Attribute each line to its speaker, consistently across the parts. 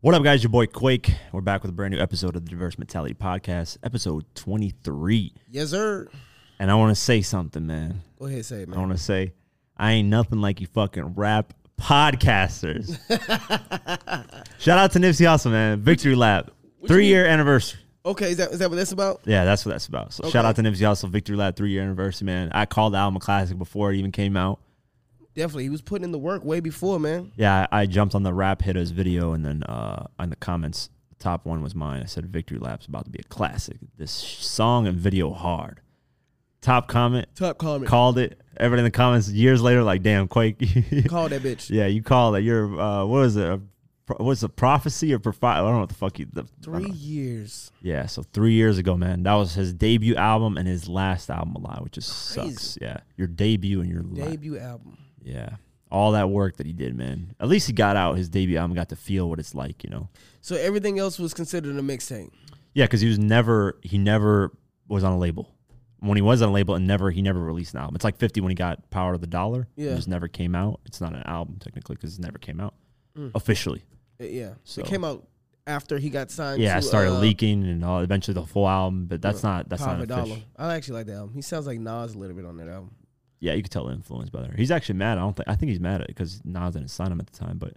Speaker 1: What up, guys? Your boy Quake. We're back with a brand new episode of the Diverse Mentality Podcast, episode 23.
Speaker 2: Yes, sir.
Speaker 1: And I want to say something, man.
Speaker 2: Go ahead, say it,
Speaker 1: I
Speaker 2: man.
Speaker 1: want to say, I ain't nothing like you fucking rap podcasters. Shout out to Nipsey Hussle, man. Victory Lap. Three year anniversary.
Speaker 2: Okay, is that is that what that's about?
Speaker 1: Yeah, that's what that's about. So shout out to Nipsey Hussle, Victory Lap, three year anniversary, man. I called the album a classic before it even came out.
Speaker 2: Definitely, he was putting in the work way before, man.
Speaker 1: Yeah, I, I jumped on the rap hitters video, and then uh, on the comments, the top one was mine. I said, "Victory Lap's about to be a classic. This song and video hard." Top comment
Speaker 2: Top comment. Call,
Speaker 1: called it. Everybody in the comments years later, like, "Damn, Quake."
Speaker 2: that bitch.
Speaker 1: yeah, you call it. You're uh, what is it? A, pro- what's a prophecy or profi- I don't know what the fuck you. The, I don't
Speaker 2: Three
Speaker 1: know.
Speaker 2: years.
Speaker 1: Yeah, so three years ago, man, that was his debut album and his last album alive, which just
Speaker 2: Crazy.
Speaker 1: sucks. Yeah, your debut and your last.
Speaker 2: Debut album.
Speaker 1: Yeah. All that work that he did, man. At least he got out his debut album, got to feel what it's like, you know.
Speaker 2: So everything else was considered a mixtape.
Speaker 1: Yeah, because he was never he never was on a label. When he was on a label and never he never released an album. It's like fifty when he got Power of the Dollar. It
Speaker 2: Yeah.
Speaker 1: just never came out. It's not an album technically because it never came out officially.
Speaker 2: Uh, Yeah.
Speaker 1: So-
Speaker 2: it came out after he got signed.
Speaker 1: Yeah, it
Speaker 2: to,
Speaker 1: started
Speaker 2: uh,
Speaker 1: leaking and all, eventually the full album, but that's not that's
Speaker 2: Power
Speaker 1: not
Speaker 2: of a Dollar.
Speaker 1: official.
Speaker 2: I actually like that album. He sounds like Nas a little bit on that album.
Speaker 1: Yeah, you could tell the influence by there. He's actually mad. I don't think I think he's mad at it because Nas didn't sign him at the time. But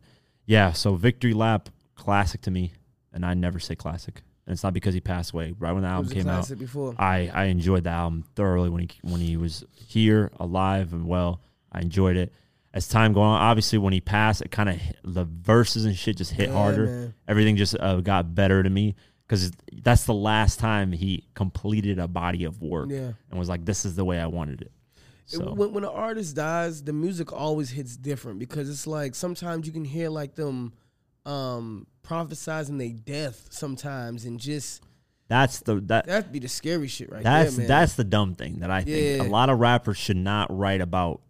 Speaker 1: yeah, so Victory Lap, classic to me, and I never say classic. And it's not because he passed away. Right when the album
Speaker 2: it was a
Speaker 1: came out,
Speaker 2: classic before.
Speaker 1: I I enjoyed the album thoroughly when he when he was here, alive and well. I enjoyed it. As time going on, obviously when he passed, it kind of the verses and shit just hit
Speaker 2: Yeah,
Speaker 1: harder.
Speaker 2: man.
Speaker 1: Everything just uh, got better to me because that's the last time he completed a body of work
Speaker 2: Yeah.
Speaker 1: and was like, "This is the way I wanted it."
Speaker 2: It-
Speaker 1: So
Speaker 2: when, when an artist dies, the music always hits different because it's like sometimes you can hear like them um prophesizing their death sometimes and just
Speaker 1: That's the that
Speaker 2: that'd be the scary shit right
Speaker 1: that's
Speaker 2: there, man.
Speaker 1: that's the dumb thing that I think
Speaker 2: Yeah.
Speaker 1: a lot of rappers should not write about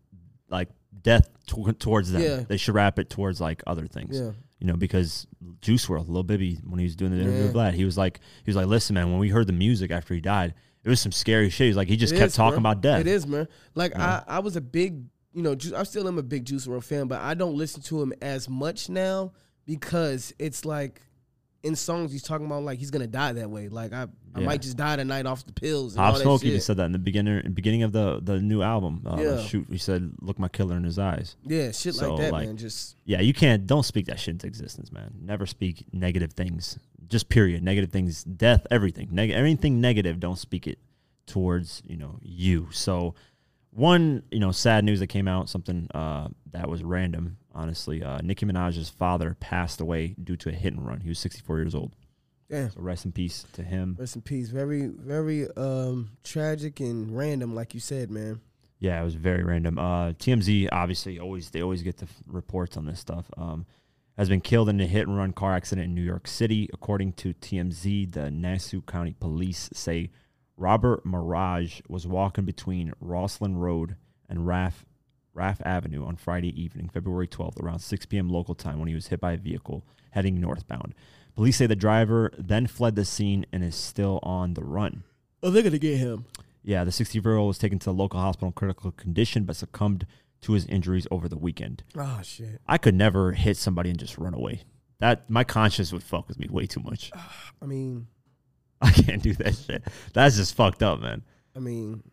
Speaker 1: like death to- towards them.
Speaker 2: Yeah.
Speaker 1: They should rap it towards like other things.
Speaker 2: Yeah.
Speaker 1: You know, because Juice World, Lil Bibby, when he was doing the interview with
Speaker 2: Yeah.
Speaker 1: Vlad, he was like, he was like, listen, man, when we heard the music after he died, it was some scary shit. He's like, he just
Speaker 2: It
Speaker 1: kept
Speaker 2: is,
Speaker 1: talking
Speaker 2: bro.
Speaker 1: about death.
Speaker 2: It is, man. Like I, I was a big, you know, Ju- I still am a big Juice World fan, but I don't listen to him as much now because it's like in songs he's talking about like he's gonna die that way. Like I, I
Speaker 1: Yeah.
Speaker 2: might just die tonight off the pills. And all
Speaker 1: Pop
Speaker 2: that
Speaker 1: Smoke
Speaker 2: shit.
Speaker 1: even said that in the beginning, in the beginning of the the new album. Uh,
Speaker 2: Yeah.
Speaker 1: Shoot, he said, "Look my killer in his eyes."
Speaker 2: yeah, shit
Speaker 1: So,
Speaker 2: like that,
Speaker 1: like-
Speaker 2: man. Just
Speaker 1: Yeah, you can't. Don't speak that shit into existence, man. Never speak negative things. Just period. Negative things, death, everything. Neg- anything negative. Don't speak it towards you know you. So one you know sad news that came out. Something uh, that was random. Honestly, uh, Nicki Minaj's father passed away due to a hit and run. He was 64 years old.
Speaker 2: damn.
Speaker 1: So rest in peace to him.
Speaker 2: Rest in peace. Very, very um tragic and random, like you said, man.
Speaker 1: Yeah, it was very random. Uh, TMZ obviously always they always get the f- reports on this stuff. Um, has been killed in a hit and run car accident in New York City, according to TMZ. The Nassau County Police say Robert Mirage was walking between Rosslyn Road and Raff Raff Avenue on Friday evening, February 12th, around 6 p.m. local time, when he was hit by a vehicle heading northbound. Police say the driver then fled the scene and is still on the run.
Speaker 2: Oh, they're gonna get him.
Speaker 1: Yeah, the 60 year old was taken to the local hospital in critical condition, but succumbed to his injuries over the weekend.
Speaker 2: Oh shit.
Speaker 1: I could never hit somebody and just run away. That my conscience would fuck with me way too much.
Speaker 2: I mean,
Speaker 1: I can't do that shit. That's just fucked up, man.
Speaker 2: I mean,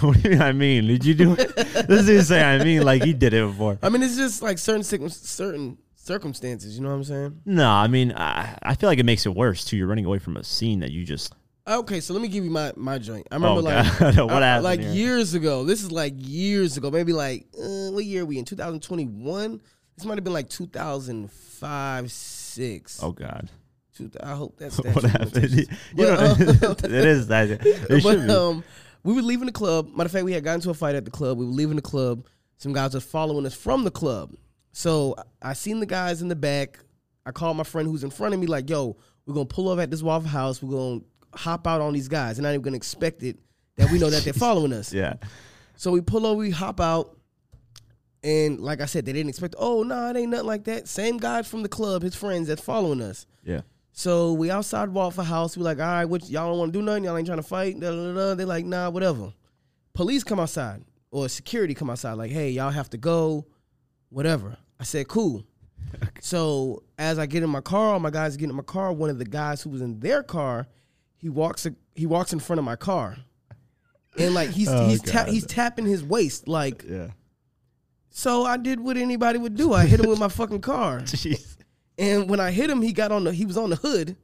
Speaker 1: what do you mean? I mean, did you do it? this dude say I mean like he did it before.
Speaker 2: I mean, it's just like certain circum- certain circumstances. You know what I'm saying?
Speaker 1: No, I mean I, I feel like it makes it worse too. You're running away from a scene that you just.
Speaker 2: Okay, so let me give you my my joint. I remember
Speaker 1: oh
Speaker 2: like
Speaker 1: God, what
Speaker 2: I-
Speaker 1: happened?
Speaker 2: like
Speaker 1: here?
Speaker 2: years ago. This is like years ago. Maybe like uh, what year are we in? 2021. This might have been like 2005, six.
Speaker 1: Oh God,
Speaker 2: Two- I hope that's
Speaker 1: what happened? You
Speaker 2: But,
Speaker 1: know, it is that. It should
Speaker 2: but
Speaker 1: be.
Speaker 2: um, we were leaving the club. Matter of fact, we had gotten to a fight at the club. We were leaving the club. Some guys were following us from the club. So I seen the guys in the back. I called my friend who's in front of me, like, "Yo, we're gonna pull up at this Waffle House. We're gonna hop out on these guys, and I ain't gonna expect it that we know that they're following us."
Speaker 1: Yeah.
Speaker 2: So we pull over, we hop out, and like I said, they didn't expect. Oh no, it ain't nothing like that. Same guy from the club, his friends that's following us.
Speaker 1: Yeah.
Speaker 2: So we outside Waffle House. We like, all right, what y'all don't want to do nothing. Y'all ain't trying to fight. Da, da, da, da. They like, nah, whatever. Police come outside or security come outside. Like, hey, y'all have to go. Whatever. I said, cool. So as I get in my car, all my guys get in my car. One of the guys who was in their car, he walks he walks in front of my car, and like he's
Speaker 1: Oh,
Speaker 2: he's ta-
Speaker 1: God.
Speaker 2: he's tapping his waist like.
Speaker 1: Yeah.
Speaker 2: So I did what anybody would do. I hit him with my fucking car.
Speaker 1: Jeez.
Speaker 2: And when I hit him, he got on the he was on the hood.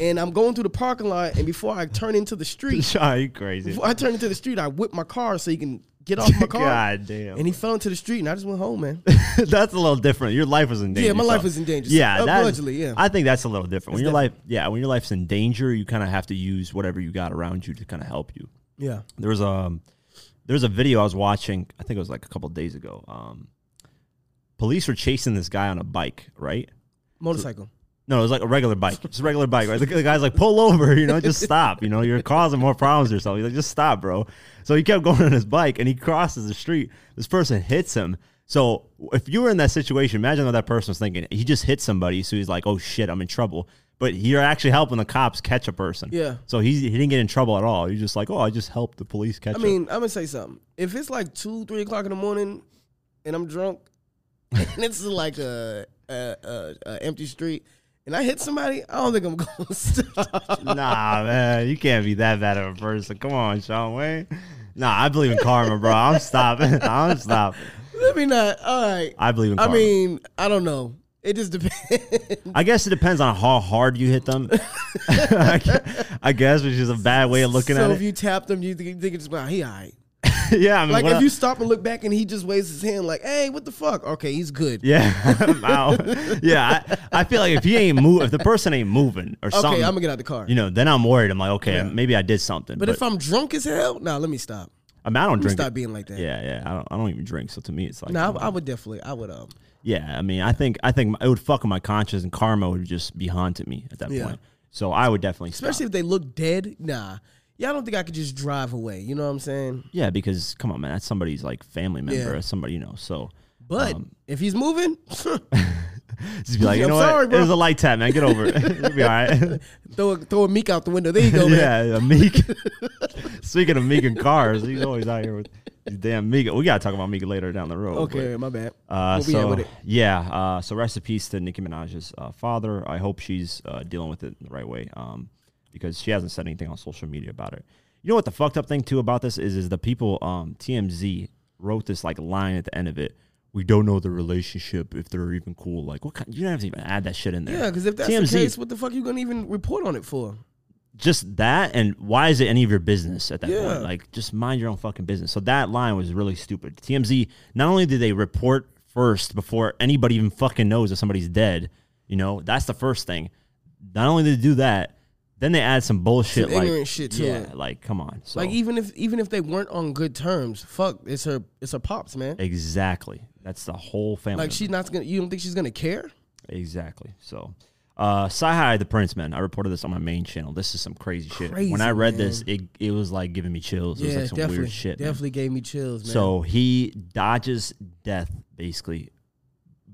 Speaker 2: And I'm going through the parking lot, and before I turn into the street,
Speaker 1: Are you crazy?
Speaker 2: before I turn into the street, I whip my car so he can get off my car.
Speaker 1: God damn.
Speaker 2: And he fell into the street, and I just went home, man.
Speaker 1: that's a little different. Your life was in danger.
Speaker 2: Yeah, my
Speaker 1: so-
Speaker 2: life was in danger. Uh,
Speaker 1: Yeah, that's-
Speaker 2: Allegedly, yeah.
Speaker 1: I think that's a little different. when
Speaker 2: It's
Speaker 1: your life, yeah, when your life's in danger, you kind of have to use whatever you got around you to kind of help you.
Speaker 2: Yeah,
Speaker 1: There was a there was a video I was watching. I think it was like a couple of days ago. Um, police were chasing this guy on a bike, right?
Speaker 2: motorcycle.
Speaker 1: No, it was like a regular bike. It's a regular bike. Right? The, the guy's like, pull over, you know, just stop. You know, you're causing more problems to yourself. He's like, just stop, bro. So he kept going on his bike and he crosses the street. This person hits him. So if you were in that situation, imagine what that person was thinking. He just hit somebody, so he's like, oh shit, I'm in trouble. But you're actually helping the cops catch a person.
Speaker 2: Yeah.
Speaker 1: So he, he didn't get in trouble at all. He's just like, oh, I just helped the police catch
Speaker 2: I mean, I'm gonna say something. If it's like two, three o'clock in the morning, and I'm drunk, and it's like a, a, a, a empty street, and I hit somebody, I don't think I'm gonna stop.
Speaker 1: nah, man, you can't be that bad of a person. Come on, Sean Wayne. Nah, I believe in karma, bro. I'm stopping. I'm stopping.
Speaker 2: Let me not. All right.
Speaker 1: I believe in
Speaker 2: I
Speaker 1: karma.
Speaker 2: mean, I don't know. It just depends.
Speaker 1: I guess it depends on how hard you hit them. I gue- I guess, which is a bad way of looking
Speaker 2: so
Speaker 1: at
Speaker 2: if
Speaker 1: it.
Speaker 2: you tap them, you think, you think it's wow, he all right.
Speaker 1: yeah, I mean,
Speaker 2: Like
Speaker 1: what
Speaker 2: if
Speaker 1: I-
Speaker 2: you stop and look back and he just waves his hand like, hey, what the fuck? Okay, he's good.
Speaker 1: yeah, I'm out. yeah, I, I feel like if he ain't move, if the person ain't moving or
Speaker 2: okay,
Speaker 1: something,
Speaker 2: I'm gonna get out the car.
Speaker 1: you know, then I'm worried. I'm like, okay,
Speaker 2: Yeah.
Speaker 1: maybe I did something.
Speaker 2: but,
Speaker 1: But,
Speaker 2: if I'm drunk as hell, nah, let me stop.
Speaker 1: I, mean, I don't
Speaker 2: Let me
Speaker 1: drink.
Speaker 2: stop
Speaker 1: it.
Speaker 2: being like that.
Speaker 1: Yeah, yeah, I don't, I don't even drink. So to me, it's like,
Speaker 2: No, I, I would definitely, I would um,
Speaker 1: yeah. I mean, I think, I think it would fuck with my conscience and karma would just be haunting me at that
Speaker 2: Yeah.
Speaker 1: point. So I would definitely, stop.
Speaker 2: especially if they look dead. Nah, yeah, I don't think I could just drive away. You know what I'm saying?
Speaker 1: yeah, because come on, man, that's somebody's like family member
Speaker 2: Yeah.
Speaker 1: or somebody you know. So
Speaker 2: But
Speaker 1: Um,
Speaker 2: if he's moving,
Speaker 1: Just be like, you
Speaker 2: I'm
Speaker 1: know
Speaker 2: sorry,
Speaker 1: what?
Speaker 2: bro.
Speaker 1: It was a light tap, man. Get over it. You'll be all right.
Speaker 2: throw a, throw a meek out the window. There you go, man.
Speaker 1: yeah, a Meek. Speaking of Meek and cars, he's always out here with these damn Meek. We gotta talk about Meek later down the road.
Speaker 2: Okay, my bad.
Speaker 1: but, uh,
Speaker 2: What we at
Speaker 1: so
Speaker 2: with it?
Speaker 1: yeah, uh, so rest in peace to Nicki Minaj's uh, father. I hope she's uh, dealing with it the right way, um, because she hasn't said anything on social media about it. You know what the fucked up thing too about this is, is the people um, TMZ wrote this like line at the end of it. We don't know the relationship if they're even cool. Like, what kind? You don't have to even add that shit in there.
Speaker 2: Yeah, because if that's
Speaker 1: TMZ
Speaker 2: the case, what the fuck you gonna even report on it for?
Speaker 1: just that and why is it any of your business at that
Speaker 2: Yeah.
Speaker 1: point like just mind your own fucking business so that line was really stupid tmz not only did they report first before anybody even fucking knows that somebody's dead you know that's the first thing not only did they do that then they add some bullshit
Speaker 2: Some
Speaker 1: like
Speaker 2: ignorant shit to
Speaker 1: yeah
Speaker 2: it.
Speaker 1: like come on so
Speaker 2: Like e- even if even if they weren't on good terms, fuck, it's her it's her pops, man.
Speaker 1: exactly that's the whole family
Speaker 2: Like she's not gonna. You don't think she's gonna care?
Speaker 1: Exactly. So, uh, Sci-Hi the Prince, man. I reported this on my main channel. This is some crazy shit.
Speaker 2: Crazy,
Speaker 1: when I read this, it, it was like giving me chills. It was like some weird shit. man.
Speaker 2: definitely gave me chills, man.
Speaker 1: So he dodges death basically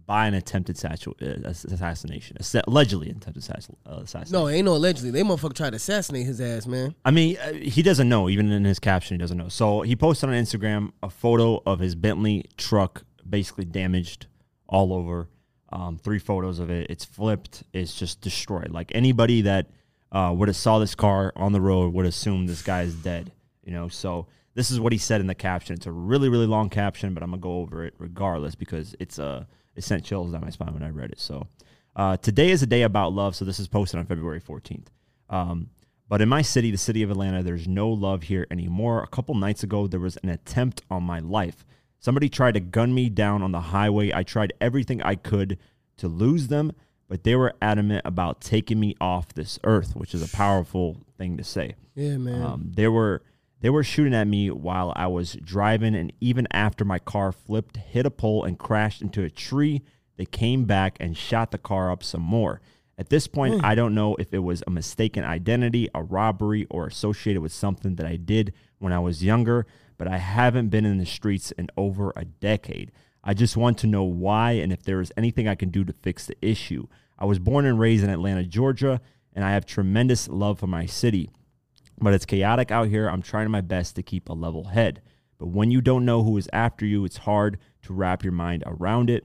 Speaker 1: by an attempted satu- uh, ass- assassination, Ass- allegedly attempted assass- uh, assassination.
Speaker 2: no, ain't no allegedly. They motherfucker tried to assassinate his ass, man.
Speaker 1: I mean, uh, he doesn't know. Even in his caption, he doesn't know. So he posted on Instagram a photo of his Bentley truck, basically damaged all over. Um, three photos of it. It's flipped. It's just destroyed. Like anybody that uh, would have saw this car on the road would assume this guy is dead. You know. So this is what he said in the caption. It's a really really long caption, but I'm gonna go over it regardless because it's Uh, it sent chills down my spine when I read it. So uh, today is a day about love. So this is posted on February 14th. Um, but in my city, the city of Atlanta, there's no love here anymore. A couple nights ago, there was an attempt on my life. Somebody tried to gun me down on the highway. I tried everything I could to lose them, but they were adamant about taking me off this earth, which is a powerful thing to say.
Speaker 2: Yeah, man.
Speaker 1: Um, they were they were shooting at me while I was driving, and even after my car flipped, hit a pole, and crashed into a tree, they came back and shot the car up some more. At this point, I don't know if it was a mistaken identity, a robbery, or associated with something that I did when I was younger, but I haven't been in the streets in over a decade. I just want to know why and if there is anything I can do to fix the issue. I was born and raised in Atlanta, Georgia, and I have tremendous love for my city but it's chaotic out here. I'm trying my best to keep a level head. But when you don't know who is after you, it's hard to wrap your mind around it.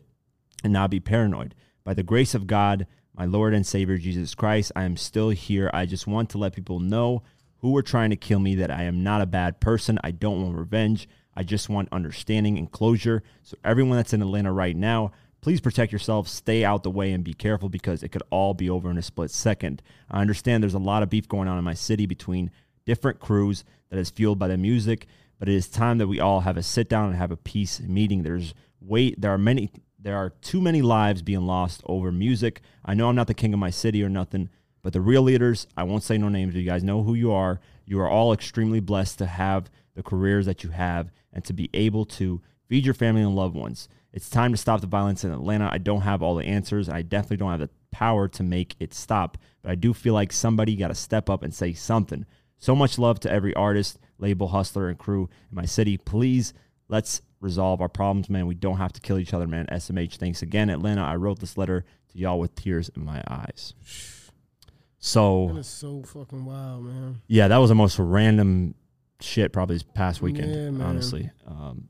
Speaker 1: and not be paranoid. By the grace of God, my Lord and Savior Jesus Christ, I am still here. I just want to let people know who were trying to kill me that I am not a bad person. I don't want revenge. I just want understanding and closure. So, everyone that's in Atlanta right now, please protect yourself, stay out the way, and be careful because it could all be over in a split second. I understand there's a lot of beef going on in my city between different crews that is fueled by the music, but it is time that we all have a sit down and have a peace meeting. There's wait, there are many there are too many lives being lost over music. I know I'm not the king of my city or nothing, but the real leaders, I won't say no names, you guys know who you are. You are all extremely blessed to have the careers that you have and to be able to feed your family and loved ones. It's time to stop the violence in Atlanta. I don't have all the answers. I definitely don't have the power to make it stop, but I do feel like somebody got to step up and say something. So much love to every artist, label, hustler, and crew in my city. Please, let's resolve our problems, man. We don't have to kill each other, man. SMH, thanks again, Atlanta. I wrote this letter to y'all with tears in my eyes.
Speaker 3: That
Speaker 1: So,
Speaker 3: is so fucking wild, man.
Speaker 1: yeah, that was the most random shit probably this past weekend,
Speaker 3: Yeah, man.
Speaker 1: honestly. Um,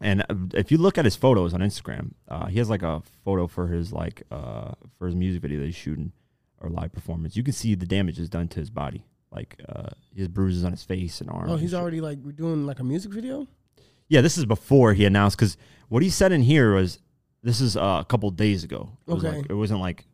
Speaker 1: and uh, if you look at his photos on Instagram, uh, he has like a photo for his like uh, for his music video that he's shooting or live performance. You can see the damage is done to his body, like uh, his bruises on his face and arms.
Speaker 3: Oh,
Speaker 1: and
Speaker 3: he's
Speaker 1: shit.
Speaker 3: already like doing like a music video.
Speaker 1: Yeah, this is before he announced because what he said in here was this is uh, a couple days ago. It was
Speaker 3: Okay.
Speaker 1: like, it wasn't like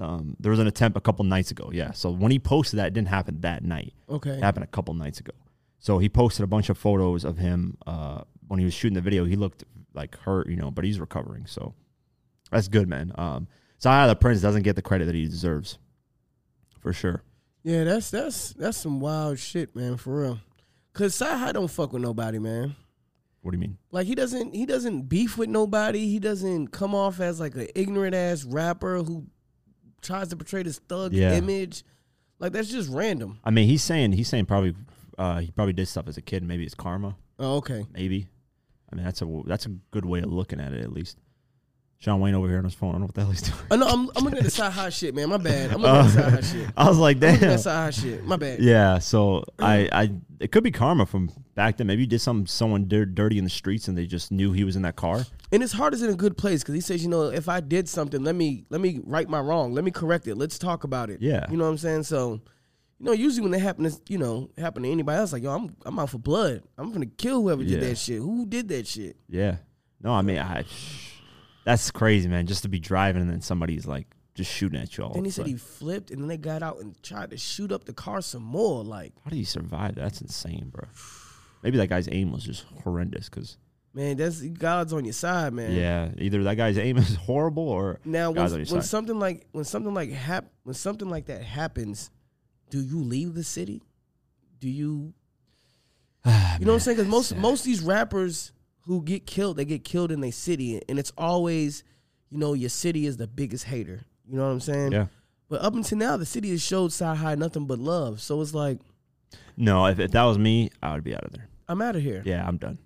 Speaker 1: um, there was an attempt a couple nights ago. Yeah, so when he posted that, it didn't happen that night.
Speaker 3: Okay.
Speaker 1: It happened a couple nights ago. So he posted a bunch of photos of him uh, when he was shooting the video. He looked like hurt, you know, but he's recovering. So that's good, man. Um, Zaya the Prince doesn't get the credit that he deserves, for sure.
Speaker 3: Yeah, that's that's that's some wild shit, man. For real.
Speaker 2: Cause Sahai don't fuck with nobody, man.
Speaker 1: What do you mean?
Speaker 2: Like he doesn't he doesn't beef with nobody. He doesn't come off as like an ignorant ass rapper who tries to portray this thug
Speaker 1: Yeah.
Speaker 2: image. Like that's just random.
Speaker 1: I mean, he's saying he's saying probably uh, he probably did stuff as a kid. Maybe it's karma.
Speaker 2: Oh, okay.
Speaker 1: maybe. I mean, that's a that's a good way of looking at it, at least. Sean Wayne over here on his phone. I don't know what the hell he's doing. Uh,
Speaker 2: Oh, no, I'm, I'm looking at the Sahai shit, man. My bad. I'm looking at the Sahai shit.
Speaker 1: I was like,
Speaker 2: I'm looking at
Speaker 1: damn.
Speaker 2: Sahai shit. My bad.
Speaker 1: Yeah, so I, I it could be karma from back then. Maybe you did some someone did dirty in the streets and they just knew he was in that car.
Speaker 2: And his heart is in a good place because he says, you know, if I did something, let me let me right my wrong. Let me correct it. Let's talk about it.
Speaker 1: Yeah.
Speaker 2: You know what I'm saying? So, you know, usually when they happen to you know, happen to anybody else, like, yo, I'm I'm out for blood. I'm gonna kill whoever did
Speaker 1: Yeah.
Speaker 2: that shit. Who did that shit?
Speaker 1: Yeah. No, I mean, I that's crazy, man. Just to be driving and then somebody's like just shooting at you all.
Speaker 2: Then he
Speaker 1: It's
Speaker 2: said
Speaker 1: like,
Speaker 2: he flipped and then they got out and tried to shoot up the car some more. Like,
Speaker 1: how do you survive? that? That's insane, bro. Maybe that guy's aim was just horrendous. Cause
Speaker 2: man, that's God's on your side, man.
Speaker 1: yeah, either that guy's aim is horrible or
Speaker 2: Now
Speaker 1: God's on
Speaker 2: when,
Speaker 1: your
Speaker 2: when
Speaker 1: side.
Speaker 2: something like when something like hap- when something like that happens, do you leave the city? Do you You know what I'm saying? Because most
Speaker 1: Ah, sad.
Speaker 2: most of these rappers who get killed, they get killed in their city, and it's always, you know, your city is the biggest hater. You know what I'm saying?
Speaker 1: yeah.
Speaker 2: But up until now, the city has showed Sci High nothing but love. So it's like,
Speaker 1: No, if, if that was me, I would be out of there.
Speaker 2: I'm out of here.
Speaker 1: Yeah, I'm done.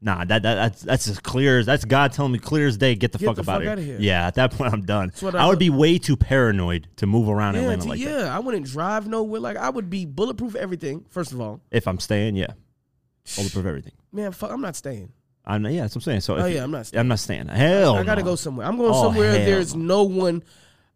Speaker 1: Nah, that, that that's that's as clear as that's God telling me clear as day. Get the
Speaker 2: Get
Speaker 1: fuck
Speaker 2: the
Speaker 1: up out
Speaker 2: fuck
Speaker 1: of
Speaker 2: outta
Speaker 1: here.
Speaker 2: here.
Speaker 1: Yeah, at that point, I'm done.
Speaker 2: what
Speaker 1: I
Speaker 2: I-
Speaker 1: would be way too paranoid to move around
Speaker 2: Yeah,
Speaker 1: Atlanta
Speaker 2: d-
Speaker 1: like that.
Speaker 2: yeah, I wouldn't drive nowhere. Like I would be bulletproof everything. First of all,
Speaker 1: If I'm staying, yeah, bulletproof everything.
Speaker 2: man, fuck, I'm not staying.
Speaker 1: I'm yeah, that's what I'm saying. So if
Speaker 2: Oh,
Speaker 1: you-
Speaker 2: yeah, I'm not staying.
Speaker 1: I'm not staying. Hell,
Speaker 2: I gotta
Speaker 1: no.
Speaker 2: go somewhere. I'm going
Speaker 1: Oh,
Speaker 2: somewhere
Speaker 1: hell
Speaker 2: there's no one.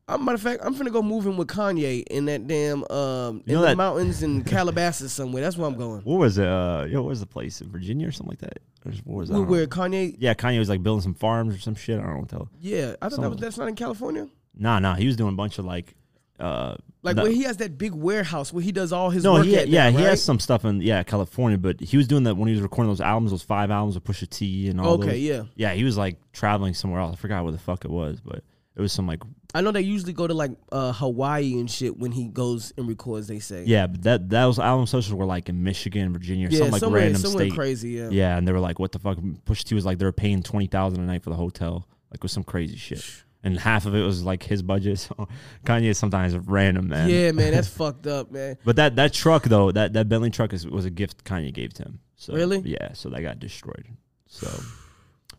Speaker 2: Uh, matter of fact, I'm finna go moving with Kanye in that damn um
Speaker 1: You
Speaker 2: in
Speaker 1: know
Speaker 2: the
Speaker 1: that-
Speaker 2: mountains in Calabasas somewhere. That's where I'm going.
Speaker 1: What was it? Uh, yo, what was the place in Virginia or something like that? Or what was that?
Speaker 2: Where, where Kanye?
Speaker 1: Yeah, Kanye was like building some farms or some shit. I don't know what the hell.
Speaker 2: Yeah, I thought that
Speaker 1: Somewhere.
Speaker 2: was that's not in California.
Speaker 1: Nah, nah, he was doing a bunch of like, uh,
Speaker 2: Like
Speaker 1: no-
Speaker 2: where he has that big warehouse where he does all his
Speaker 1: No,
Speaker 2: work.
Speaker 1: he
Speaker 2: at
Speaker 1: had, yeah,
Speaker 2: now,
Speaker 1: he
Speaker 2: right?
Speaker 1: has some stuff in yeah California, but he was doing that when he was recording those albums, those five albums of Pusha T and all.
Speaker 2: Okay,
Speaker 1: those.
Speaker 2: yeah.
Speaker 1: yeah, he was like traveling somewhere else. I forgot where the fuck it was, but it was some like
Speaker 2: I know they usually go to like uh, Hawaii and shit when he goes and records. They say
Speaker 1: yeah, but that those album sessions were like in Michigan, Virginia, or
Speaker 2: yeah,
Speaker 1: some like
Speaker 2: somewhere,
Speaker 1: random
Speaker 2: somewhere
Speaker 1: state.
Speaker 2: crazy. Yeah.
Speaker 1: Yeah, and they were like, "What the fuck?" Pusha T was like, they were paying twenty thousand a night for the hotel, like with some crazy shit, and half of it was like his budget. So Kanye is sometimes random, man.
Speaker 2: yeah, man, that's fucked up, man.
Speaker 1: But that that truck though, that that Bentley truck is was a gift Kanye gave to him. So
Speaker 2: Really?
Speaker 1: Yeah. So that got destroyed. So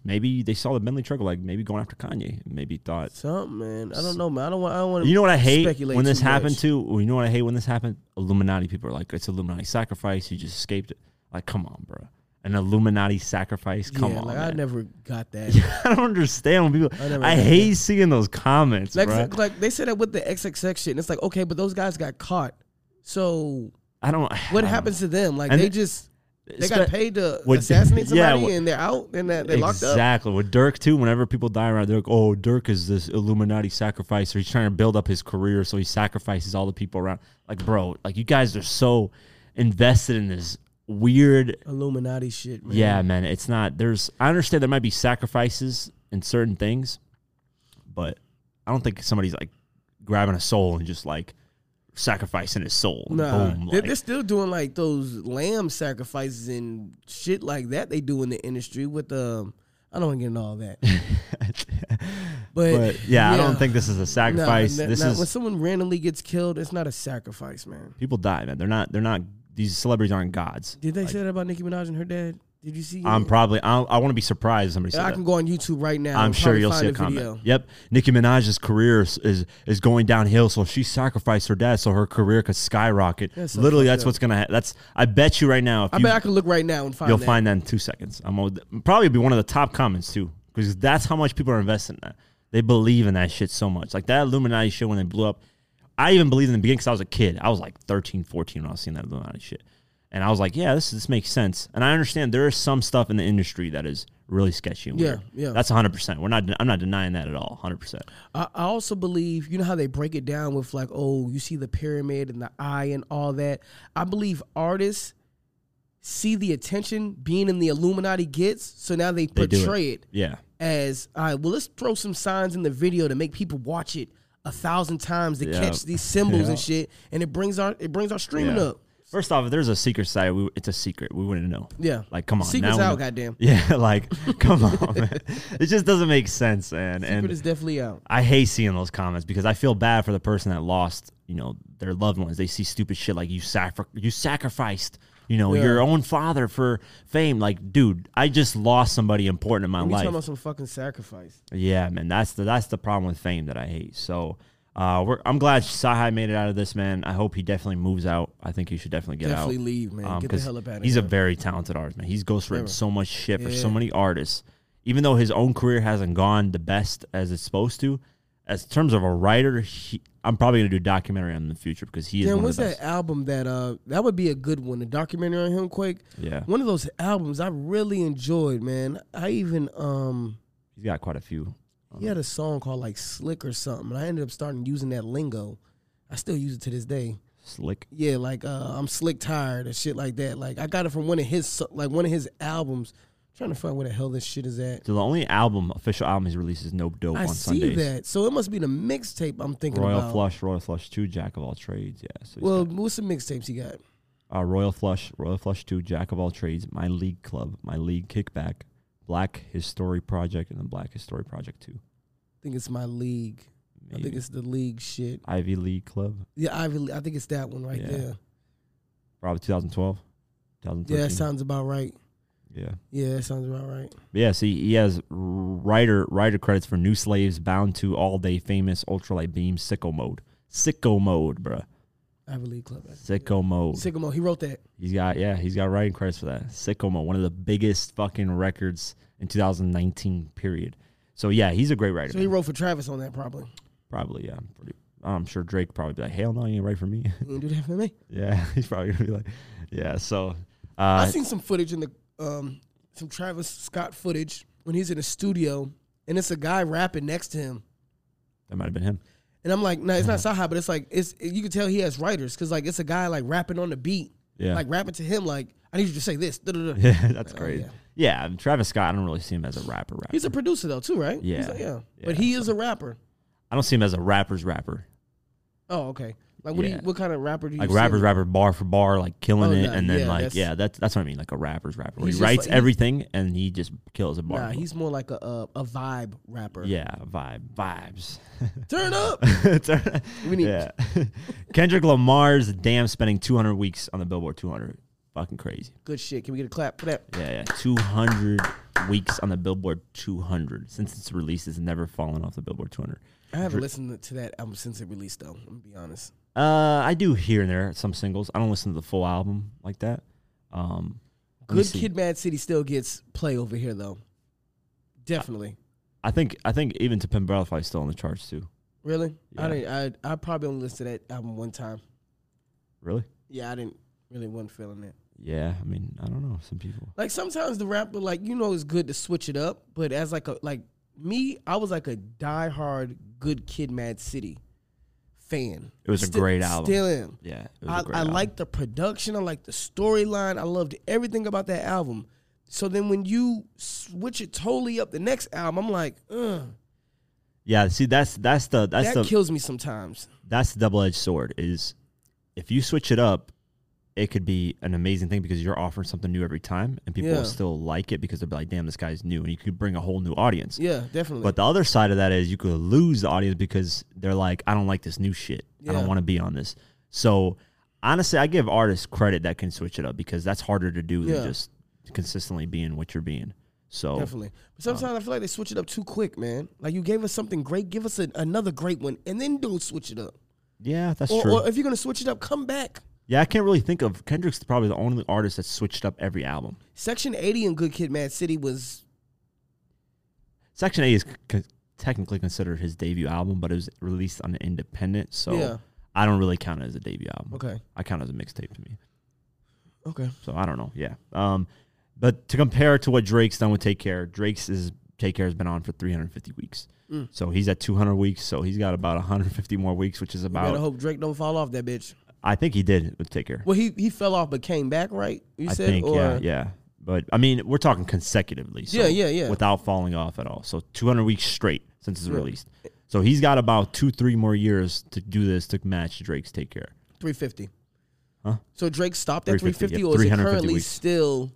Speaker 1: maybe they saw the Bentley truck like maybe going after Kanye. and Maybe thought.
Speaker 2: Something, man. I don't know, man. I don't want. I don't want.
Speaker 1: You know what I hate
Speaker 2: speculate
Speaker 1: when this
Speaker 2: too much.
Speaker 1: happened too. You know what I hate when this happened? Illuminati people are like, it's Illuminati sacrifice. You just escaped it. Like, come on, bro. an Illuminati sacrifice. Come
Speaker 2: yeah,
Speaker 1: on,
Speaker 2: like, I
Speaker 1: man.
Speaker 2: never got that.
Speaker 1: I don't understand when people.
Speaker 2: I never
Speaker 1: I,
Speaker 2: got
Speaker 1: hate seeing those comments,
Speaker 2: Like,
Speaker 1: bro.
Speaker 2: like they said that with the XXX shit, and it's like, okay, but those guys got caught. So
Speaker 1: I don't.
Speaker 2: what happens to them? Like
Speaker 1: And
Speaker 2: they
Speaker 1: the-
Speaker 2: just they
Speaker 1: Spe-
Speaker 2: got paid to
Speaker 1: What-
Speaker 2: assassinate
Speaker 1: yeah,
Speaker 2: somebody,
Speaker 1: what-
Speaker 2: and they're out, and they're, they're locked up.
Speaker 1: Exactly. With Dirk too. Whenever people die around, they're like, "Oh, Dirk is this Illuminati sacrificer. He's trying to build up his career, so he sacrifices all the people around." Like, bro, like you guys are so invested in this weird
Speaker 2: Illuminati shit, man.
Speaker 1: Yeah, man, it's not. There's. I understand there might be sacrifices in certain things, but I don't think somebody's like grabbing a soul and just like sacrificing his soul. and
Speaker 2: Nah,
Speaker 1: boom,
Speaker 2: they're,
Speaker 1: like-
Speaker 2: they're still doing like those lamb sacrifices and shit like that they do in the industry with um I don't want to get into all that, but,
Speaker 1: but yeah, I don't think this is a
Speaker 2: Nah,
Speaker 1: sacrifice.
Speaker 2: nah,
Speaker 1: this
Speaker 2: nah,
Speaker 1: is
Speaker 2: when someone randomly gets killed, it's not a sacrifice, man.
Speaker 1: people die, man. They're not. They're not. These celebrities aren't gods.
Speaker 2: Did they
Speaker 1: Like-
Speaker 2: say that about Nicki Minaj and her dad? Did you see?
Speaker 1: I'm
Speaker 2: it?
Speaker 1: probably. I'll, I want to be surprised. If somebody said
Speaker 2: I
Speaker 1: that.
Speaker 2: can go on YouTube right now.
Speaker 1: I'm
Speaker 2: and
Speaker 1: sure
Speaker 2: probably
Speaker 1: you'll
Speaker 2: find
Speaker 1: see a
Speaker 2: the
Speaker 1: comment.
Speaker 2: video.
Speaker 1: Yep, Nicki Minaj's career is, is is going downhill, so she sacrificed her dad so her career could skyrocket.
Speaker 2: That's so
Speaker 1: Literally,
Speaker 2: fucked
Speaker 1: that's
Speaker 2: up.
Speaker 1: what's gonna. Ha- that's I bet you right now. If
Speaker 2: I
Speaker 1: you,
Speaker 2: bet I can look right now and find
Speaker 1: you'll
Speaker 2: that.
Speaker 1: find that in two seconds. I'm all- probably be one of the top comments too, because that's how much people are invested in that. They believe in that shit so much. Like that Illuminati shit when they blew up. I even believed in the beginning because I was a kid. I was like 13, 14 when I was seeing that Illuminati shit. And I was like, yeah, this this makes sense. And I understand there is some stuff in the industry that is really sketchy. And
Speaker 2: Yeah,
Speaker 1: weird.
Speaker 2: yeah.
Speaker 1: That's 100%. We're not I'm not denying that at all. 100%.
Speaker 2: I, I also believe you know how they break it down with like oh you see the pyramid and the eye and all that. I believe artists see the attention being in the Illuminati gets, so now they
Speaker 1: do it.
Speaker 2: portray it.
Speaker 1: Yeah.
Speaker 2: as all right. Well, let's throw some signs in the video to make people watch it a thousand times to
Speaker 1: Yeah.
Speaker 2: catch these symbols
Speaker 1: Yeah.
Speaker 2: and shit, and it brings our it brings our streaming
Speaker 1: Yeah.
Speaker 2: up.
Speaker 1: First off, if there's a secret site, we, it's a secret. We wouldn't know.
Speaker 2: Yeah,
Speaker 1: Like, come on. now
Speaker 2: secrets
Speaker 1: we
Speaker 2: out,
Speaker 1: know.
Speaker 2: goddamn.
Speaker 1: Yeah, like, come on, man. It just doesn't make sense, man.
Speaker 2: Secret
Speaker 1: and
Speaker 2: is definitely out.
Speaker 1: I hate seeing those comments because I feel bad for the person that lost, you know, their loved ones. They see stupid shit like you sacri- you sacrificed, you know,
Speaker 2: Yeah.
Speaker 1: your own father for fame. Like, dude, I just lost somebody important in my
Speaker 2: You
Speaker 1: life.
Speaker 2: talking about some fucking sacrifice?
Speaker 1: Yeah, man, that's the that's the problem with fame that I hate. So, uh, we're, I'm glad Sahai made it out of this, man. I hope he definitely moves out. I think he should definitely get
Speaker 2: definitely
Speaker 1: out.
Speaker 2: leave, man.
Speaker 1: Um,
Speaker 2: Get the
Speaker 1: 'cause
Speaker 2: hell up out of
Speaker 1: he's
Speaker 2: here.
Speaker 1: a very talented artist, man. He's ghostwritten so much shit for so
Speaker 2: Yeah.
Speaker 1: many artists. Even though his own career hasn't gone the best as it's supposed to, as in terms of a writer, he, I'm probably gonna do a documentary on him in the future because he is
Speaker 2: Damn,
Speaker 1: one of
Speaker 2: what's
Speaker 1: the
Speaker 2: that
Speaker 1: best.
Speaker 2: album that uh that would be a good one? A documentary on him, Quake.
Speaker 1: Yeah,
Speaker 2: One of those albums I really enjoyed, man. I even um
Speaker 1: he's got quite a few.
Speaker 2: he had a song called like Slick or something, and I ended up starting using that lingo. I still use it to this day.
Speaker 1: Slick.
Speaker 2: Yeah, like uh, I'm slick tired and shit like that. Like I got it from one of his so- like one of his albums. trying to find where the hell this shit is at.
Speaker 1: So the only album, official album he's released is No Dope
Speaker 2: I
Speaker 1: on
Speaker 2: see
Speaker 1: Sundays.
Speaker 2: that. So it must be the mixtape I'm thinking
Speaker 1: Royal
Speaker 2: about.
Speaker 1: Flush, Royal Flush 2, Jack of All Trades. Yeah. So he's
Speaker 2: Well, what's the mixtapes he got?
Speaker 1: uh, Royal Flush, Royal Flush 2, Jack of All Trades, My League Club, My League Kickback, Black History Project, and then Black History Project 2.
Speaker 2: I think it's my league. I think
Speaker 1: Maybe.
Speaker 2: it's the league shit.
Speaker 1: Ivy League Club,
Speaker 2: Yeah, I really, I think it's that one right
Speaker 1: Yeah.
Speaker 2: there.
Speaker 1: probably 2012, 2013.
Speaker 2: Yeah, that sounds about right.
Speaker 1: yeah.
Speaker 2: Yeah, that sounds about right.
Speaker 1: But yeah, see, he has writer writer credits for New Slaves, Bound to, All Day Famous, Ultralight Beam, Sicko Mode. Sicko Mode, bruh.
Speaker 2: Ivy League Club.
Speaker 1: Sicko Mode.
Speaker 2: Sycamore. He wrote that.
Speaker 1: He's got yeah, he's got writing credits for that. Sicko Mode, one of the biggest fucking records in 2019 period. So yeah, he's a great writer.
Speaker 2: So he
Speaker 1: man.
Speaker 2: wrote for Travis on that probably.
Speaker 1: Probably, yeah. I'm pretty. I'm sure Drake probably be like, "Hell no, you ain't right for me."
Speaker 2: He didn't do that for me.
Speaker 1: yeah, he's probably gonna be like, "Yeah." So,
Speaker 2: I
Speaker 1: uh,
Speaker 2: seen some footage in the um some Travis Scott footage when he's in the studio and it's a guy rapping next to him.
Speaker 1: that might have been him.
Speaker 2: And I'm like, no, it's not
Speaker 1: Mm-hmm.
Speaker 2: Saha, but it's like it's you can tell he has writers because like it's a guy like rapping on the beat,
Speaker 1: Yeah,
Speaker 2: like rapping to him like I need you to say this. da, da, da.
Speaker 1: yeah, that's crazy.
Speaker 2: Oh, yeah.
Speaker 1: yeah. and Travis Scott. I don't really see him as a rapper. Rapper.
Speaker 2: He's a producer though too, right? He's
Speaker 1: Yeah.
Speaker 2: a- yeah.
Speaker 1: Yeah.
Speaker 2: But he is a rapper.
Speaker 1: I don't see him as a rapper's rapper.
Speaker 2: Oh, okay. Like what do
Speaker 1: Yeah.
Speaker 2: you, what kind of rapper do you
Speaker 1: Like
Speaker 2: see
Speaker 1: rappers
Speaker 2: him?
Speaker 1: rapper bar for bar, like killing
Speaker 2: Oh,
Speaker 1: it,
Speaker 2: nah,
Speaker 1: and then
Speaker 2: yeah,
Speaker 1: like
Speaker 2: that's-
Speaker 1: yeah, that's that's what I mean. Like a rapper's rapper, where
Speaker 2: He's
Speaker 1: he
Speaker 2: just
Speaker 1: writes
Speaker 2: like- he-
Speaker 1: everything and he just kills a bar.
Speaker 2: Nah,
Speaker 1: for bar.
Speaker 2: he's more like a uh, a vibe rapper.
Speaker 1: yeah, vibe vibes.
Speaker 2: Turn up. We need-
Speaker 1: yeah. Kendrick Lamar's damn spending 200 weeks on the Billboard 200. Fucking crazy.
Speaker 2: Good shit. Can we get a clap for that?
Speaker 1: Yeah, yeah. 200 weeks on the Billboard 200. Since its release, it's never fallen off the Billboard 200.
Speaker 2: I haven't listened to that album since it released though. I'm gonna be honest.
Speaker 1: Uh, I do here and there some singles. I don't listen to the full album like that. Um, Let me
Speaker 2: Good
Speaker 1: see.
Speaker 2: Kid, Mad City still gets play over here though. Definitely.
Speaker 1: I think I think even to Pimp Butterfly is still on the charts too.
Speaker 2: Really?
Speaker 1: Yeah.
Speaker 2: I didn't. I I probably only listened to that album one time.
Speaker 1: Really?
Speaker 2: Yeah, I didn't really wasn't feeling it.
Speaker 1: Yeah. I mean, I don't know. Some people.
Speaker 2: Like sometimes the rapper, like you know, it's good to switch it up. But as like a like me, I was like a diehard Good Kid, Mad City fan.
Speaker 1: It was a
Speaker 2: Sti-
Speaker 1: great album.
Speaker 2: Still am.
Speaker 1: Yeah. It was a
Speaker 2: I,
Speaker 1: great
Speaker 2: I
Speaker 1: album.
Speaker 2: liked the production. I liked the storyline. I loved everything about that album. So then when you switch it totally up the next album, I'm like, Ugh,
Speaker 1: Yeah. See, that's that's the that's the
Speaker 2: that kills me sometimes.
Speaker 1: that's the double edged sword is if you switch it up, it could be an amazing thing because you're offering something new every time, and people
Speaker 2: Yeah.
Speaker 1: will still like it because they'll be like, "Damn, this guy's new," and you could bring a whole new audience.
Speaker 2: Yeah, definitely.
Speaker 1: But the other side of that is you could lose the audience because they're like, I don't like this new shit. I
Speaker 2: Yeah.
Speaker 1: don't want to be on this. So honestly, I give artists credit that can switch it up because that's harder to do
Speaker 2: Yeah.
Speaker 1: than just consistently being what you're being. So
Speaker 2: Definitely. But
Speaker 1: oh.
Speaker 2: sometimes I feel like they switch it up too quick, man. Like you gave us something great, give us a, another great one, and then don't switch it up.
Speaker 1: yeah, that's
Speaker 2: Or,
Speaker 1: true.
Speaker 2: or if you're gonna switch it up, come back.
Speaker 1: yeah, I can't really think of Kendrick's probably the only artist that switched up every album.
Speaker 2: Section 80 in Good Kid, Mad City was
Speaker 1: Section A is c- c- technically considered his debut album, but it was released on an independent, so
Speaker 2: Yeah.
Speaker 1: I don't really count it as a debut album.
Speaker 2: okay.
Speaker 1: I count it as a mixtape to me.
Speaker 2: Okay.
Speaker 1: So I don't know. Yeah. Um, but to compare to what Drake's done with Take Care, Drake's is Take Care has been on for 350 weeks.
Speaker 2: Mm.
Speaker 1: So he's at 200 weeks. So he's got about 150 more weeks, which is
Speaker 2: You better
Speaker 1: about.
Speaker 2: hope Drake don't fall off that bitch.
Speaker 1: I think he did with Take Care.
Speaker 2: Well, he he fell off but came back, right? You
Speaker 1: I
Speaker 2: said,
Speaker 1: think.
Speaker 2: or
Speaker 1: Yeah. Yeah. But I mean, we're talking consecutively. So
Speaker 2: yeah, yeah, yeah.
Speaker 1: Without falling off at all. So 200 weeks straight since it's
Speaker 2: Yeah.
Speaker 1: released. So he's got about two, three more years to do this to match Drake's Take Care.
Speaker 2: 350.
Speaker 1: Huh?
Speaker 2: So Drake stopped at
Speaker 1: 350,
Speaker 2: 350,
Speaker 1: yeah,
Speaker 2: or is it
Speaker 1: 350
Speaker 2: currently
Speaker 1: weeks.
Speaker 2: still?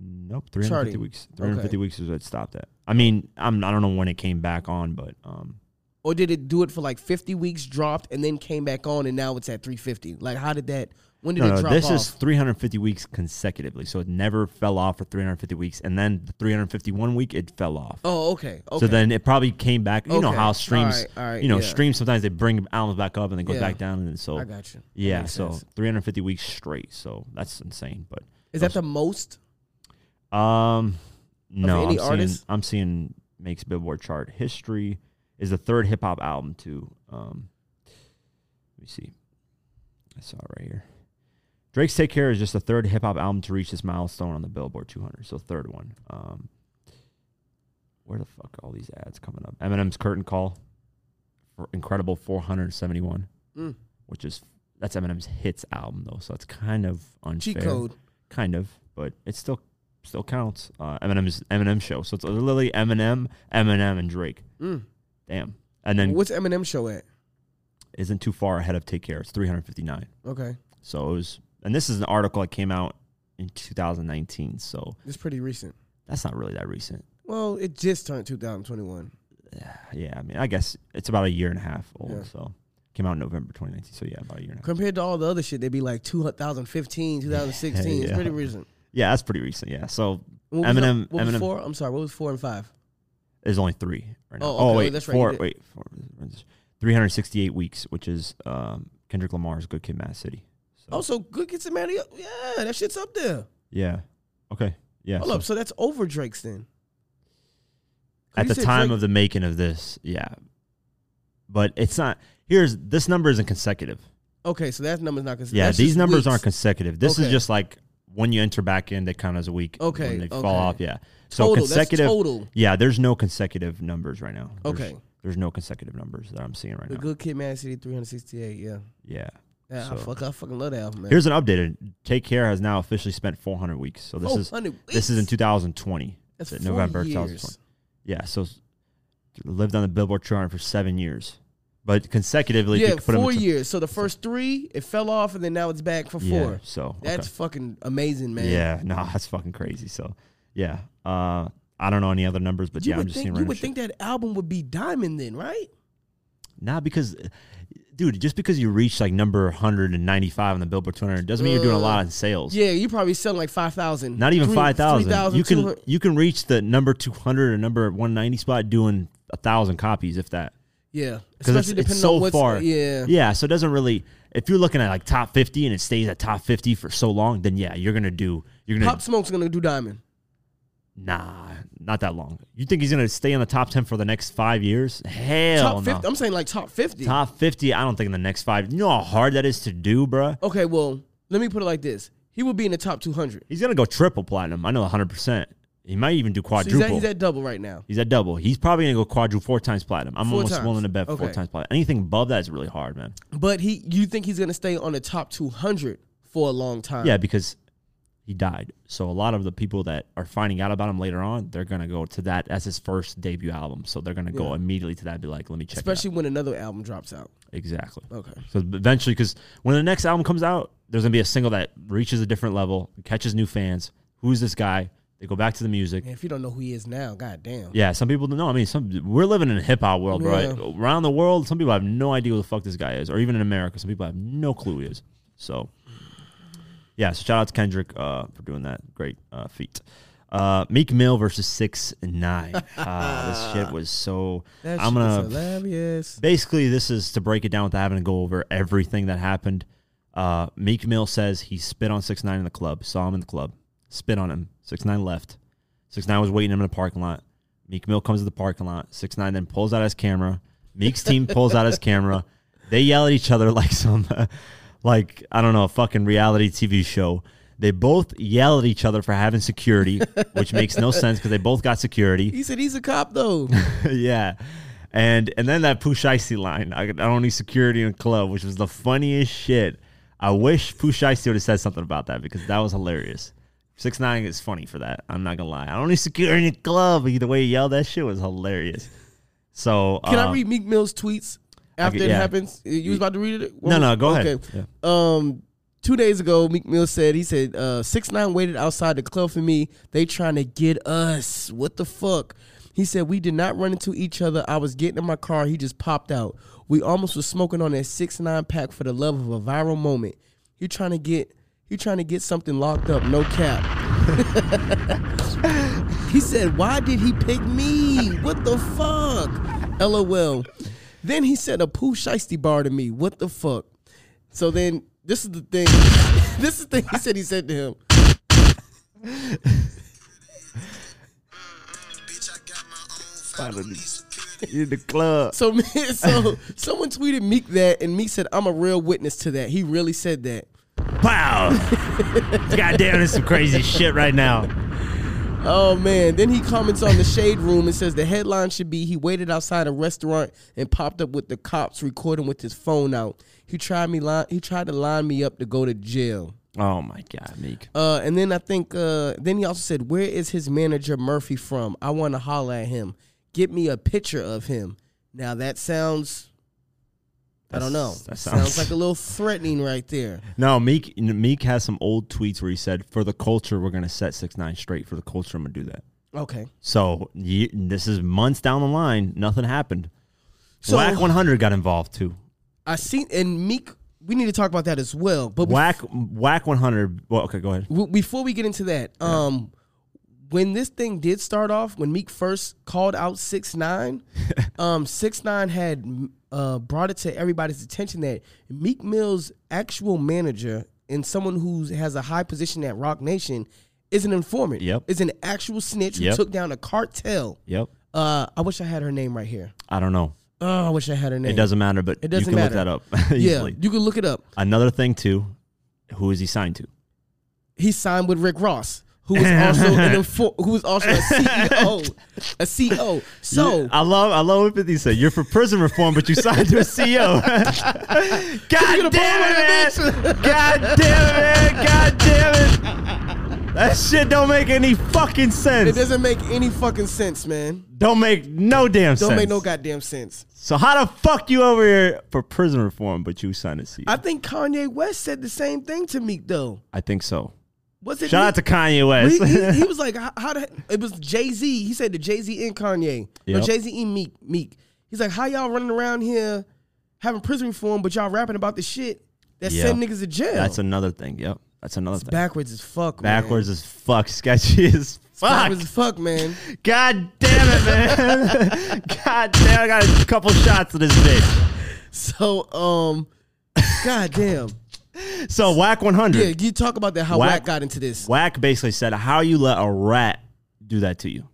Speaker 1: Nope, 350
Speaker 2: Charting.
Speaker 1: weeks. 350 weeks is what it stopped at. I mean, I'm, I don't know when it came back on, but um,
Speaker 2: Or did it do it for like 50 weeks, dropped, and then came back on, and now it's at 350? Like, how did that? When did
Speaker 1: No,
Speaker 2: it
Speaker 1: no,
Speaker 2: drop
Speaker 1: this
Speaker 2: off?
Speaker 1: is 350 weeks consecutively, so it never fell off for 350 weeks, and then the 351 week it fell off.
Speaker 2: oh, okay. okay.
Speaker 1: So then it probably came back. You know
Speaker 2: Okay.
Speaker 1: how streams,
Speaker 2: Alright, alright,
Speaker 1: you know,
Speaker 2: yeah.
Speaker 1: streams sometimes they bring albums back up and they go
Speaker 2: Yeah.
Speaker 1: back down, and so
Speaker 2: I got you. That
Speaker 1: yeah,
Speaker 2: makes
Speaker 1: so
Speaker 2: sense.
Speaker 1: 350 weeks straight. So that's insane. But
Speaker 2: is that the most?
Speaker 1: um, no,
Speaker 2: any
Speaker 1: I'm seeing,
Speaker 2: artist?
Speaker 1: I'm seeing makes Billboard chart. History is the third hip hop album too. Um, let me see. I saw it right here. Drake's Take Care is just the third hip hop album to reach this milestone on the Billboard 200. So third one. Um, where the fuck are all these ads coming up? Eminem's Curtain Call, for incredible 471,
Speaker 2: Mm.
Speaker 1: which is that's Eminem's hits album though, so that's kind of unfair
Speaker 2: Cheat code.
Speaker 1: kind of, but it still still counts. Uh, Eminem's Eminem show, so it's literally Eminem, Eminem, and Drake.
Speaker 2: Mm.
Speaker 1: Damn, and then
Speaker 2: What's Eminem show at?
Speaker 1: isn't too far ahead of Take Care. It's 359.
Speaker 2: Okay,
Speaker 1: So it was, and this is an article that came out in 2019. So
Speaker 2: it's pretty recent.
Speaker 1: that's not really that recent.
Speaker 2: Well, it just turned 2021.
Speaker 1: Yeah, I mean, I guess it's about a year and a half old.
Speaker 2: Yeah.
Speaker 1: So came out in November 2019. So yeah, about a year and a half.
Speaker 2: Compared to all the other shit, they'd be like 2015, 2016. It's
Speaker 1: Yeah.
Speaker 2: pretty recent.
Speaker 1: Yeah, that's pretty recent. Yeah, so
Speaker 2: And What was
Speaker 1: Eminem-
Speaker 2: Up, what was
Speaker 1: Eminem-
Speaker 2: four? I'm sorry. What was four and five?
Speaker 1: There's only three right now.
Speaker 2: Oh,
Speaker 1: Oh,
Speaker 2: okay.
Speaker 1: wait,
Speaker 2: That's right.
Speaker 1: four.
Speaker 2: You did-
Speaker 1: Wait, four. Three hundred sixty-eight weeks, which is um, Kendrick Lamar's "Good Kid, Mad City." So,
Speaker 2: Also, good gets it, man. Yeah, that shit's up there.
Speaker 1: yeah, okay, yeah.
Speaker 2: Hold
Speaker 1: so
Speaker 2: up. So that's over Drake's then.
Speaker 1: at the time of the making of this, yeah, but it's not. Here's this number isn't consecutive.
Speaker 2: of okay, so that number's not considered.
Speaker 1: Yeah,
Speaker 2: that's
Speaker 1: these
Speaker 2: just
Speaker 1: numbers
Speaker 2: weeks.
Speaker 1: aren't consecutive. This
Speaker 2: Okay.
Speaker 1: is just like when you enter back in, they count as a week.
Speaker 2: Okay,
Speaker 1: when they fall
Speaker 2: okay.
Speaker 1: off. Yeah, so
Speaker 2: total.
Speaker 1: consecutive.
Speaker 2: That's total.
Speaker 1: Yeah, there's no consecutive numbers right now. There's-
Speaker 2: Okay.
Speaker 1: there's no consecutive numbers that I'm seeing right
Speaker 2: The
Speaker 1: now.
Speaker 2: Good Kid, Man City, 368. Yeah,
Speaker 1: yeah.
Speaker 2: yeah. I
Speaker 1: So-
Speaker 2: fuck. I fucking love that album, man.
Speaker 1: Here's an updated. Take care has now officially spent 400 weeks. So this is
Speaker 2: 400
Speaker 1: this is in 2020.
Speaker 2: That's
Speaker 1: so
Speaker 2: four
Speaker 1: November
Speaker 2: years.
Speaker 1: 2020. Yeah, so s- lived on the Billboard chart for seven years, but consecutively, if
Speaker 2: Yeah,
Speaker 1: you could put 'em
Speaker 2: four
Speaker 1: into-
Speaker 2: years. So the first three, it fell off, and then now it's back for
Speaker 1: Yeah,
Speaker 2: four.
Speaker 1: so okay.
Speaker 2: That's fucking amazing, man.
Speaker 1: yeah, no, that's fucking crazy. So yeah, uh, I don't know any other numbers, but
Speaker 2: You
Speaker 1: yeah, I'm
Speaker 2: would
Speaker 1: just seeing
Speaker 2: think you
Speaker 1: random
Speaker 2: would
Speaker 1: shit.
Speaker 2: think that album would be Diamond then, right?
Speaker 1: Nah, because, dude, just because you reach like number 195 on the Billboard 200 doesn't mean you're doing a lot in sales.
Speaker 2: Uh, Yeah, you probably selling like five thousand.
Speaker 1: Not even five thousand. You can you can reach the number two hundred or number one ninety spot doing a thousand copies if that.
Speaker 2: Yeah,
Speaker 1: 'Cause it's-
Speaker 2: especially
Speaker 1: it's
Speaker 2: depending
Speaker 1: so
Speaker 2: on what's
Speaker 1: far.
Speaker 2: yeah.
Speaker 1: Yeah, so it doesn't really. If you're looking at like top fifty and it stays at top fifty for so long, then yeah, you're gonna do. You're gonna
Speaker 2: Pop Smoke's gonna do Diamond.
Speaker 1: nah, not that long. You think he's gonna stay in the top ten for the next five years? Hell
Speaker 2: top
Speaker 1: no.
Speaker 2: fifty. I'm saying like top fifty.
Speaker 1: Top fifty, I don't think in the next five. You know how hard that is to do, bruh.
Speaker 2: Okay, well, let me put it like this: He will be in the top 200.
Speaker 1: He's gonna go triple platinum. I know 100. percent He might even do
Speaker 2: So he's
Speaker 1: quadruple.
Speaker 2: at, he's at double right now.
Speaker 1: double. He's probably gonna go quadruple four times platinum. I'm
Speaker 2: Four
Speaker 1: almost
Speaker 2: times.
Speaker 1: willing to bet four
Speaker 2: Okay.
Speaker 1: times platinum. Anything above that is really hard, man.
Speaker 2: But he, you think he's gonna stay on the top 200 for a long time?
Speaker 1: Yeah, because he died. So a lot of the people that are finding out about him later on, they're gonna go to that as his first debut album. So they're gonna go immediately to that. And be like, let me check. it out.
Speaker 2: especially when another album drops out.
Speaker 1: exactly.
Speaker 2: Okay.
Speaker 1: So eventually, because when the next album comes out, there's gonna be a single that reaches a different level, catches new fans. Who's this guy? They go back to the music.
Speaker 2: Man, if you don't know who he is now, goddamn.
Speaker 1: Yeah, some people don't know. I mean, some we're living in a hip hop world, right?
Speaker 2: Yeah.
Speaker 1: Around the world, some people have no idea who the fuck this guy is, or even in America, some people have no clue who he is. So, yeah. So shout out to Kendrick uh, for doing that great uh, feat. Uh, Meek Mill versus Six Nine. Uh, this shit was so.
Speaker 2: That
Speaker 1: I'm
Speaker 2: shit is
Speaker 1: gonna
Speaker 2: hilarious.
Speaker 1: basically this is to break it down without having to go over everything that happened. Uh, Meek Mill says he spit on Six Nine in the club, saw him in the club, spit on him. Six Nine left. Six Nine was waiting him in the parking lot. Meek Mill comes to the parking lot. Six Nine then pulls out his camera. Meek's team pulls out his camera. They yell at each other like some, like I don't know, a fucking reality TV show. They both yell at each other for having security, which makes no sense because they both got security.
Speaker 2: He said he's a cop though.
Speaker 1: yeah. And and then that Pushaisi line, I, I don't need security in a club, which was the funniest shit. I wish Pushaisi would have said something about that because that was hilarious. Six nine is funny for that. I'm not gonna lie. I don't need security in a club. The way he yelled that shit was hilarious. So
Speaker 2: Can I
Speaker 1: um,
Speaker 2: read Meek Mill's tweets after
Speaker 1: Okay,
Speaker 2: it
Speaker 1: yeah.
Speaker 2: happens? You was about to read it?
Speaker 1: No, no, go ahead.
Speaker 2: Okay. Um, two days ago, Meek Mill said he said uh, six nine waited outside the club for me. They trying to get us. What the fuck? He said we did not run into each other. I was getting in my car. He just popped out. We almost was smoking on that six nine pack for the love of a viral moment. He trying to get he trying to get something locked up. No cap. He said, Why did he pick me? What the fuck? LOL. Then he said a poo shiesty bar to me. What the fuck? So then this is the thing. this is the thing he said he said to him.
Speaker 1: in the club.
Speaker 2: So man, so someone tweeted Meek that and Meek said, I'm a real witness to that. He really said that.
Speaker 1: Wow. Goddamn, this is some crazy shit right now.
Speaker 2: Oh man. Then he comments on the shade room and says the headline should be he waited outside a restaurant and popped up with the cops recording with his phone out. He tried me line he tried to line me up to go to jail.
Speaker 1: Oh my god, Meek.
Speaker 2: Uh, and then I think uh, then he also said, "Where is his manager Murphy from? I want to holler at him. Get me a picture of him." Now that sounds, I don't know.
Speaker 1: That's- that
Speaker 2: sounds
Speaker 1: sounds-
Speaker 2: like a little threatening right there.
Speaker 1: No, Meek Meek has some old tweets where he said, "For the culture, we're gonna set six nine straight. For the culture, I'm gonna do that."
Speaker 2: Okay,
Speaker 1: So ye this is months down the line. Nothing happened.
Speaker 2: So-
Speaker 1: Whack 100 got involved too.
Speaker 2: I seen and Meek. We need to talk about that as well. But bef-
Speaker 1: Whack Whack 100. Well, okay, go ahead.
Speaker 2: w- before we get into that, um, when this thing did start off, when Meek first called out Six Nine, um, Six Nine had uh, brought it to everybody's attention that Meek Mill's actual manager and someone who has a high position at Rock Nation is an informant.
Speaker 1: Yep.
Speaker 2: is an actual snitch who
Speaker 1: Yep.
Speaker 2: took down a cartel.
Speaker 1: Yep.
Speaker 2: Uh, I wish I had her name right here.
Speaker 1: I don't know.
Speaker 2: Oh, I wish I had her name.
Speaker 1: It doesn't matter, but
Speaker 2: It doesn't
Speaker 1: you can
Speaker 2: matter.
Speaker 1: look that up
Speaker 2: Yeah,
Speaker 1: easily.
Speaker 2: you can look it up.
Speaker 1: Another thing too, who is he signed to?
Speaker 2: he signed with Rick Ross, who was also an info- who was also a CEO, a CEO. So
Speaker 1: I love I love what 50 said. You're for prison reform, but you signed to a CEO.
Speaker 2: gonna
Speaker 1: God damn it!
Speaker 2: blow
Speaker 1: man. God damn it! man. God damn it! That shit don't make any fucking
Speaker 2: it
Speaker 1: sense.
Speaker 2: doesn't make any fucking sense, man.
Speaker 1: Don't make no damn
Speaker 2: Don't
Speaker 1: sense.
Speaker 2: make no goddamn sense.
Speaker 1: So how the fuck you over here for prison reform, but you signed a CEO?
Speaker 2: I think Kanye West said the same thing to Meek though.
Speaker 1: I think so.
Speaker 2: Was it?
Speaker 1: Shout out to Kanye West.
Speaker 2: Meek? he, he, he was like, "How- how the heck-" it was Jay Z? He said to Jay Z and Kanye, or
Speaker 1: Yep.
Speaker 2: Jay Z and Meek. Meek. He's like, how y'all running around here having prison reform, but y'all rapping about the shit that
Speaker 1: Yeah.
Speaker 2: send niggas to jail?
Speaker 1: That's another thing. Yep. That's another thing.
Speaker 2: backwards as fuck. man.
Speaker 1: Backwards as fuck. Sketchy as Fuck.
Speaker 2: As fuck, man.
Speaker 1: God damn it, man. God damn, I got a couple shots of this bitch.
Speaker 2: So, um, goddamn.
Speaker 1: So whack 100.
Speaker 2: Yeah, you talk about that how
Speaker 1: Whack-
Speaker 2: Wack, got into this.
Speaker 1: Whack basically said, "How you let a rat do that to you?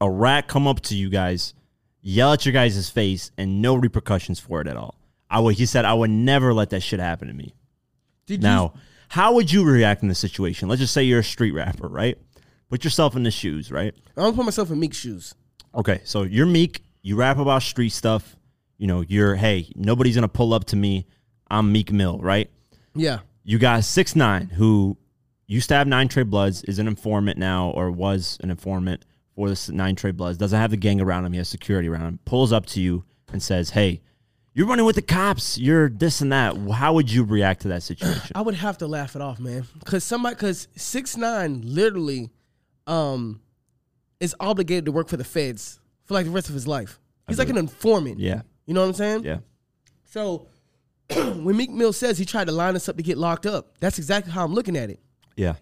Speaker 1: A rat come up to you guys, yell at your guys' face, and no repercussions for it at all." I would. He said, "I would never let that shit happen to me."
Speaker 2: Did
Speaker 1: Now, how would you react in this situation? Let's just say you're a street rapper, right? Put yourself in the shoes, right?
Speaker 2: you, I'm gonna put myself in Meek's shoes.
Speaker 1: Okay, so you're meek. You rap about street stuff. You know, you're hey, nobody's gonna pull up to me. I'm Meek Mill, right?
Speaker 2: Yeah.
Speaker 1: You got six nine who used to have nine trade bloods, is an informant now, or was an informant for the nine trade bloods. Doesn't have the gang around him. He has security around him. Pulls up to you and says, "Hey, you're running with the cops. You're this and that." How would you react to that situation?
Speaker 2: I would have to laugh it off, man. Cause somebody cause six nine literally um is obligated to work for the feds for like the rest of his life. He's like an informant.
Speaker 1: yeah,
Speaker 2: You know what I'm saying?
Speaker 1: yeah,
Speaker 2: So when Meek Mill says he tried to line us up to get locked up, that's exactly how I'm looking at it.
Speaker 1: yeah.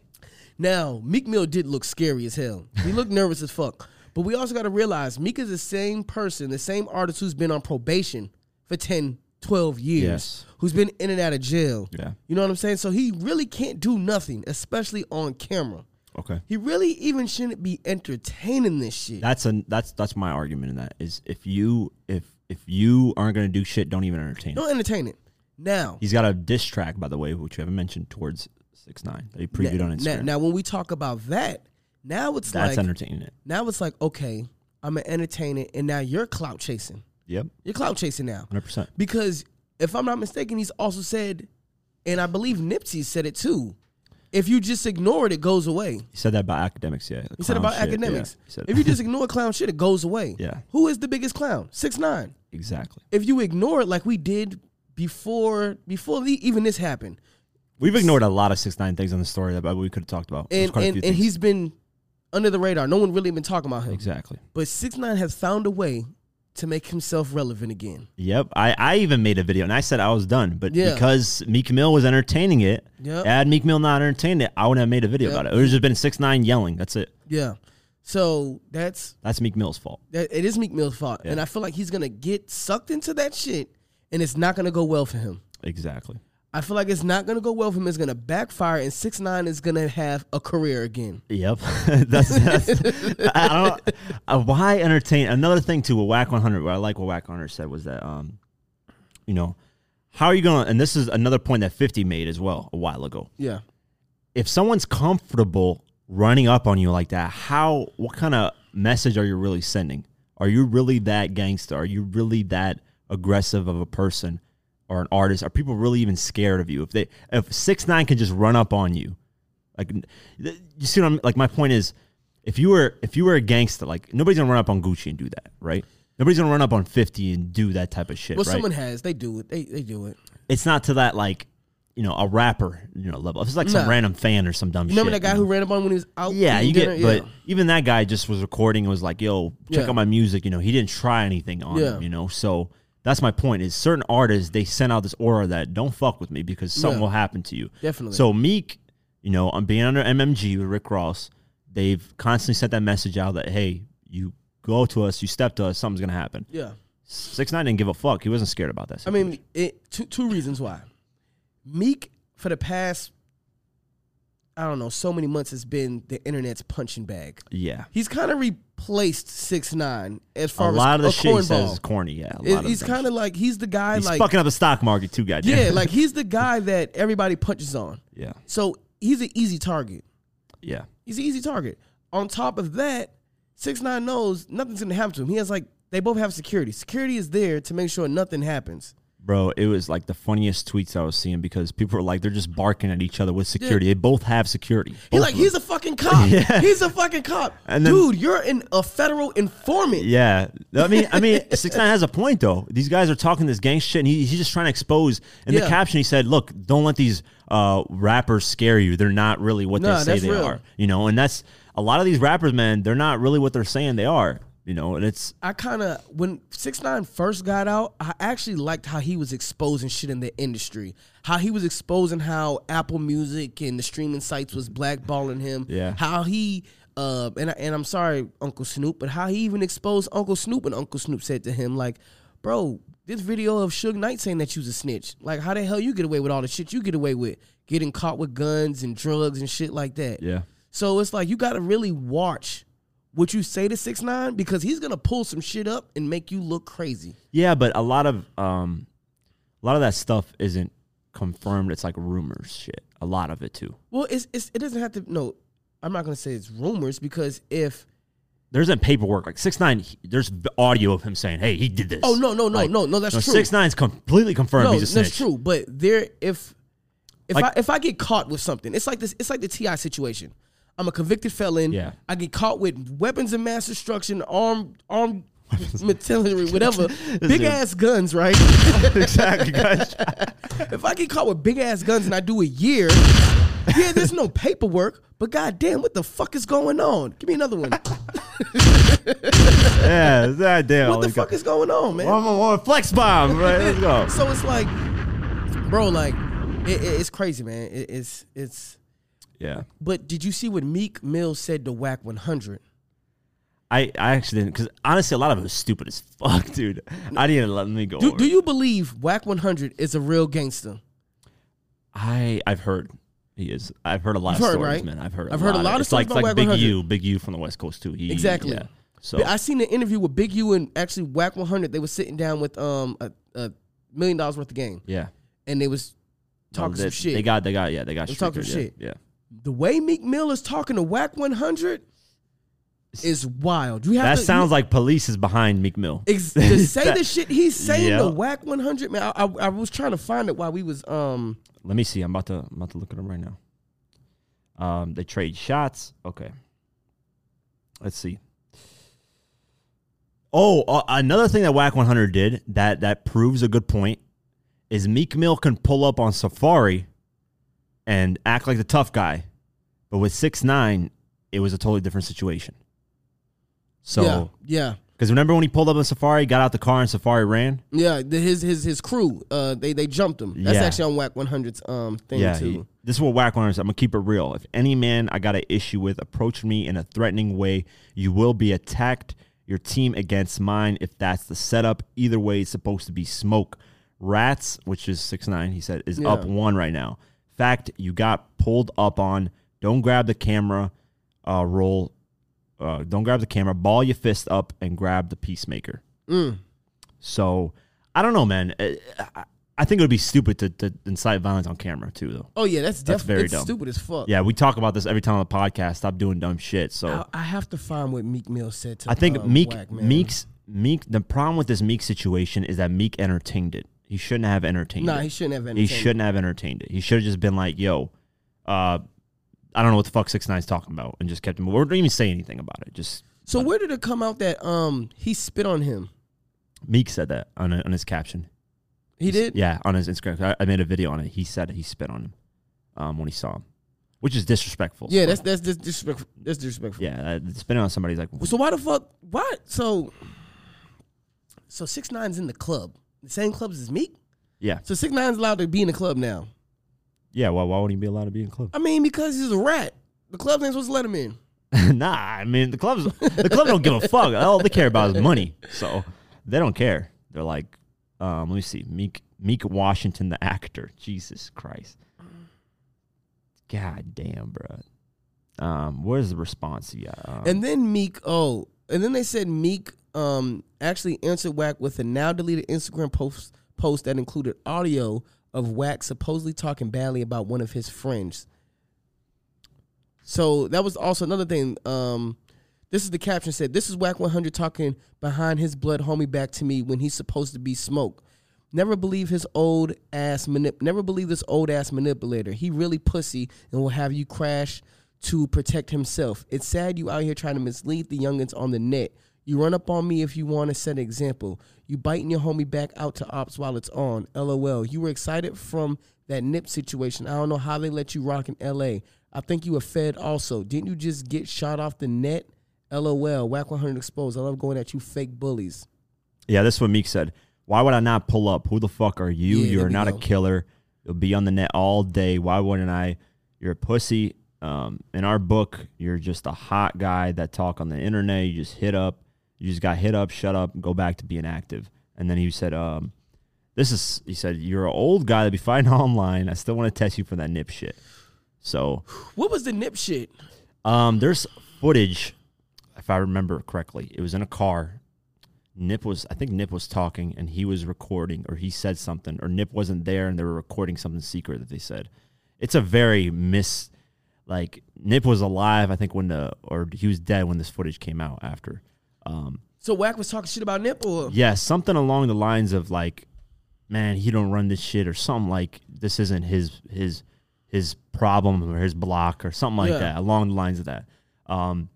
Speaker 2: Now, Meek Mill did look scary as hell. He looked nervous as fuck. But we also got to realize Meek is the same person, the same artist who's been on probation for 10, 12 years,
Speaker 1: Yes.
Speaker 2: who's been in and out of jail.
Speaker 1: Yeah.
Speaker 2: You know what I'm saying? So he really can't do nothing, especially on camera.
Speaker 1: Okay.
Speaker 2: He really even shouldn't be entertaining this shit.
Speaker 1: That's a that's that's my argument in that is if you if if you aren't gonna do shit, don't even entertain. it.
Speaker 2: Don't entertain it. Now,
Speaker 1: He's got a diss track, by the way, which you haven't mentioned towards six nine that he previewed
Speaker 2: now,
Speaker 1: on Instagram.
Speaker 2: now when we talk about that, now it's
Speaker 1: that's
Speaker 2: like
Speaker 1: entertaining it.
Speaker 2: now it's like okay, I'm gonna entertain it, and now you're clout chasing.
Speaker 1: Yep,
Speaker 2: You're clout chasing now.
Speaker 1: hundred percent.
Speaker 2: Because if I'm not mistaken, he's also said, and I believe Nipsey said it too. If you just ignore it, it goes away.
Speaker 1: He said that about academics, yeah.
Speaker 2: He said about academics. if you just ignore clown shit, it goes away.
Speaker 1: Yeah.
Speaker 2: Who is the biggest clown? Six nine.
Speaker 1: exactly.
Speaker 2: If you ignore it, like we did before, before the, even this happened,
Speaker 1: We've ignored a lot of six nine things on the story that we could have talked about. There's
Speaker 2: and
Speaker 1: quite a
Speaker 2: and,
Speaker 1: few
Speaker 2: and
Speaker 1: things.
Speaker 2: he's been under the radar. No one really been talking about him.
Speaker 1: exactly.
Speaker 2: But six nine has found a way to make himself relevant again.
Speaker 1: Yep. I, I even made a video and I said I was done, but
Speaker 2: Yeah.
Speaker 1: because Meek Mill was entertaining it,
Speaker 2: Yep.
Speaker 1: had Meek Mill not entertained it, I wouldn't have made a video
Speaker 2: Yep.
Speaker 1: about it. It would have just been six nine yelling. That's it.
Speaker 2: Yeah. So that's
Speaker 1: That's Meek Mill's fault.
Speaker 2: that it is Meek Mill's fault, and I feel like he's gonna get sucked into that shit, and it's not gonna go well for him.
Speaker 1: Exactly.
Speaker 2: I feel like it's not gonna go well for him. It's gonna backfire, and six nine is gonna have a career again.
Speaker 1: Yep. that's, that's I don't uh, why entertain another thing too with Whack 100 what I like what Whack 100 said was that um you know how are you going to and this is another point that 50 made as well a while ago.
Speaker 2: Yeah,
Speaker 1: If someone's comfortable running up on you like that, how what kind of message are you really sending? Are you really that gangster? Are you really that aggressive of a person or an artist? Are people really even scared of you? If they if 6-9 can just run up on you like, n- th- you see what I'm like? My point is, if you were if you were a gangster, like nobody's gonna run up on Gucci and do that, right? Nobody's gonna run up on Fifty and do that type of shit,
Speaker 2: well,
Speaker 1: right?
Speaker 2: someone has. They do it. They they do it.
Speaker 1: it's not to that like, you know, a rapper, you know, level. If It's like some
Speaker 2: Nah.
Speaker 1: random fan or some dumb.
Speaker 2: Remember
Speaker 1: shit,
Speaker 2: that guy
Speaker 1: you
Speaker 2: who
Speaker 1: know?
Speaker 2: ran up on when he was out?
Speaker 1: Yeah,
Speaker 2: eating
Speaker 1: you
Speaker 2: dinner?
Speaker 1: get, but even that guy just was recording and was like, "Yo, check
Speaker 2: Yeah.
Speaker 1: out my music." You know, he didn't try anything on
Speaker 2: Yeah.
Speaker 1: him. You know, so that's my point. Is certain artists they send out this aura that don't fuck with me because something
Speaker 2: Yeah.
Speaker 1: will happen to you.
Speaker 2: Definitely.
Speaker 1: So Meek, you know, I'm being under MMG with Rick Ross. They've constantly sent that message out that hey, you go to us, you step to us, something's gonna happen.
Speaker 2: yeah.
Speaker 1: Six nine didn't give a fuck. He wasn't scared about that.
Speaker 2: I mean, it, two two reasons why. Meek for the past, I don't know, so many months has been the internet's punching bag.
Speaker 1: yeah,
Speaker 2: He's kind of replaced six nine as
Speaker 1: a
Speaker 2: far
Speaker 1: lot
Speaker 2: as
Speaker 1: of the
Speaker 2: a
Speaker 1: shit he
Speaker 2: cornball.
Speaker 1: says is corny. Yeah, a lot
Speaker 2: It-
Speaker 1: of
Speaker 2: he's
Speaker 1: the
Speaker 2: kind of like he's the guy
Speaker 1: he's
Speaker 2: like
Speaker 1: fucking up the stock market too, goddamn.
Speaker 2: yeah, like he's the guy that everybody punches on.
Speaker 1: yeah,
Speaker 2: So he's an easy target.
Speaker 1: yeah,
Speaker 2: He's an easy target. On top of that, six nine knows nothing's gonna happen to him. He has like they both have security. Security is there to make sure nothing happens.
Speaker 1: bro. It was like the funniest tweets I was seeing because people were like they're just barking at each other with security. They both have security.
Speaker 2: He
Speaker 1: Both
Speaker 2: like
Speaker 1: of them.
Speaker 2: he's a fucking cop.
Speaker 1: Yeah.
Speaker 2: He's a fucking cop.
Speaker 1: And then-
Speaker 2: Dude, you're in a federal informant.
Speaker 1: Yeah, I mean, I mean, Six Nine has a point though. These guys are talking this gang shit, and he, he's just trying to expose. In the
Speaker 2: Yeah.
Speaker 1: caption, he said, "Look, don't let these uh, rappers scare you. They're not really what
Speaker 2: Nah,
Speaker 1: they say
Speaker 2: that's
Speaker 1: they
Speaker 2: real.
Speaker 1: are. You know, and that's a lot of these rappers, man. They're not really what they're saying they are. You know, and it's
Speaker 2: I kind of when Six Nine first got out, I actually liked how he was exposing shit in the industry, how he was exposing how Apple Music and the streaming sites was blackballing him,
Speaker 1: Yeah.
Speaker 2: how he Uh, and I, and I'm sorry, Uncle Snoop, but how he even exposed Uncle Snoop and Uncle Snoop said to him like, "Bro, this video of Suge Knight saying that you's a snitch. Like, how the hell you get away with all the shit you get away with, getting caught with guns and drugs and shit like that?
Speaker 1: Yeah.
Speaker 2: So it's like you got to really watch what you say to six nine because he's gonna pull some shit up and make you look crazy.
Speaker 1: Yeah, but a lot of um, a lot of that stuff isn't confirmed. It's like rumors, shit. A lot of it too.
Speaker 2: Well, it's, it's it doesn't have to. No, I'm not gonna say it's rumors because if
Speaker 1: There isn't paperwork like six nine. There's v- audio of him saying, "Hey, he did this."
Speaker 2: oh no no no
Speaker 1: Like,
Speaker 2: no no that's true.
Speaker 1: Six nine's completely confirmed.
Speaker 2: no,
Speaker 1: he's a snitch.
Speaker 2: that's true. But there, if if
Speaker 1: Like-
Speaker 2: I if I get caught with something, it's like this. It's like the Ti situation. I'm a convicted felon.
Speaker 1: Yeah.
Speaker 2: I get caught with weapons of mass destruction, armed armed artillery, whatever, big ass guns, right?
Speaker 1: exactly, guys.
Speaker 2: if I get caught with big ass guns and I do a year, yeah, there's no paperwork. But goddamn, what the fuck is going on? Give me another one.
Speaker 1: yeah, that damn.
Speaker 2: What the fuck is going on, man?
Speaker 1: One more, one more flex bomb. Right, let's go.
Speaker 2: So it's like, bro, like, it, it- it's crazy, man. It, it's it's.
Speaker 1: Yeah,
Speaker 2: But did you see what Meek Mill said to Whack 100?
Speaker 1: I, I actually didn't because honestly, a lot of it was stupid as fuck, dude. I didn't let me go.
Speaker 2: Do,
Speaker 1: over
Speaker 2: do
Speaker 1: it.
Speaker 2: you believe Whack 100 is a real gangster?
Speaker 1: I I've heard he is. I've heard a lot
Speaker 2: You've
Speaker 1: of
Speaker 2: heard,
Speaker 1: stories,
Speaker 2: right?
Speaker 1: man. I've heard.
Speaker 2: I've heard a lot of
Speaker 1: it's
Speaker 2: stories
Speaker 1: like, it's
Speaker 2: about
Speaker 1: like
Speaker 2: Wagon
Speaker 1: Big
Speaker 2: 100.
Speaker 1: U, Big U from the West Coast too. He,
Speaker 2: Exactly.
Speaker 1: yeah. So
Speaker 2: I seen an interview with Big U and actually Whack 100. They were sitting down with um a, a million dollars worth of game,
Speaker 1: yeah,
Speaker 2: and they was talking
Speaker 1: No,
Speaker 2: some
Speaker 1: they,
Speaker 2: shit.
Speaker 1: They got. They got. Yeah, they got.
Speaker 2: They talking
Speaker 1: Stricker,
Speaker 2: shit.
Speaker 1: Yeah. yeah.
Speaker 2: the way Meek Mill is talking to Whack 100 is wild. You have
Speaker 1: That
Speaker 2: to,
Speaker 1: sounds like police is behind Meek Mill.
Speaker 2: Ex- to say
Speaker 1: That-
Speaker 2: the shit he's saying
Speaker 1: Yeah.
Speaker 2: the whack 100 man I, I, I was trying to find it while we was um
Speaker 1: Let me see. I'm about to. I'm about to look at them right now. Um, they trade shots. Okay. Let's see. Oh, uh, another thing that Whack 100 did that that proves a good point is Meek Mill can pull up on Safari and act like the tough guy, but with six nine, it was a totally different situation. So,
Speaker 2: yeah
Speaker 1: because
Speaker 2: yeah
Speaker 1: remember when he pulled up on Safari, got out the car, and Safari ran.
Speaker 2: yeah the, his his his crew uh they they jumped him that's
Speaker 1: Yeah.
Speaker 2: actually on whack 100's um thing too
Speaker 1: he- this is what Whack Warner said. I'm gonna keep it real. If any man I got an issue with approach me in a threatening way, you will be attacked. Your team against mine. If that's the setup, either way, it's supposed to be smoke. Rats, which is six nine, he said, is up
Speaker 2: Yeah.
Speaker 1: one right now. Fact, you got pulled up on. Don't grab the camera. Uh, roll. Uh, don't grab the camera. Ball your fist up and grab the peacemaker. So I don't know, man. I, I- I think it would be stupid to, to incite violence on camera too, though.
Speaker 2: oh yeah that's
Speaker 1: That's very
Speaker 2: definitely
Speaker 1: dumb.
Speaker 2: stupid as fuck
Speaker 1: Yeah, we talk about this every time on the podcast. Stop doing dumb shit. So
Speaker 2: I, I have to find what Meek Mill said to
Speaker 1: I think
Speaker 2: um,
Speaker 1: Meek,
Speaker 2: Wack, man.
Speaker 1: Meek's, Meek. The problem with this Meek situation is that Meek entertained it. He shouldn't have entertained
Speaker 2: nah
Speaker 1: it.
Speaker 2: he shouldn't have
Speaker 1: He
Speaker 2: anything
Speaker 1: shouldn't have entertained it. He should have just been like, "Yo, uh, I don't know what the fuck six nine's talking about," and just kept him. Or didn't even say anything about it. Just
Speaker 2: so where did it come out that um he spit on him
Speaker 1: Meek said that on a, on his caption.
Speaker 2: he did
Speaker 1: Yeah, on his Instagram. I, I made a video on it. He said he spit on him um, when he saw him, which is disrespectful.
Speaker 2: yeah that's that's dis- disrespectful that's disrespectful
Speaker 1: yeah, uh, spitting on somebody's like
Speaker 2: So why the fuck? Why? So, so six nine's in the club, the same clubs as Meek.
Speaker 1: yeah,
Speaker 2: So six nine's allowed to be in the club now.
Speaker 1: yeah. Why why would he be allowed to be in club?
Speaker 2: I mean, because he's a rat. The club ain't supposed to let him in.
Speaker 1: nah, I mean the clubs. The club don't give a fuck. All they care about is money, so they don't care. They're like, um, let me see, Meek Meek Washington, the actor. Jesus Christ, God damn, bro. Um, where's the response he got? Um,
Speaker 2: And then Meek. Oh, and then they said Meek um actually answered Whack with a now deleted Instagram post post that included audio of Whack supposedly talking badly about one of his friends. So that was also another thing. Um, this is the caption said, "This is Whack 100 talking behind his blood homie back to me when he's supposed to be smoke. Never believe his old ass manip. Never believe this old ass manipulator. He really pussy and will have you crash to protect himself. It's sad you out here trying to mislead the youngins on the net. You run up on me if you want to set an example. You biting your homie back out to ops while it's on. LOL. You were excited from that nip situation. I don't know how they let you rock in LA. I think you were fed also. Didn't you just get shot off the net? LOL. Whack 100 exposed. I love going at you fake bullies.
Speaker 1: Yeah, that's what Meek said. Why would I not pull up? Who the fuck are you?
Speaker 2: Yeah,
Speaker 1: you
Speaker 2: there
Speaker 1: are
Speaker 2: we
Speaker 1: not a
Speaker 2: go.
Speaker 1: killer. You'll be on the net all day. Why wouldn't I? You're a pussy. Um, in our book, you're just a hot guy that talk on the internet. You just hit up. You just got hit up, shut up, and go back to being active. And then he said, um, "This is," he said, "You're an old guy that be fighting online. I still want to test you for that nip shit." So
Speaker 2: What was the nip shit?
Speaker 1: um, there's footage, if I remember correctly. It was in a car. Nip was, I think Nip was talking and he was recording or he said something or Nip wasn't there and they were recording something secret that they said. It's a very miss, like Nip was alive, I think, when the, or he was dead when this footage came out after. Um,
Speaker 2: So Wack was talking shit about nip or
Speaker 1: yeah, something along the lines of like, man, he don't run this shit or something like this isn't his his his problem or his block or something like
Speaker 2: Yeah.
Speaker 1: that along the lines of that. Um,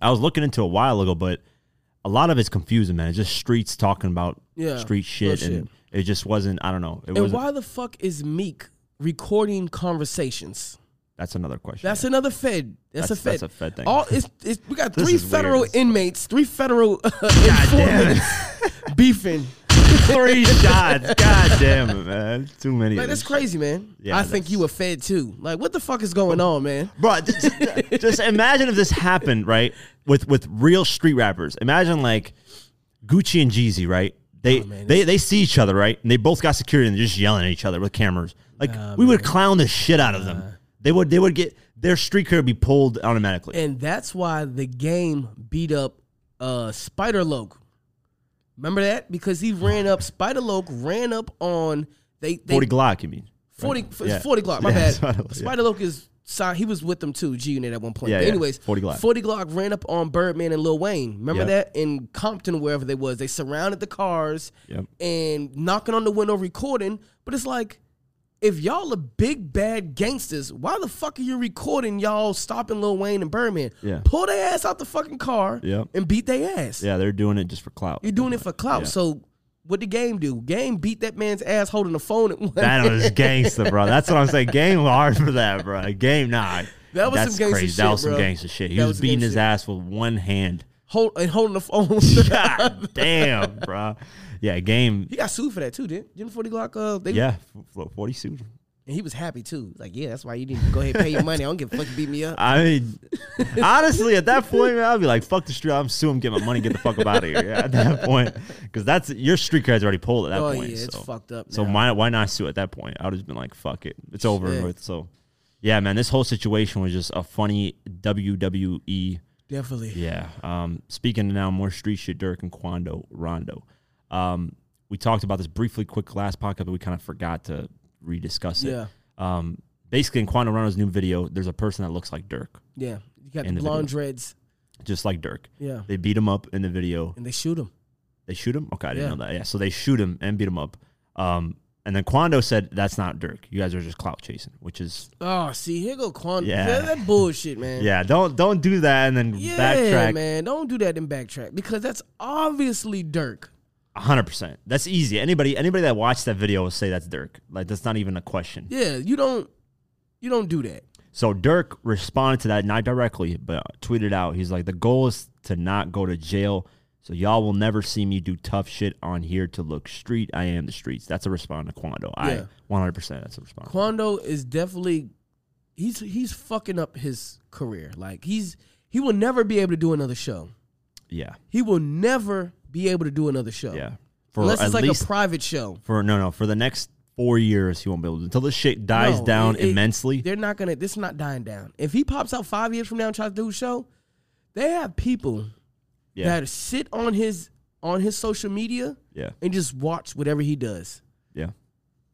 Speaker 1: I was looking into a while ago, but a lot of it's confusing, man. It's just streets talking about
Speaker 2: Yeah,
Speaker 1: street shit,
Speaker 2: real
Speaker 1: and it just wasn't. I don't know. It
Speaker 2: And
Speaker 1: was
Speaker 2: why the fuck is Meek recording conversations?
Speaker 1: that's another question.
Speaker 2: That's another Fed. That's,
Speaker 1: That's-
Speaker 2: a Fed.
Speaker 1: that's a Fed thing.
Speaker 2: All it's, it's we got
Speaker 1: This
Speaker 2: three
Speaker 1: is weird
Speaker 2: federal
Speaker 1: as fuck.
Speaker 2: inmates, three federal uh, informants beefing.
Speaker 1: three shots. God damn it, man. Too many.
Speaker 2: Like
Speaker 1: of
Speaker 2: that's
Speaker 1: them.
Speaker 2: crazy, man.
Speaker 1: Yeah,
Speaker 2: I think
Speaker 1: that's-
Speaker 2: you a Fed too. Like what the fuck is going on, man?
Speaker 1: Bro, just, just imagine if this happened, right? With with real street rappers. Imagine like Gucci and Jeezy, right?
Speaker 2: Oh,
Speaker 1: They they they see each other, right? And they both got security and they're just yelling at each other with cameras. Like we would clown the shit out of them. They would they would get their street cred would be pulled automatically.
Speaker 2: And that's why the game beat up uh Spider Loke. Remember that? Because he ran up Spider Loke ran up on they, they
Speaker 1: Forty Glock, you mean?
Speaker 2: 40, f-
Speaker 1: Yeah.
Speaker 2: 40 Glock. My
Speaker 1: Yeah,
Speaker 2: bad.
Speaker 1: Spider Loc, yeah.
Speaker 2: Spider Loke is signed. He was with them too, G Unit at one point.
Speaker 1: Yeah,
Speaker 2: but
Speaker 1: yeah,
Speaker 2: anyways,
Speaker 1: 40 Glock.
Speaker 2: 40 Glock ran up on Birdman and Lil Wayne. Remember
Speaker 1: Yep.
Speaker 2: that in Compton, wherever they was. They surrounded the cars
Speaker 1: Yep.
Speaker 2: and knocking on the window, recording. But it's like, if y'all are big bad gangsters, why the fuck are you recording y'all stopping Lil Wayne and Birdman?
Speaker 1: Yeah.
Speaker 2: Pull their ass out the fucking car
Speaker 1: Yep.
Speaker 2: and beat their ass.
Speaker 1: Yeah, they're doing it just for clout.
Speaker 2: You're doing it for clout.
Speaker 1: Yeah.
Speaker 2: So what the game do? Game beat that man's ass holding the phone at one.
Speaker 1: That was gangster, bro. That's what I'm saying. Game hard for that, bro. Game nah.
Speaker 2: That was
Speaker 1: That's
Speaker 2: some gangsta
Speaker 1: crazy.
Speaker 2: shit,
Speaker 1: That was some
Speaker 2: bro.
Speaker 1: gangster shit. He
Speaker 2: That
Speaker 1: was,
Speaker 2: was
Speaker 1: beating
Speaker 2: gangsta
Speaker 1: his
Speaker 2: shit.
Speaker 1: ass with one hand.
Speaker 2: hold and holding the phone. he
Speaker 1: God damn, bro. Yeah, game.
Speaker 2: got sued for that too, didn't? Didn't Forty Glock? Uh, they,
Speaker 1: Yeah, f- forty suit.
Speaker 2: And he was happy too. Like, yeah, that's why you didn't go ahead and pay your money. I don't give a fuck. You beat me up.
Speaker 1: I mean, honestly, at that point, man, I'll be like, "Fuck the street. I'm suing. Get my money. Get the fuck up out of here." Yeah, at that point, because that's your street card's already pulled at that
Speaker 2: oh
Speaker 1: point.
Speaker 2: yeah, it's
Speaker 1: so.
Speaker 2: fucked up.
Speaker 1: So
Speaker 2: now.
Speaker 1: why why not sue at that point? I would have been like, fuck it, it's over
Speaker 2: Shit.
Speaker 1: and with. So, yeah, man, this whole situation was just a funny E WWE.
Speaker 2: definitely.
Speaker 1: Yeah. Um, speaking of now more street shit, Dirk and Quando Rondo. Um, we talked about this briefly, quick last podcast, but we kind of forgot to rediscuss it.
Speaker 2: Yeah.
Speaker 1: Um, basically, in Quando Rondo's new video, there's a person that looks like Dirk,
Speaker 2: Yeah, you got
Speaker 1: In
Speaker 2: the
Speaker 1: the
Speaker 2: blonde
Speaker 1: video.
Speaker 2: dreads.
Speaker 1: just like Dirk.
Speaker 2: Yeah,
Speaker 1: They beat him up in the video.
Speaker 2: and they shoot him.
Speaker 1: They shoot him. Okay, I didn't
Speaker 2: Yeah.
Speaker 1: know that. Yeah, so they shoot him and beat him up. Um, and then Quando said, "That's not Dirk. You guys are just clout chasing," which is
Speaker 2: Oh, see, here go Quan.
Speaker 1: Yeah.
Speaker 2: Yeah, that bullshit, man.
Speaker 1: Yeah, don't don't do that and then
Speaker 2: Yeah,
Speaker 1: backtrack.
Speaker 2: man. Don't do that in backtrack because that's obviously Dirk.
Speaker 1: hundred percent. That's easy. Anybody anybody that watched that video will say that's Dirk. Like that's not even a question.
Speaker 2: Yeah, you don't, you don't do that.
Speaker 1: So Dirk responded to that not directly, but tweeted out. He's like, the goal is to not go to jail. So y'all will never see me do tough shit on here to look street. I am the streets. That's a response to Quando.
Speaker 2: Yeah.
Speaker 1: I one hundred percent. That's a response.
Speaker 2: Quando is definitely he's he's fucking up his career. Like he's he will never be able to do another show.
Speaker 1: yeah,
Speaker 2: He will never be able to do another show.
Speaker 1: yeah. For
Speaker 2: Oh. Unless
Speaker 1: at
Speaker 2: it's like
Speaker 1: least
Speaker 2: a private show.
Speaker 1: for no no for the next four years he won't be able to until this shit dies
Speaker 2: No,
Speaker 1: down
Speaker 2: it- it-
Speaker 1: immensely.
Speaker 2: They're not gonna this is not dying down. If he pops out five years from now and tries to do a show, they have people
Speaker 1: Yeah,
Speaker 2: that sit on his on his social media
Speaker 1: yeah,
Speaker 2: and just watch whatever he does.
Speaker 1: yeah.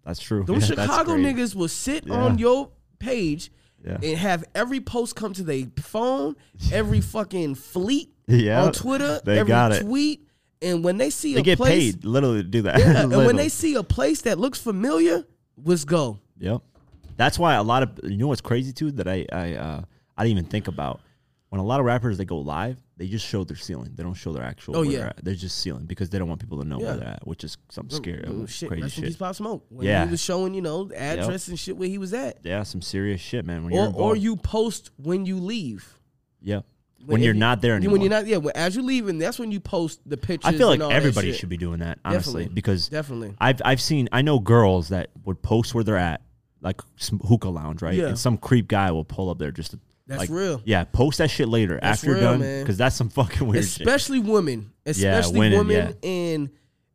Speaker 1: That's true.
Speaker 2: Those
Speaker 1: Yeah, that's
Speaker 2: Chicago
Speaker 1: crazy.
Speaker 2: niggas will sit
Speaker 1: Yeah.
Speaker 2: on your page
Speaker 1: Yeah.
Speaker 2: and have every post come to their phone, every fucking fleet
Speaker 1: Yeah.
Speaker 2: on Twitter,
Speaker 1: They
Speaker 2: every
Speaker 1: got it.
Speaker 2: tweet, and when they see
Speaker 1: They
Speaker 2: a
Speaker 1: get
Speaker 2: place,
Speaker 1: paid literally to do that.
Speaker 2: Yeah, and when
Speaker 1: Literally.
Speaker 2: they see a place that looks familiar, let's go.
Speaker 1: Yep. That's why a lot of you know what's crazy too that I I uh, I didn't even think about when a lot of rappers they go live they just show their ceiling they don't show their actual
Speaker 2: Oh,
Speaker 1: where
Speaker 2: yeah.
Speaker 1: they're, at. they're just ceiling because they don't want people to know
Speaker 2: Yeah.
Speaker 1: where they're at which is something scary
Speaker 2: Oh, shit,
Speaker 1: shit,
Speaker 2: rest
Speaker 1: crazy
Speaker 2: in
Speaker 1: shit
Speaker 2: peace, Pop Smoke. When
Speaker 1: Yeah.
Speaker 2: he was showing, you know, the address and shit where he was at,
Speaker 1: yeah some serious shit man when
Speaker 2: or
Speaker 1: you're
Speaker 2: or
Speaker 1: involved-
Speaker 2: you post when you leave.
Speaker 1: yeah when,
Speaker 2: if
Speaker 1: you're
Speaker 2: you-
Speaker 1: not there
Speaker 2: When
Speaker 1: anymore
Speaker 2: you're not, yeah. When, as you're leaving, that's when you post the pictures.
Speaker 1: I feel like
Speaker 2: and all that
Speaker 1: everybody
Speaker 2: shit.
Speaker 1: should be doing that honestly
Speaker 2: Definitely.
Speaker 1: because
Speaker 2: Definitely.
Speaker 1: I've I've seen I know girls that would post where they're at like some hookah lounge, right?
Speaker 2: Yeah.
Speaker 1: And some creep guy will pull up there just to,
Speaker 2: That's
Speaker 1: like,
Speaker 2: real.
Speaker 1: yeah, post that shit later
Speaker 2: That's
Speaker 1: after you're
Speaker 2: real,
Speaker 1: done,
Speaker 2: man.
Speaker 1: because that's some fucking weird shit.
Speaker 2: especially women, especially
Speaker 1: women,
Speaker 2: women, and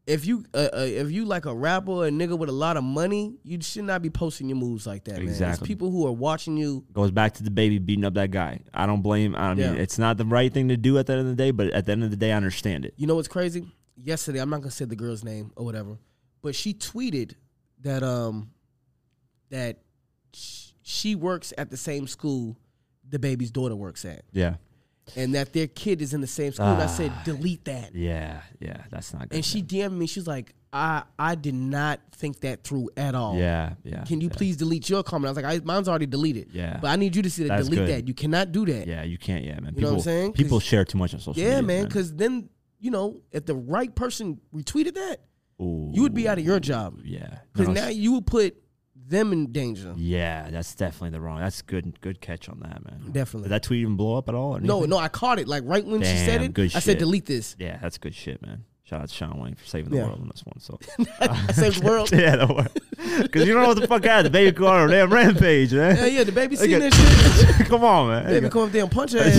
Speaker 2: if you uh, uh, if you like a rapper or a nigga with a lot of money, you should not be posting your moves like that, man. It's
Speaker 1: Exactly.
Speaker 2: people who are watching you.
Speaker 1: Goes back to the baby beating up that guy. I don't blame. I mean,
Speaker 2: Yeah.
Speaker 1: it's not the right thing to do at the end of the day, but at the end of the day, I understand it.
Speaker 2: You know what's crazy? Yesterday, I'm not gonna say the girl's name or whatever, but she tweeted that um that sh- she works at the same school the baby's daughter works at,
Speaker 1: Yeah,
Speaker 2: and that their kid is in the same school. And I said, delete that.
Speaker 1: Ah. yeah, yeah. That's not good.
Speaker 2: And she DM'd me. She's like, I I did not think that through at all.
Speaker 1: yeah, yeah.
Speaker 2: Can you
Speaker 1: yeah.
Speaker 2: please delete your comment? I was like, I, mine's already deleted.
Speaker 1: Yeah.
Speaker 2: But I need you to see that.
Speaker 1: That's
Speaker 2: delete
Speaker 1: good.
Speaker 2: that. You cannot do that. Yeah,
Speaker 1: Yeah, you can't. Yeah, man. People,
Speaker 2: You know what I'm saying? 'Cause-
Speaker 1: People share too much on social. media,
Speaker 2: man. Because then, you know, if the right person retweeted that,
Speaker 1: Ooh,
Speaker 2: you would be out of your job.
Speaker 1: Yeah.
Speaker 2: Because
Speaker 1: No,
Speaker 2: now you would put them in danger.
Speaker 1: Yeah, that's definitely the wrong. That's good. Good catch on that, man.
Speaker 2: Definitely.
Speaker 1: Did that tweet even blow up at all? or
Speaker 2: No,
Speaker 1: anything?
Speaker 2: no, I caught it. Like right when she said
Speaker 1: Damn,
Speaker 2: it,
Speaker 1: good
Speaker 2: I said,
Speaker 1: shit.
Speaker 2: delete this.
Speaker 1: Yeah, that's good shit, man. Shout out to Sean Wayne for saving the
Speaker 2: Yeah.
Speaker 1: world on this one. So
Speaker 2: I saved the world.
Speaker 1: yeah, the world. Because you don't know what the fuck happened. The baby go on a damn rampage, man.
Speaker 2: Yeah, yeah, the baby
Speaker 1: They
Speaker 2: seen
Speaker 1: got-
Speaker 2: that shit.
Speaker 1: Come on, man.
Speaker 2: Baby come up there and punch her ass.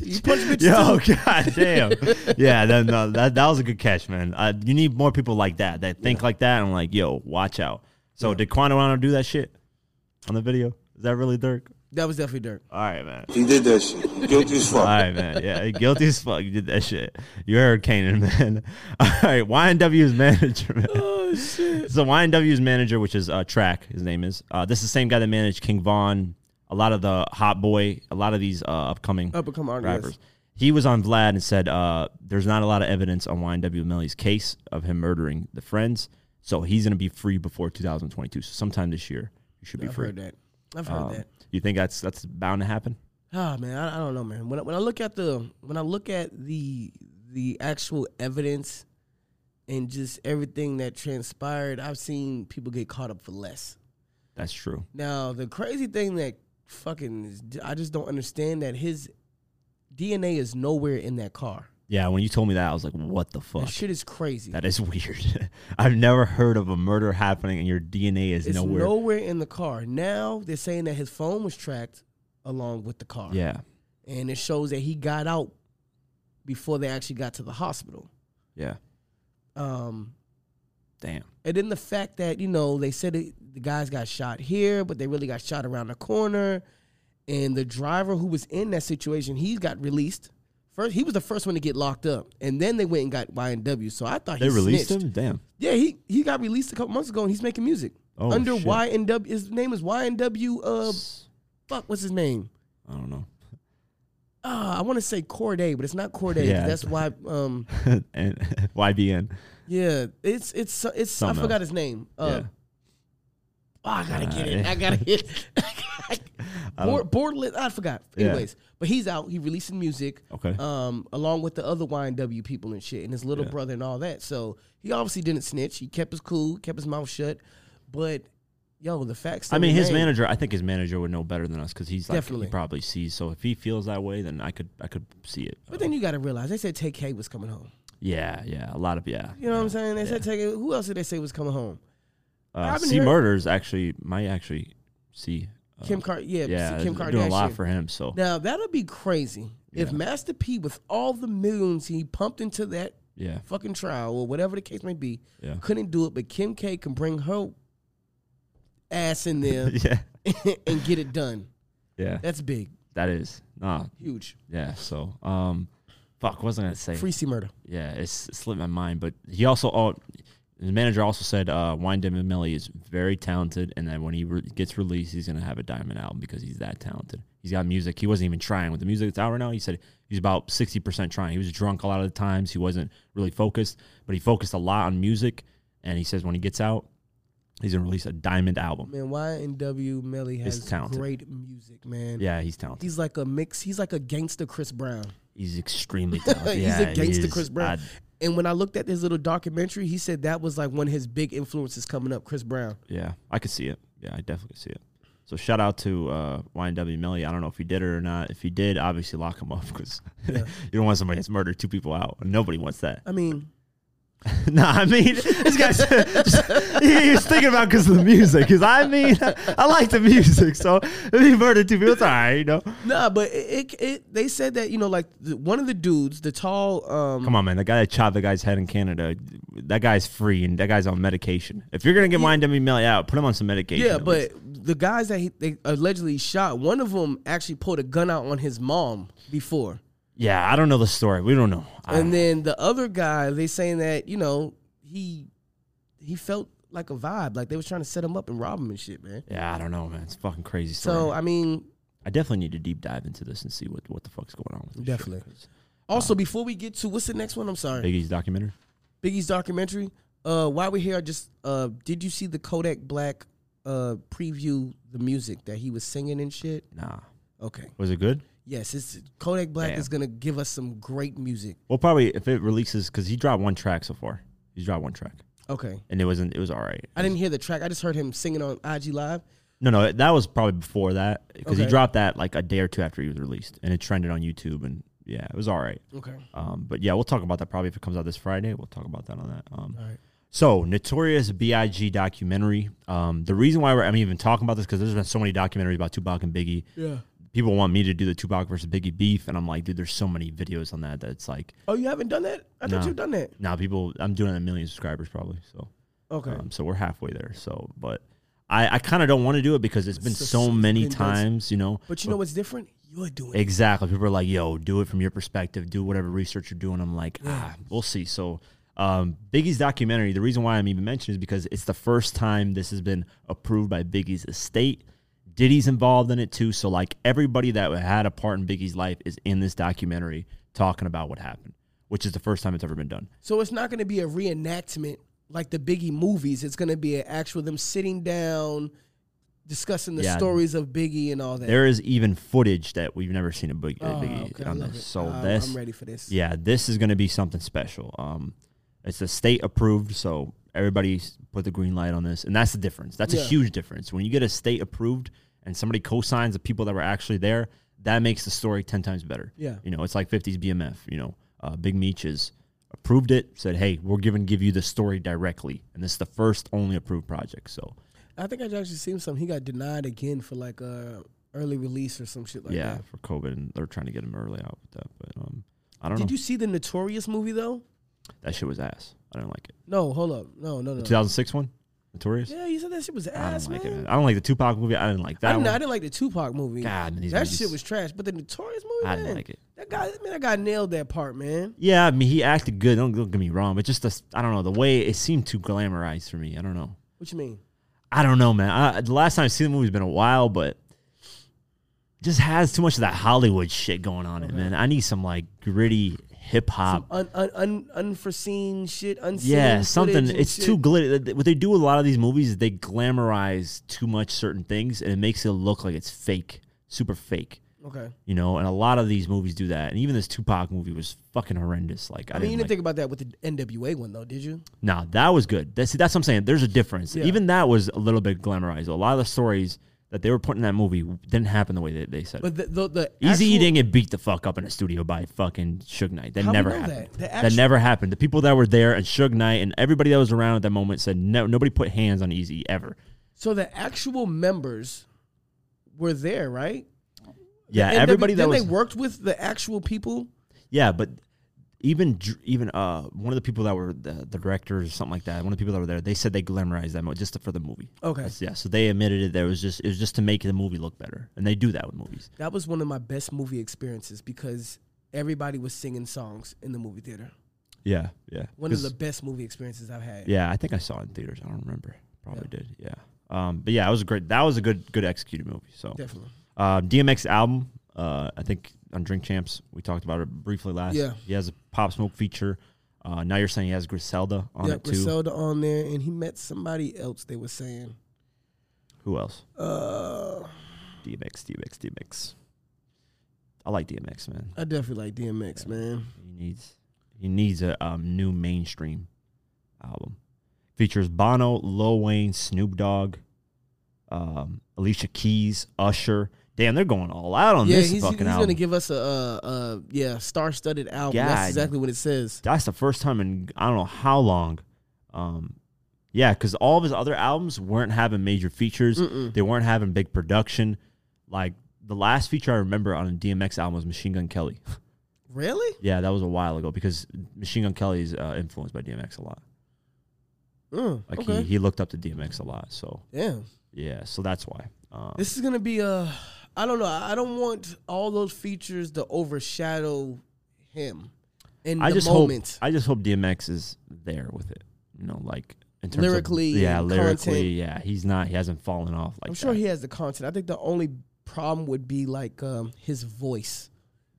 Speaker 1: you
Speaker 2: punch bitches
Speaker 1: Yo, god damn. yeah, that, no, that that was a good catch, man. Uh, you need more people like that that think like that and like, yo, watch out. So did Quando Rondo do that shit on the video? Is that really Dirk?
Speaker 2: That was definitely dirt.
Speaker 1: All right, man.
Speaker 4: He did that shit. Guilty as fuck.
Speaker 1: All right, man. Yeah, guilty as fuck. You did that shit. You heard Kanan, man. All right, YNW's manager, man. Oh shit. So YNW's manager, which is uh, Track, his name is. Uh, this is the same guy that managed King Von, a lot of the Hot Boy, a lot of these uh, upcoming
Speaker 2: Up and come on,
Speaker 1: rappers. He was on Vlad and said uh, there's not a lot of evidence on YNW Melly's case of him murdering the friends, so he's gonna be free before 2022. So sometime this year, you should be
Speaker 2: I've
Speaker 1: free.
Speaker 2: heard that. I've heard
Speaker 1: Um,
Speaker 2: that.
Speaker 1: You think that's that's bound to happen?
Speaker 2: Ah man, I, I don't know, man. When I, when I look at the when I look at the the actual evidence and just everything that transpired, I've seen people get caught up for less.
Speaker 1: That's true.
Speaker 2: Now the crazy thing that fucking is, I just don't understand that his DNA is nowhere in that car.
Speaker 1: Yeah, when you told me that, I was like, "What the fuck?
Speaker 2: That shit is crazy.
Speaker 1: that is weird. I've never heard of a murder happening and your DNA is
Speaker 2: it's
Speaker 1: nowhere."
Speaker 2: nowhere in the car. Now they're saying that his phone was tracked along with the car.
Speaker 1: yeah,
Speaker 2: and it shows that he got out before they actually got to the hospital.
Speaker 1: yeah.
Speaker 2: Um,
Speaker 1: Damn.
Speaker 2: And then the fact that, you know, they said it, the guys got shot here, but they really got shot around the corner. And the driver who was in that situation, he got released. First, he was the first one to get locked up. And then they went and got YNW. So I thought
Speaker 1: They
Speaker 2: he
Speaker 1: released
Speaker 2: snitched.
Speaker 1: him. Damn.
Speaker 2: Yeah, he, he got released a couple months ago and he's making music.
Speaker 1: Oh,
Speaker 2: Under
Speaker 1: shit.
Speaker 2: YNW, his name is YNW. Uh,
Speaker 1: S-
Speaker 2: fuck, what's his name?
Speaker 1: I don't know.
Speaker 2: Uh, I want to say Corday, but it's not Corday. 'cause
Speaker 1: Yeah.
Speaker 2: That's why. Um,
Speaker 1: and YBN.
Speaker 2: yeah, it's it's it's. I
Speaker 1: Something
Speaker 2: forgot
Speaker 1: else.
Speaker 2: his name. Uh,
Speaker 1: yeah.
Speaker 2: Oh, I gotta get
Speaker 1: Uh,
Speaker 2: it.
Speaker 1: yeah.
Speaker 2: I gotta get it. Bor- Borderless, I forgot.
Speaker 1: Um, Yeah.
Speaker 2: Anyways, but he's out. He releasing music,
Speaker 1: Okay.
Speaker 2: um, along with the other YNW people and shit, and his little
Speaker 1: Yeah.
Speaker 2: brother and all that. So he obviously didn't snitch. He kept his cool, kept his mouth shut. But yo, the facts.
Speaker 1: I mean, his
Speaker 2: remain.
Speaker 1: manager. I think his manager would know better than us because he's like
Speaker 2: Definitely.
Speaker 1: he probably sees. So if he feels that way, then I could I could see it.
Speaker 2: But then you gotta realize they said Take K was coming home.
Speaker 1: yeah, yeah, a lot of yeah.
Speaker 2: You know what I'm saying? They said Take. K- Who else did they say was coming home?
Speaker 1: Uh,
Speaker 2: I've been
Speaker 1: C
Speaker 2: hear-
Speaker 1: murders actually might actually see. Uh,
Speaker 2: Kim Car. Yeah,
Speaker 1: yeah,
Speaker 2: Kim
Speaker 1: they're
Speaker 2: Kardashian.
Speaker 1: doing a lot for him. So
Speaker 2: now that'll be crazy if
Speaker 1: Yeah.
Speaker 2: Master P, with all the millions he pumped into that
Speaker 1: yeah,
Speaker 2: fucking trial or whatever the case may be,
Speaker 1: yeah,
Speaker 2: couldn't do it, but Kim K can bring her ass in there
Speaker 1: yeah,
Speaker 2: and get it done.
Speaker 1: yeah.
Speaker 2: That's big,
Speaker 1: That is nah,
Speaker 2: huge.
Speaker 1: yeah. So um, fuck, what was I gonna say?
Speaker 2: Free C murder.
Speaker 1: Yeah, it's it slipped my mind. But he also, oh, his manager also said, uh, Wyndham and Millie is very talented, and that when he re- gets released, he's gonna have a diamond album because he's that talented. He's got music. He wasn't even trying with the music that's out right now. He said he's about sixty percent trying. He was drunk a lot of the times. He wasn't really focused, but he focused a lot on music. And he says when he gets out, he's gonna release a diamond album.
Speaker 2: Man, YNW Melly has
Speaker 1: He's talented.
Speaker 2: great music, man.
Speaker 1: Yeah, he's talented.
Speaker 2: He's like a mix. He's like a gangster Chris Brown.
Speaker 1: He's extremely talented.
Speaker 2: He's
Speaker 1: yeah,
Speaker 2: a gangster
Speaker 1: he is.
Speaker 2: Chris Brown.
Speaker 1: I-
Speaker 2: and when I looked at this little documentary, he said that was like one of his big influences coming up, Chris Brown.
Speaker 1: Yeah, I could see it. Yeah, I definitely could see it. So shout out to uh, YNW Millie. I don't know if he did it or not. If he did, obviously lock him up because you don't want somebody that's murdered two people out. Nobody wants that.
Speaker 2: I mean,
Speaker 1: nah, I mean, this guy's just- he was thinking about because of the music. Because I mean, I like the music, so if he murdered two people, it's all right, you know.
Speaker 2: Nah, but it, it, it they said that you know like the, one of the dudes, the tall. um
Speaker 1: Come on, man. The guy that chopped the guy's head in Canada, that guy's free and that guy's on medication. If you're gonna get mine to be mail out, put him on some medication.
Speaker 2: Yeah,
Speaker 1: at least.
Speaker 2: but the guys that he, they allegedly shot, one of them actually pulled a gun out on his mom before,
Speaker 1: yeah, I don't know the story. We don't know. I don't
Speaker 2: and then the other guy, they saying that you know he he felt like a vibe, like they was trying to set him up and rob him and shit, man.
Speaker 1: yeah, I don't know, man. It's a fucking crazy story.
Speaker 2: So I mean,
Speaker 1: I definitely need to deep dive into this and see what, what the fuck's going on with this shit.
Speaker 2: Definitely. also before we get to what's the next one, I'm sorry,
Speaker 1: Biggie's documentary.
Speaker 2: Biggie's documentary. Uh, while we're here, I just uh, did you see the Kodak Black uh preview the music that he was singing and shit?
Speaker 1: Nah,
Speaker 2: Okay,
Speaker 1: was it good?
Speaker 2: yes, it's Kodak Black
Speaker 1: Damn.
Speaker 2: is gonna give us some great music.
Speaker 1: Well, probably if it releases because he dropped one track so far. He's dropped one track,
Speaker 2: Okay.
Speaker 1: and it wasn't. It was all right.
Speaker 2: I didn't hear the track. I just heard him singing on IG Live.
Speaker 1: No, no, that was probably before that because he
Speaker 2: Okay.
Speaker 1: dropped that like a day or two after he was released, and it trended on YouTube, and yeah, it was all right.
Speaker 2: Okay.
Speaker 1: Um, but yeah, we'll talk about that probably if it comes out this Friday. We'll talk about that on that. Um,
Speaker 2: All right.
Speaker 1: So, Notorious B.I.G. documentary. Um, the reason why we're, I'm even talking about this because there's been so many documentaries about Tupac and Biggie.
Speaker 2: Yeah.
Speaker 1: People want me to do the Tupac versus Biggie beef, and I'm like, dude, there's so many videos on that that it's like,
Speaker 2: Oh, you haven't done that? I thought
Speaker 1: Nah.
Speaker 2: you've done that.
Speaker 1: now people, I'm doing a million subscribers probably. So,
Speaker 2: Okay.
Speaker 1: um, so we're halfway there. So, but I, I kind of don't want to do it because it's been so, many
Speaker 2: been done.
Speaker 1: times, you know.
Speaker 2: but you know what's different? You're doing it.
Speaker 1: Exactly. People are like, yo, do it from your perspective. Do whatever research you're doing. I'm like, ah, we'll see. So, um, Biggie's documentary, the reason why I'm even mentioning is because it's the first time this has been approved by Biggie's estate. Diddy's involved in it too. So, like, everybody that had a part in Biggie's life is in this documentary talking about what happened, which is the first time it's ever been done.
Speaker 2: So it's not going to be a reenactment like the Biggie movies. It's going to be an actual them sitting down, discussing the
Speaker 1: Yeah.
Speaker 2: stories of Biggie and all that. Ah,
Speaker 1: There is even footage that we've never seen of Big- uh, Biggie
Speaker 2: Oh, okay, I
Speaker 1: on
Speaker 2: love
Speaker 1: this.
Speaker 2: it. Ah,
Speaker 1: So,
Speaker 2: I'm-
Speaker 1: this.
Speaker 2: I'm ready for this.
Speaker 1: Yeah, this is going to be something special. Um, it's a state approved, so everybody s- put the green light on this, and that's the difference. That's a
Speaker 2: Yeah.
Speaker 1: huge difference when you get a state approved and somebody co-signs the people that were actually there. That makes the story ten times better.
Speaker 2: Yeah.
Speaker 1: you know, it's like '50s BMF. You know, uh, Big Meech is approved it. Said, "Hey, we're giving give you the story directly," and this is the first only approved project. So
Speaker 2: I think I actually seen something. He got denied again for like a early release or some shit like
Speaker 1: yeah,
Speaker 2: that.
Speaker 1: for COVID, and they're trying to get him early out with that. But um, I don't
Speaker 2: Did
Speaker 1: know.
Speaker 2: you see the Notorious movie though?
Speaker 1: that shit was ass. I didn't like it.
Speaker 2: No, hold up. No, no, no.
Speaker 1: The 2006 one, Notorious.
Speaker 2: Yeah, you said that shit was
Speaker 1: I
Speaker 2: ass,
Speaker 1: don't like
Speaker 2: man.
Speaker 1: it. Man. I don't like the Tupac movie. I didn't like that
Speaker 2: I didn't, I
Speaker 1: one.
Speaker 2: didn't like the Tupac movie.
Speaker 1: God, man, these
Speaker 2: that
Speaker 1: movies-
Speaker 2: shit was trash. But the Notorious movie,
Speaker 1: I
Speaker 2: man,
Speaker 1: didn't like it.
Speaker 2: That guy, man, that guy nailed that part, man.
Speaker 1: Yeah, I mean, he acted good. Don't, don't get me wrong, but just the, I don't know the way it seemed too glamorized for me. I don't know.
Speaker 2: What you mean?
Speaker 1: I don't know, man. I, the last time I've seen the movie's been a while, but it just has too much of that Hollywood shit going on in it, man. I need some like gritty hip hop.
Speaker 2: Un, un, un, unforeseen shit, unseen.
Speaker 1: Um, Yeah, something.
Speaker 2: footage and
Speaker 1: It's
Speaker 2: shit.
Speaker 1: too glitter. What they do with a lot of these movies is they glamorize too much certain things, and it makes it look like it's fake, super fake.
Speaker 2: Okay.
Speaker 1: you know, and a lot of these movies do that. And even this Tupac movie was fucking horrendous. Like I,
Speaker 2: I mean, you
Speaker 1: didn't,
Speaker 2: didn't
Speaker 1: like,
Speaker 2: think about that with the NWA one though, did you?
Speaker 1: nah, that was good. That's that's what I'm saying. There's a difference.
Speaker 2: Yeah.
Speaker 1: Even that was a little bit glamorized. A lot of the stories that they were putting in that movie didn't happen the way that they said.
Speaker 2: But the the, the
Speaker 1: Easy E
Speaker 2: actual-
Speaker 1: didn't get beat the fuck up in a studio by fucking Suge Knight. That
Speaker 2: How we
Speaker 1: never
Speaker 2: know
Speaker 1: happened.
Speaker 2: that? The
Speaker 1: that
Speaker 2: actual-
Speaker 1: never happened. The people that were there and Suge Knight and everybody that was around at that moment said no. Nobody put hands on Easy ever.
Speaker 2: So the actual members were there, right?
Speaker 1: Yeah,
Speaker 2: NW
Speaker 1: everybody that
Speaker 2: then
Speaker 1: was
Speaker 2: they worked with the actual people.
Speaker 1: Yeah, but even dr- even uh one of the people that were the, the directors or something like that, one of the people that were there, they said they glamorized that mo- just for the movie.
Speaker 2: Okay.
Speaker 1: That's- yeah, so they admitted it. There was just it was just to make the movie look better, and they do that with movies.
Speaker 2: That was one of my best movie experiences because everybody was singing songs in the movie theater.
Speaker 1: Yeah, yeah.
Speaker 2: One of the best movie experiences I've had.
Speaker 1: yeah, I think I saw it in theaters. I don't remember. Probably did. Yeah. Um, but yeah, it was a great. That was a good good executed movie. So
Speaker 2: Definitely.
Speaker 1: Uh, DMX album, uh, I think on Drink Champs we talked about it briefly last.
Speaker 2: Yeah.
Speaker 1: He has a Pop Smoke feature. Uh, now you're saying he has Griselda on
Speaker 2: yeah,
Speaker 1: it too.
Speaker 2: Griselda on there, and he met somebody else. They were saying,
Speaker 1: Who else?
Speaker 2: uh,
Speaker 1: DMX, DMX, DMX. I like DMX, man.
Speaker 2: I definitely like DMX, man.
Speaker 1: He needs he needs a um, new mainstream album. Features Bono, Lil Wayne, Snoop Dogg, um, Alicia Keys, Usher. Damn, they're going all out on
Speaker 2: Yeah,
Speaker 1: this
Speaker 2: he's, he's
Speaker 1: fucking album.
Speaker 2: gonna give us a uh, uh, yeah star-studded album.
Speaker 1: God.
Speaker 2: That's exactly what it says.
Speaker 1: That's the first time in I don't know how long. Um, yeah, because all of his other albums weren't having major features. They weren't having big production. Like the last feature I remember on a DMX album was Machine Gun Kelly.
Speaker 2: Really?
Speaker 1: yeah, that was a while ago because Machine Gun Kelly is uh, influenced by DMX a lot.
Speaker 2: Mm,
Speaker 1: Like
Speaker 2: okay.
Speaker 1: he, he looked up to DMX a lot. So
Speaker 2: Damn.
Speaker 1: yeah, so that's why. Um,
Speaker 2: This is gonna be a. I don't know. I don't want all those features to overshadow him in
Speaker 1: I
Speaker 2: the
Speaker 1: just
Speaker 2: moment.
Speaker 1: hope I just hope DMX is there with it. You know, like in terms
Speaker 2: Lyrically
Speaker 1: of, yeah,
Speaker 2: and
Speaker 1: lyrically,
Speaker 2: content.
Speaker 1: yeah. He's not. He hasn't fallen off like
Speaker 2: I'm sure
Speaker 1: that.
Speaker 2: he has the content. I think the only problem would be like um, his voice.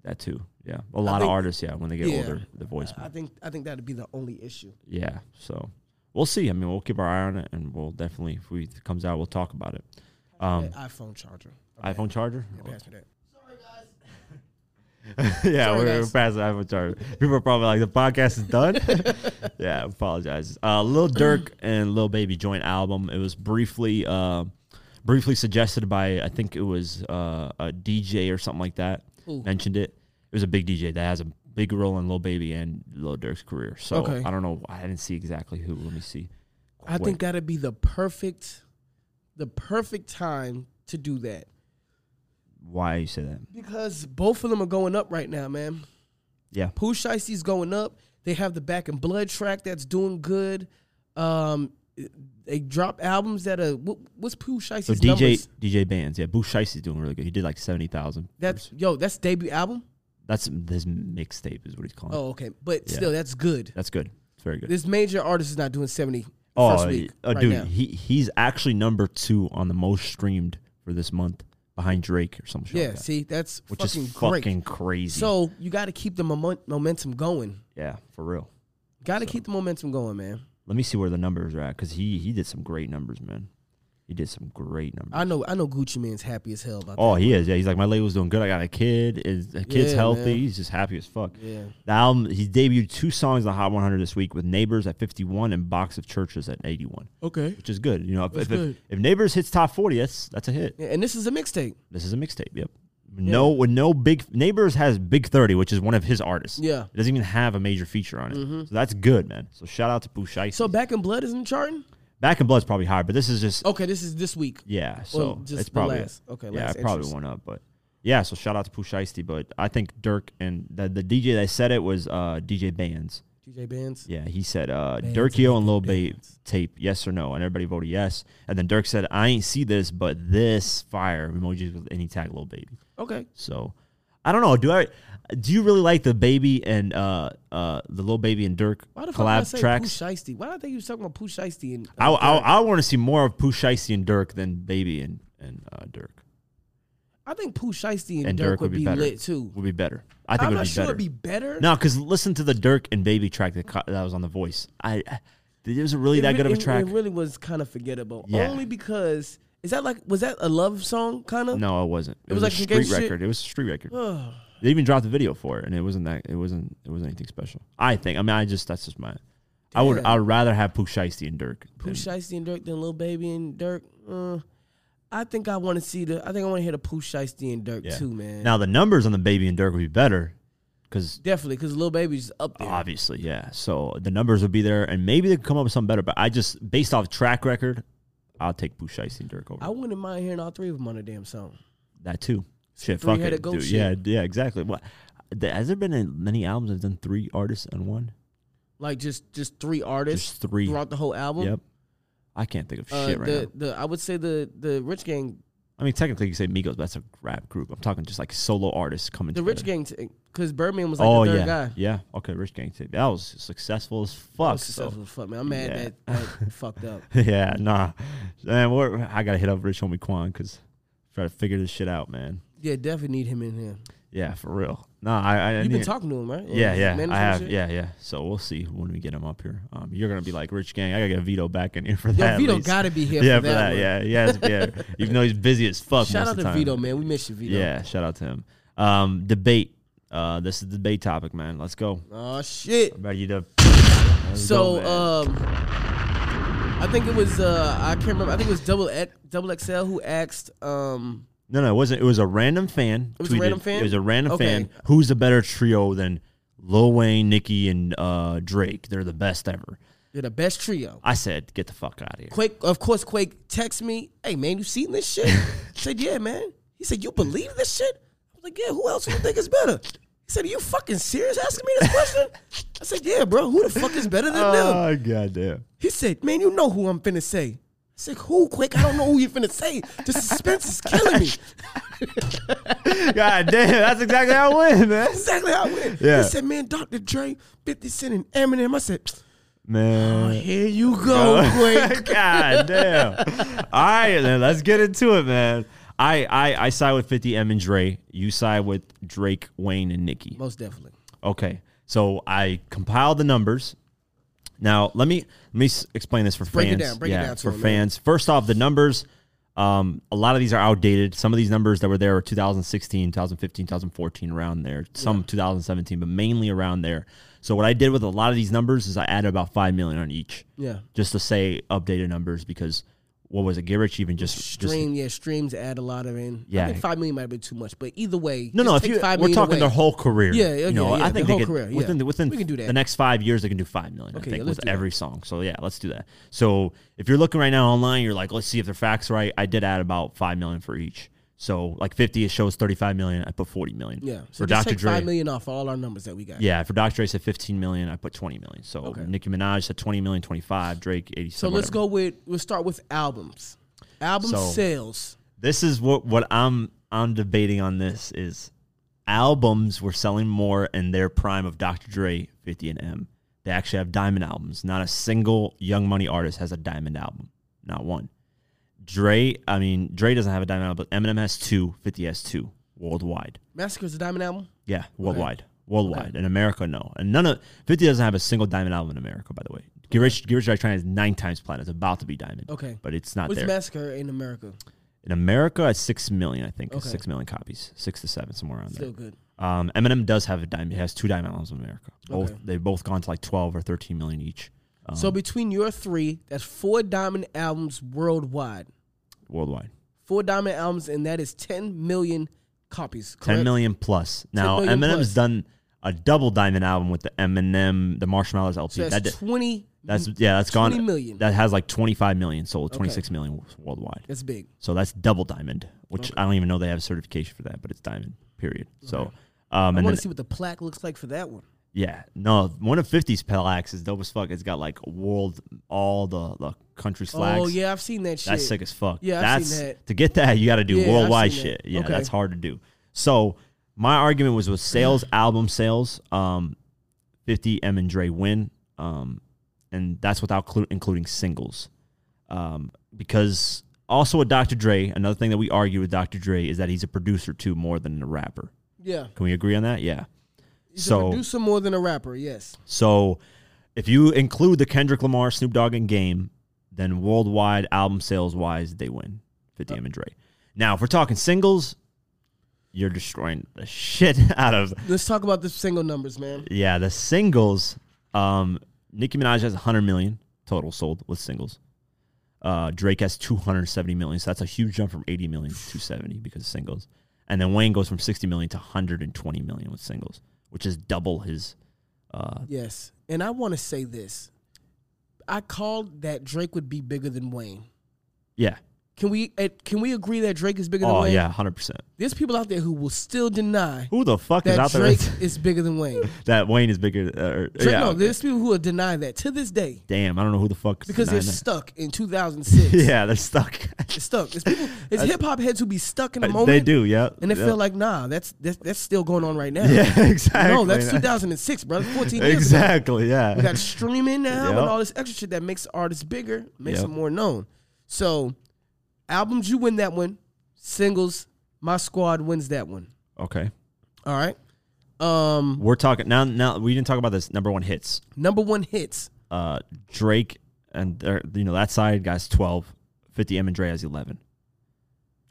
Speaker 1: That too. Yeah. A lot of
Speaker 2: think-
Speaker 1: artists, yeah, when they get
Speaker 2: Yeah. Uh,
Speaker 1: older, the voice.
Speaker 2: I think I think that'd be the only issue.
Speaker 1: yeah. So we'll see. I mean, we'll keep our eye on it and we'll definitely, if we, if it comes out, we'll talk about it. Um,
Speaker 2: That iPhone charger.
Speaker 1: iPhone charger?
Speaker 2: Pass me that.
Speaker 1: yeah,
Speaker 2: Sorry,
Speaker 1: we're, we're
Speaker 2: guys.
Speaker 1: past the iPhone charger. People are probably like, the podcast is done. yeah, I apologize. Uh, Lil Durk and Lil Baby joint album. It was briefly, uh, briefly suggested by I think it was uh, a DJ or something like that. Mentioned it. It was a big DJ that has a big role in Lil Baby and Lil Durk's career. So
Speaker 2: Okay.
Speaker 1: I don't know. I didn't see exactly who. Let me see.
Speaker 2: I
Speaker 1: Wait.
Speaker 2: think that'd be the perfect, the perfect time to do that
Speaker 1: why you say that.
Speaker 2: because both of them are going up right now, man.
Speaker 1: Yeah,
Speaker 2: Pooh Shicey's going up. They have the Back and Blood track that's doing good. Um, they drop albums that are what, what's Pooh Shicey's
Speaker 1: so DJ
Speaker 2: numbers?
Speaker 1: DJ bands. Yeah, Boo Shice is doing really good. He did like seventy thousand.
Speaker 2: That's yo, that's debut album.
Speaker 1: that's his mixtape is what he's calling. it.
Speaker 2: Oh, okay, but
Speaker 1: Yeah.
Speaker 2: still, that's good.
Speaker 1: That's good. It's very good.
Speaker 2: This major artist is not doing seventy
Speaker 1: Oh,
Speaker 2: first week.
Speaker 1: uh,
Speaker 2: right
Speaker 1: dude,
Speaker 2: now.
Speaker 1: he he's actually number two on the most streamed for this month, behind Drake or some shit.
Speaker 2: yeah.
Speaker 1: like that,
Speaker 2: See, that's
Speaker 1: which
Speaker 2: fucking
Speaker 1: is
Speaker 2: great.
Speaker 1: fucking crazy.
Speaker 2: So you got to keep the momen- momentum going.
Speaker 1: yeah, for real.
Speaker 2: Got to keep the momentum going, man.
Speaker 1: Let me see where the numbers are at because he he did some great numbers, man. He did some great numbers.
Speaker 2: I know, I know, Gucci Man's happy as hell about
Speaker 1: Oh, he is. Yeah, he's like my label's doing good. I got a kid. Is the kid's
Speaker 2: Yeah,
Speaker 1: healthy.
Speaker 2: man.
Speaker 1: He's just happy as fuck.
Speaker 2: that. Yeah,
Speaker 1: The album he debuted two songs in the Hot 100 this week with Neighbors at 51 and Box of Churches at 81,
Speaker 3: Okay.
Speaker 1: which is good. You know, if, if,
Speaker 3: good.
Speaker 1: if Neighbors hits top 40, that's that's a hit.
Speaker 2: Yeah, and this is a mixtape.
Speaker 1: This is a mixtape. Yep. No, with no big neighbors has Big Thirty, which is one of his artists.
Speaker 2: Yeah. Mm-hmm.
Speaker 1: it doesn't even have a major feature on it, so that's good, man. So shout out to Bushai.
Speaker 2: So
Speaker 1: So
Speaker 2: Back in Blood isn't charting.
Speaker 1: Back in Blood's probably higher, but this is just
Speaker 2: Okay, this is this week.
Speaker 1: yeah. So
Speaker 2: Well, just
Speaker 1: it's
Speaker 2: the
Speaker 1: probably
Speaker 2: last- okay,
Speaker 1: yeah,
Speaker 2: last
Speaker 1: it probably
Speaker 2: entrance.
Speaker 1: went up, but yeah. So shout out to Pusheisty, but I think Dirk and the, the DJ that said it was uh, DJ Bands.
Speaker 2: DJ Bands.
Speaker 1: Yeah, he said uh, Dirkio and Lil Babe tape yes or no, and everybody voted yes, and then Dirk said I ain't see this, but this fire emojis with any tag Lil Baby.
Speaker 2: Okay.
Speaker 1: So I don't know. Do I? Do you really like the baby and uh uh the little baby and Dirk
Speaker 2: Why the fuck did I
Speaker 1: collab
Speaker 2: say
Speaker 1: tracks?
Speaker 2: Pooh Shiesty? Why did I think you was talking about Pooh Shiesty and
Speaker 1: I I, want to see more of Pusheisty and Dirk than Baby and and uh, Dirk.
Speaker 2: I think Pooh Shiesty and,
Speaker 1: And
Speaker 2: Dirk, would be,
Speaker 1: better.
Speaker 2: lit too.
Speaker 1: Would be better. I think
Speaker 2: I'm
Speaker 1: it would
Speaker 2: not
Speaker 1: be
Speaker 2: sure
Speaker 1: better.
Speaker 2: it'd be better.
Speaker 1: no, because listen to the Dirk and Baby track that co- that was on The Voice. I, I it wasn't really
Speaker 2: It
Speaker 1: that
Speaker 2: re-
Speaker 1: good of a
Speaker 2: it-
Speaker 1: track.
Speaker 2: It really was kind of forgettable.
Speaker 1: Yeah.
Speaker 2: Only because is that like was that a love song kind of?
Speaker 1: no, it wasn't. It,
Speaker 2: was
Speaker 1: was,
Speaker 2: like
Speaker 1: a
Speaker 2: some gay
Speaker 1: street
Speaker 2: shit.
Speaker 1: record. It was a street record. they even dropped the video for it, and it wasn't that. It wasn't. It wasn't anything special. I think. I mean, I just that's just my. I would.
Speaker 2: Damn.
Speaker 1: I'd rather have Pusheisty and Dirk.
Speaker 2: Pooh
Speaker 1: than-
Speaker 2: Shiesty and Dirk than Lil Baby and Dirk. Uh, I think I want to see the. I think I want to hear the Pooh Shiesty and Dirk
Speaker 1: Yeah.
Speaker 2: too, man.
Speaker 1: Now the numbers on the baby and Dirk would be better because
Speaker 2: Definitely, because Lil Baby's up there.
Speaker 1: obviously, yeah. So the numbers would be there, and maybe they could come up with something better. But I just based off track record, I'll take Bushice and Dirk over
Speaker 2: I wouldn't mind hearing all three of them on a damn song.
Speaker 1: that too. Shit, fuck
Speaker 2: three-headed
Speaker 1: it,
Speaker 2: goat
Speaker 1: dude.
Speaker 2: shit.
Speaker 1: Yeah, yeah, exactly. What th- has there been any- many albums that have done three artists on one?
Speaker 2: Like just just three artists
Speaker 1: Just three.
Speaker 2: throughout the whole album.
Speaker 1: Yep. I can't think of
Speaker 2: Uh,
Speaker 1: shit right
Speaker 2: the
Speaker 1: now.
Speaker 2: the I would say the the Rich Gang
Speaker 1: I mean, technically, you could say Migos, but that's a rap group. I'm talking just like solo artists coming.
Speaker 2: the
Speaker 1: together.
Speaker 2: Rich Gang because Birdman was like
Speaker 1: oh
Speaker 2: the third
Speaker 1: yeah,
Speaker 2: guy.
Speaker 1: yeah. Okay, Rich Gang tape. That was successful as fuck.
Speaker 2: That's
Speaker 1: so-
Speaker 2: successful as fuck man. I'm mad
Speaker 1: Yeah.
Speaker 2: that, that fucked up.
Speaker 1: yeah, nah. Man, we're, I gotta hit up Rich Homie Quan because try to figure this shit out, man.
Speaker 2: Yeah, definitely need him in here.
Speaker 1: Yeah, for real. Nah, I. I I
Speaker 2: You've
Speaker 1: need-
Speaker 2: been talking to him, right? Or
Speaker 1: Yeah,
Speaker 2: his
Speaker 1: yeah,
Speaker 2: manager
Speaker 1: I
Speaker 2: and
Speaker 1: have.
Speaker 2: shit?
Speaker 1: Yeah, yeah. So we'll see when we get him up here. Um, you're gonna be like Rich Gang. I gotta get Vito back in here for that.
Speaker 2: Yo,
Speaker 1: at
Speaker 2: Vito
Speaker 1: least.
Speaker 2: gotta be here
Speaker 1: yeah,
Speaker 2: for that. one.
Speaker 1: Yeah, yeah, yeah. Even though he's busy as fuck. most
Speaker 2: Shout out
Speaker 1: of
Speaker 2: to
Speaker 1: the time.
Speaker 2: Vito, man. We miss you, Vito.
Speaker 1: Yeah, shout out to him. Um, debate. Uh, this is the debate topic, man. Let's go.
Speaker 2: Oh shit.
Speaker 1: I'm ready to. Let's go,
Speaker 2: So
Speaker 1: man.
Speaker 2: um I think it was uh I can't remember I think it was double X double XL who asked um
Speaker 1: No, no, it wasn't. It was a random fan.
Speaker 2: was a random fan?
Speaker 1: It was a random
Speaker 2: Okay.
Speaker 1: fan. Who's the better trio than Lil Wayne, Nicki, and uh, Drake? They're the best ever.
Speaker 2: You're the best trio.
Speaker 1: I said, get the fuck out of here.
Speaker 2: Quake, of course, Quake text me, hey man, you seen this shit? I said, yeah, man. He said, you believe this shit? I was like, yeah, who else do you think is better? He said, are you fucking serious asking me this question? I said, yeah, bro, who the fuck is better than
Speaker 1: Oh,
Speaker 2: them?
Speaker 1: Ah, goddamn.
Speaker 2: He said, man, you know who I'm finna say. I said, who, Quake? I don't know who you finna say. The suspense is killing me.
Speaker 1: God damn, that's exactly how I win, man.
Speaker 2: exactly how I went.
Speaker 1: Yeah.
Speaker 2: He said, man, Dr. Dre, 50 Cent, and Eminem. I said,
Speaker 1: Man.
Speaker 2: here you go, Quake.
Speaker 1: God damn. All right, then let's get into it, man. I, I I side with 50 M and Dre. You side with Drake, Wayne, and Nicki.
Speaker 2: Most definitely.
Speaker 1: Okay. So I compiled the numbers. Now let me let me s- explain this for fans.
Speaker 2: Break it down, break it
Speaker 1: yeah,
Speaker 2: down to
Speaker 1: for
Speaker 2: them, man.
Speaker 1: fans. First off, the numbers. Um, a lot of these are outdated. Some of these numbers that were there were 2016, 2015, 2014, around there. Some 2017, but mainly around there. So what I did with a lot of these numbers is I added about five million on each,
Speaker 2: Yeah.
Speaker 1: just to say updated numbers because what was it? Get rich even just just
Speaker 2: Stream, yeah, streams add a lot of in. I
Speaker 1: Yeah.
Speaker 2: think five million might have been too much, but either way,
Speaker 1: No,
Speaker 2: just
Speaker 1: no. If
Speaker 2: take
Speaker 1: you,
Speaker 2: five
Speaker 1: we're
Speaker 2: million
Speaker 1: talking
Speaker 2: away.
Speaker 1: their whole career.
Speaker 2: Yeah,
Speaker 1: you
Speaker 2: okay,
Speaker 1: know,
Speaker 2: yeah,
Speaker 1: I think
Speaker 2: their
Speaker 1: they
Speaker 2: whole
Speaker 1: could,
Speaker 2: career, yeah.
Speaker 1: within the, within
Speaker 2: We can do that.
Speaker 1: the next five years they can do five million.
Speaker 2: Okay,
Speaker 1: I
Speaker 2: yeah,
Speaker 1: think
Speaker 2: let's
Speaker 1: with
Speaker 2: do that.
Speaker 1: every song. So yeah, let's do that. So if you're looking right now online, you're like, let's see if the facts right. I did add about five million for each. So like 50, it shows 35 million. I put 40 million.
Speaker 2: Yeah, so
Speaker 1: for
Speaker 2: just
Speaker 1: Dr.
Speaker 2: take
Speaker 1: Dre.
Speaker 2: five million off all our numbers that we got.
Speaker 1: Yeah, for Dr. Dre I said 15 million. I put 20 million. So Nicki Minaj said 20 million, 25. Drake 87.
Speaker 2: So let's go with we'll start with albums, album
Speaker 1: So-
Speaker 2: sales.
Speaker 1: This is what what I'm I'm debating on. This is albums were selling more in their prime of Dr. Dre, 50 and M. They actually have diamond albums. Not a single Young Money artist has a diamond album. Not one. Dre, I mean Dre doesn't have a diamond album, but Eminem has two. 50 has two worldwide.
Speaker 2: Massacre's a diamond album.
Speaker 1: Yeah, worldwide. Worldwide. In America, no. And none of 50 doesn't have a single diamond album in America, by the way. Get Rich, Get Rich by Trying is nine times platinum. It's about to be diamond.
Speaker 2: Okay.
Speaker 1: But it's not
Speaker 2: What's
Speaker 1: there.
Speaker 2: Massacre in America?
Speaker 1: In America, it's six million, I think. It's
Speaker 2: Okay.
Speaker 1: six million copies, six to seven, somewhere around
Speaker 2: Still good.
Speaker 1: there. Um, Eminem does have a diamond. He has two diamond albums in America. Both
Speaker 2: Okay.
Speaker 1: they've both gone to like twelve or thirteen million each um,
Speaker 2: so between your three, that's four diamond albums worldwide.
Speaker 1: worldwide.
Speaker 2: Four diamond albums, and that is ten million copies. Correct?
Speaker 1: Ten million plus. Now
Speaker 2: million
Speaker 1: Eminem's
Speaker 2: plus.
Speaker 1: done a double diamond album with the Eminem, the Marshmallows LP.
Speaker 2: So
Speaker 1: that
Speaker 2: that's
Speaker 1: did-
Speaker 2: twenty.
Speaker 1: that's yeah, that's gone.
Speaker 2: 20 million.
Speaker 1: That has like twenty five million sold, twenty six million worldwide.
Speaker 2: That's big.
Speaker 1: So that's double diamond, which I don't even know they have a certification for that, but it's diamond. Period. So. Um,
Speaker 2: I
Speaker 1: and
Speaker 2: want
Speaker 1: then
Speaker 2: to see what the plaque looks like for that one.
Speaker 1: Yeah, no, one of 50's plaques is dope as fuck. It's got like world, all the, the country flags.
Speaker 2: Oh yeah, I've seen that shit.
Speaker 1: That's sick as fuck.
Speaker 2: Yeah, I've
Speaker 1: that's
Speaker 2: seen that.
Speaker 1: to get that you got to do
Speaker 2: Yeah, I've
Speaker 1: worldwide
Speaker 2: seen
Speaker 1: shit.
Speaker 2: that.
Speaker 1: Yeah,
Speaker 2: Okay.
Speaker 1: that's hard to do. So my argument was with sales, album sales. Um, Fifty M and Dre win. Um, and that's without clu- including singles. Um, because also with Dr. Dre, another thing that we argue with Dr. Dre is that he's a producer too, more than a rapper.
Speaker 2: Yeah.
Speaker 1: Can we agree on that? Yeah.
Speaker 2: He's
Speaker 1: So-
Speaker 2: a producer more than a rapper, yes.
Speaker 1: So if you include the Kendrick Lamar, Snoop Dogg, and Game, then worldwide album sales wise, they win 50 M and Dre. Now, if we're talking singles, you're destroying the shit out of
Speaker 2: Let's talk about the single numbers, man.
Speaker 1: yeah the singles. Um, Nicki Minaj has 100 million total sold with singles. Uh, Drake has 270 million, so that's a huge jump from 80 million to 270 because of singles. And then Wayne goes from 60 million to 120 million with singles, which is double his. Uh,
Speaker 2: Yes. And I want to say this. I called that Drake would be bigger than Wayne.
Speaker 1: yeah.
Speaker 2: Can we eh, can we agree that Drake is bigger than
Speaker 1: Oh
Speaker 2: Wayne?
Speaker 1: yeah, 100. percent
Speaker 2: There's people out there who will still deny
Speaker 1: Who the fuck is
Speaker 2: that
Speaker 1: out
Speaker 2: Drake
Speaker 1: there
Speaker 2: is bigger than Wayne.
Speaker 1: that Wayne is bigger? Uh, or-
Speaker 2: Drake,
Speaker 1: yeah,
Speaker 2: no,
Speaker 1: okay.
Speaker 2: there's people who will deny that to this day
Speaker 1: damn, I don't know who the fuck. is
Speaker 2: because they're
Speaker 1: denying that.
Speaker 2: stuck in 2006.
Speaker 1: yeah, they're stuck.
Speaker 2: It's stuck. It's people. It's hip hop heads who be stuck in the moment.
Speaker 1: they do, yeah,
Speaker 2: and they
Speaker 1: yeah.
Speaker 2: feel like, nah, that's that's, that's still going on right now.
Speaker 1: yeah, exactly.
Speaker 2: No, that's 2006, brother. 14 years ago.
Speaker 1: exactly, yeah.
Speaker 2: We got streaming now
Speaker 1: Yep.
Speaker 2: and all this extra shit that makes artists bigger, makes
Speaker 1: Yep.
Speaker 2: them more known. So, albums, you win that one. Singles, my squad wins that one.
Speaker 1: okay,
Speaker 2: All right. Um,
Speaker 1: we're talking now. Now we didn't talk about this number one hits.
Speaker 2: number one hits.
Speaker 1: Uh, Drake and their- you know that side guys 12, 50 M and Dre has 11.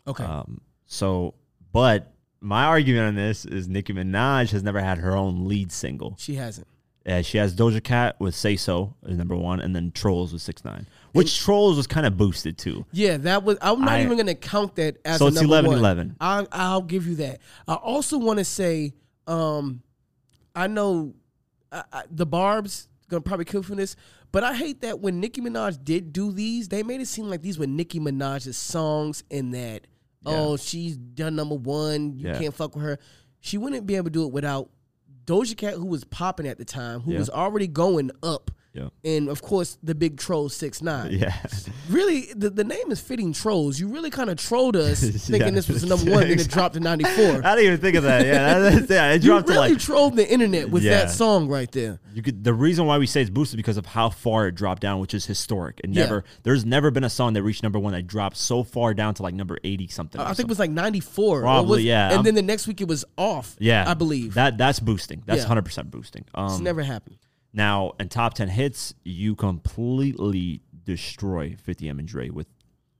Speaker 2: Okay.
Speaker 1: Um, so, but my argument on this is Nicki Minaj has never had her own lead single.
Speaker 2: she hasn't.
Speaker 1: It Uh, she has Doja Cat with Say So is number one, and then Trolls with Six Nine, which Trolls was kind of boosted too.
Speaker 2: Yeah, that was. I'm not
Speaker 1: I-
Speaker 2: even going to count that as
Speaker 1: So
Speaker 2: a
Speaker 1: it's
Speaker 2: number
Speaker 1: 11,
Speaker 2: one.
Speaker 1: 11.
Speaker 2: I, I'll give you that. I also want to say, um, I know I, I, the Barb's gonna probably kill for this, but I hate that when Nicki Minaj did do these, they made it seem like these were Nicki Minaj's songs and that oh she's done number one, you
Speaker 1: Yeah.
Speaker 2: can't fuck with her. She wouldn't be able to do it without Doja Cat, who was popping at the time, who
Speaker 1: Yeah.
Speaker 2: was already going up.
Speaker 1: Yeah.
Speaker 2: And of course, the big troll six nine
Speaker 1: Yeah,
Speaker 2: really the, the name is fitting trolls. You really kind of trolled us thinking
Speaker 1: Yeah.
Speaker 2: this was the number one, then it dropped to ninety four.
Speaker 1: I didn't even think of that. Yeah, that- that's, yeah it
Speaker 2: You
Speaker 1: dropped
Speaker 2: really
Speaker 1: to like
Speaker 2: trolled the internet with
Speaker 1: Yeah.
Speaker 2: that song right there.
Speaker 1: you could. The reason why we say it's boosted because of how far it dropped down, which is historic. And
Speaker 2: Yeah.
Speaker 1: never there's never been a song that reached number one that dropped so far down to like number eighty something.
Speaker 2: I
Speaker 1: or
Speaker 2: think it
Speaker 1: something.
Speaker 2: was like ninety four.
Speaker 1: Probably,
Speaker 2: was,
Speaker 1: yeah.
Speaker 2: And
Speaker 1: I'm-
Speaker 2: then the next week it was off.
Speaker 1: yeah,
Speaker 2: I believe
Speaker 1: that that's boosting. That's
Speaker 2: Yeah.
Speaker 1: hundred percent boosting. Um,
Speaker 2: it's never happened.
Speaker 1: Now, in top 10 hits, you completely destroy 50 M and Dre with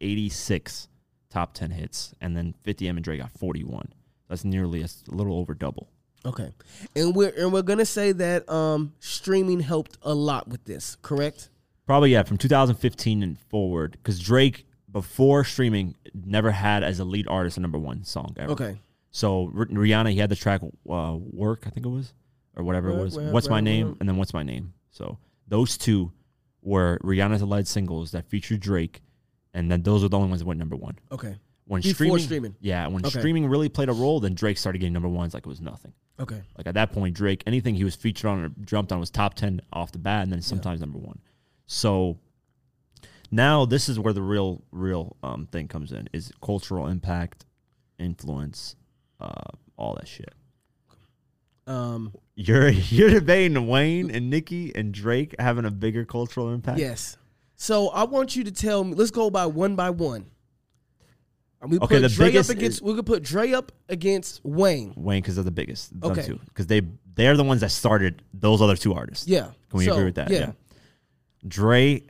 Speaker 1: 86 top 10 hits. And then 50 M and Dre got 41. That's nearly a, s- a little over double.
Speaker 2: Okay, and we're and we're gonna say that um streaming helped a lot with this. Correct.
Speaker 1: Probably, yeah, from 2015 and forward. Because Drake, before streaming, never had as a lead artist a number one song ever.
Speaker 2: Okay.
Speaker 1: So Rih- Rihanna, he had the track uh, "Work," I think it was, or whatever it
Speaker 2: Work,
Speaker 1: was.
Speaker 2: work,
Speaker 1: "What's My
Speaker 2: work,
Speaker 1: Name"
Speaker 2: work.
Speaker 1: and then "What's My Name." So those two were Rihanna's lead singles that featured Drake, and then those are the only ones that went number one.
Speaker 2: Okay.
Speaker 1: When
Speaker 2: Before
Speaker 1: streaming,
Speaker 2: streaming.
Speaker 1: yeah, when
Speaker 2: Okay.
Speaker 1: streaming really played a role, then Drake started getting number ones like it was nothing.
Speaker 2: Okay.
Speaker 1: Like at that point, Drake, anything he was featured on or jumped on was top 10 off the bat and then sometimes number one. So now this is where the real, real um, thing comes in is cultural impact, influence, uh, all that shit.
Speaker 2: Um.
Speaker 1: You're you're debating Wayne and Nicki and Drake having a bigger cultural impact.
Speaker 2: Yes. So I want you to tell me. Let's go by one by one. And We
Speaker 1: Okay,
Speaker 2: put
Speaker 1: the
Speaker 2: Dre
Speaker 1: biggest
Speaker 2: up against.
Speaker 1: is-
Speaker 2: we're gonna put Dre up against Wayne.
Speaker 1: Wayne because they're the biggest.
Speaker 2: Okay.
Speaker 1: Because they they're the ones that started those other two artists.
Speaker 2: Yeah.
Speaker 1: Can we
Speaker 2: So,
Speaker 1: agree with that?
Speaker 2: Yeah.
Speaker 1: Dre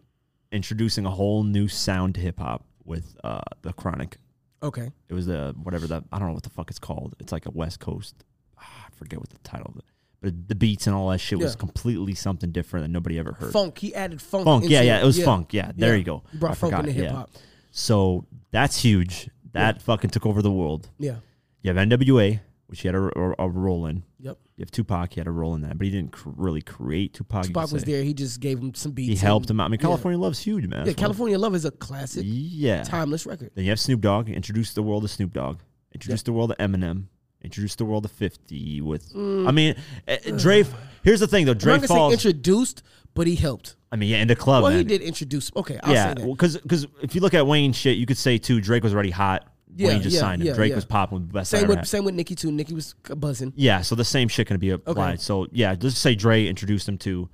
Speaker 1: introducing a whole new sound to hip hop with uh, the Chronic
Speaker 2: Okay.
Speaker 1: It was the whatever that I don't know what the fuck it's called. It's like a West Coast. ah, I forget what the title of it. But the beats and all that shit was
Speaker 2: Yeah.
Speaker 1: completely something different that nobody ever heard.
Speaker 2: Funk. He added funk.
Speaker 1: Funk, yeah,
Speaker 2: into
Speaker 1: yeah, it was funk, yeah, there
Speaker 2: Yeah.
Speaker 1: you go.
Speaker 2: He brought
Speaker 1: I
Speaker 2: funk
Speaker 1: forgot,
Speaker 2: into
Speaker 1: yeah.
Speaker 2: hip hop.
Speaker 1: So that's huge. That fucking took over the world.
Speaker 2: Yeah.
Speaker 1: You have NWA, which he had a, a, a role in.
Speaker 2: Yep.
Speaker 1: You have Tupac, he had a role in that, but he didn't cr- really create Tupac. you could
Speaker 2: Spock was
Speaker 1: say.
Speaker 2: there. He just gave him some beats.
Speaker 1: He
Speaker 2: and-
Speaker 1: helped him out. I mean,
Speaker 2: yeah.
Speaker 1: California Love's huge, man.
Speaker 2: Yeah,
Speaker 1: That's one of-
Speaker 2: California Love is a classic,
Speaker 1: Yeah.
Speaker 2: timeless record.
Speaker 1: Then you have Snoop Dogg, introduce the world to Snoop Dogg, introduce the world to Eminem, introduce the world to 50 with,
Speaker 2: Mm.
Speaker 1: I mean, uh, Dre, here's the thing though,
Speaker 2: I'm
Speaker 1: Dre
Speaker 2: not gonna
Speaker 1: falls,
Speaker 2: say introduced, but he helped.
Speaker 1: I mean, yeah, in the club,
Speaker 2: Well,
Speaker 1: man.
Speaker 2: he did introduce. Okay, I'll
Speaker 1: yeah,
Speaker 2: say that.
Speaker 1: because if you look at Wayne shit, you could say too, Drake was already hot.
Speaker 2: Yeah,
Speaker 1: Wayne just
Speaker 2: yeah,
Speaker 1: signed him.
Speaker 2: yeah,
Speaker 1: Drake
Speaker 2: yeah.
Speaker 1: was popping, best I
Speaker 2: Same
Speaker 1: ever
Speaker 2: with
Speaker 1: had.
Speaker 2: same with Nicki too. Nicki was buzzing.
Speaker 1: Yeah, so the same shit can be applied. So yeah, let's say Dre introduced him to,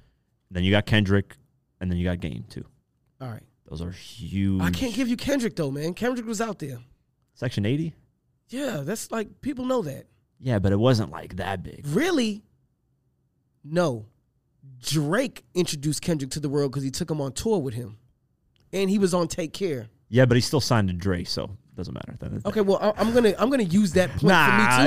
Speaker 1: then you got Kendrick, and then you got Game too.
Speaker 2: All right,
Speaker 1: Those are huge.
Speaker 2: I can't give you Kendrick though, man. Kendrick was out there.
Speaker 1: Section 80?
Speaker 2: Yeah, that's like people know that.
Speaker 1: Yeah, but it wasn't like that big.
Speaker 2: Really? No. Drake introduced Kendrick to the world because he took him on tour with him, and he was on Take Care.
Speaker 1: Yeah, but he still signed to Dre, so doesn't matter. Then
Speaker 2: Okay, well I- I'm gonna I'm gonna use that point for me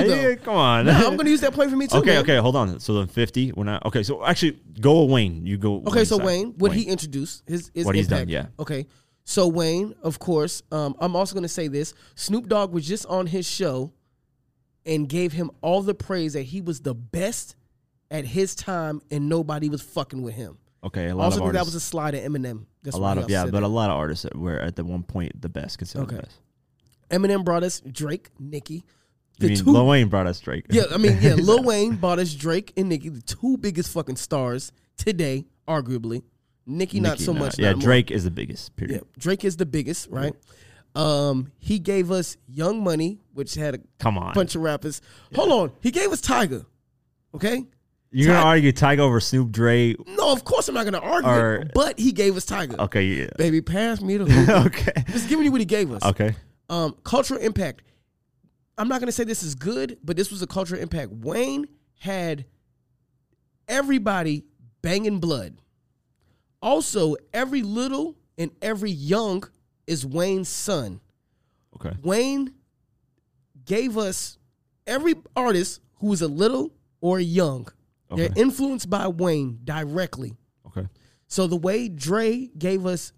Speaker 2: too. Though.
Speaker 1: yeah, come on.
Speaker 2: No, I'm gonna use that point for me too.
Speaker 1: okay,
Speaker 2: man.
Speaker 1: okay, hold on. So then 50, we're not. Okay, so actually, go with Wayne. You go.
Speaker 2: Okay, so
Speaker 1: side.
Speaker 2: Wayne, what he introduced, his, his
Speaker 1: What he's done,
Speaker 2: impact.
Speaker 1: yeah.
Speaker 2: Okay, so Wayne, of course, um, I'm also going to say this: Snoop Dogg was just on his show and gave him all the praise that he was the best at his time, and nobody was fucking with him.
Speaker 1: Okay, a lot
Speaker 2: Also,
Speaker 1: of
Speaker 2: think that was
Speaker 1: artists.
Speaker 2: a slide at Eminem. That's
Speaker 1: a
Speaker 2: why
Speaker 1: lot
Speaker 2: he
Speaker 1: of yeah,
Speaker 2: upset
Speaker 1: but
Speaker 2: him.
Speaker 1: a lot of artists that were at the one point the best considered the
Speaker 2: Okay.
Speaker 1: best.
Speaker 2: Eminem brought us Drake, Nicki,
Speaker 1: You
Speaker 2: the
Speaker 1: mean
Speaker 2: two.
Speaker 1: Lil Wayne brought us Drake?
Speaker 2: yeah, I mean, yeah, Lil Wayne brought us Drake and Nicki, the two biggest fucking stars today, arguably. Nicki, not
Speaker 1: Nicki,
Speaker 2: so
Speaker 1: nah.
Speaker 2: much.
Speaker 1: Yeah,
Speaker 2: not more.
Speaker 1: Drake is the biggest.
Speaker 2: Yeah,
Speaker 1: Period.
Speaker 2: Drake is the biggest, right? Um, he gave us Young Money, which had a
Speaker 1: Come on,
Speaker 2: bunch of rappers. Hold on, he gave us Tiger. Okay,
Speaker 1: you're gonna
Speaker 2: Ty-
Speaker 1: argue Tiger over Snoop Dre?
Speaker 2: no, of course I'm not gonna argue,
Speaker 1: Or-
Speaker 2: it, but he gave us Tiger.
Speaker 1: Okay, yeah.
Speaker 2: Baby, pass me the. hoop.
Speaker 1: okay,
Speaker 2: Just giving you what he gave us.
Speaker 1: okay.
Speaker 2: Um, cultural impact. I'm not gonna say this is good, but this was a cultural impact. Wayne had everybody banging blood. Also, every little and every young is Wayne's son.
Speaker 1: Okay.
Speaker 2: Wayne gave us every artist who was a little or young
Speaker 1: Okay.
Speaker 2: They're influenced by Wayne directly.
Speaker 1: Okay.
Speaker 2: So the way Dre gave us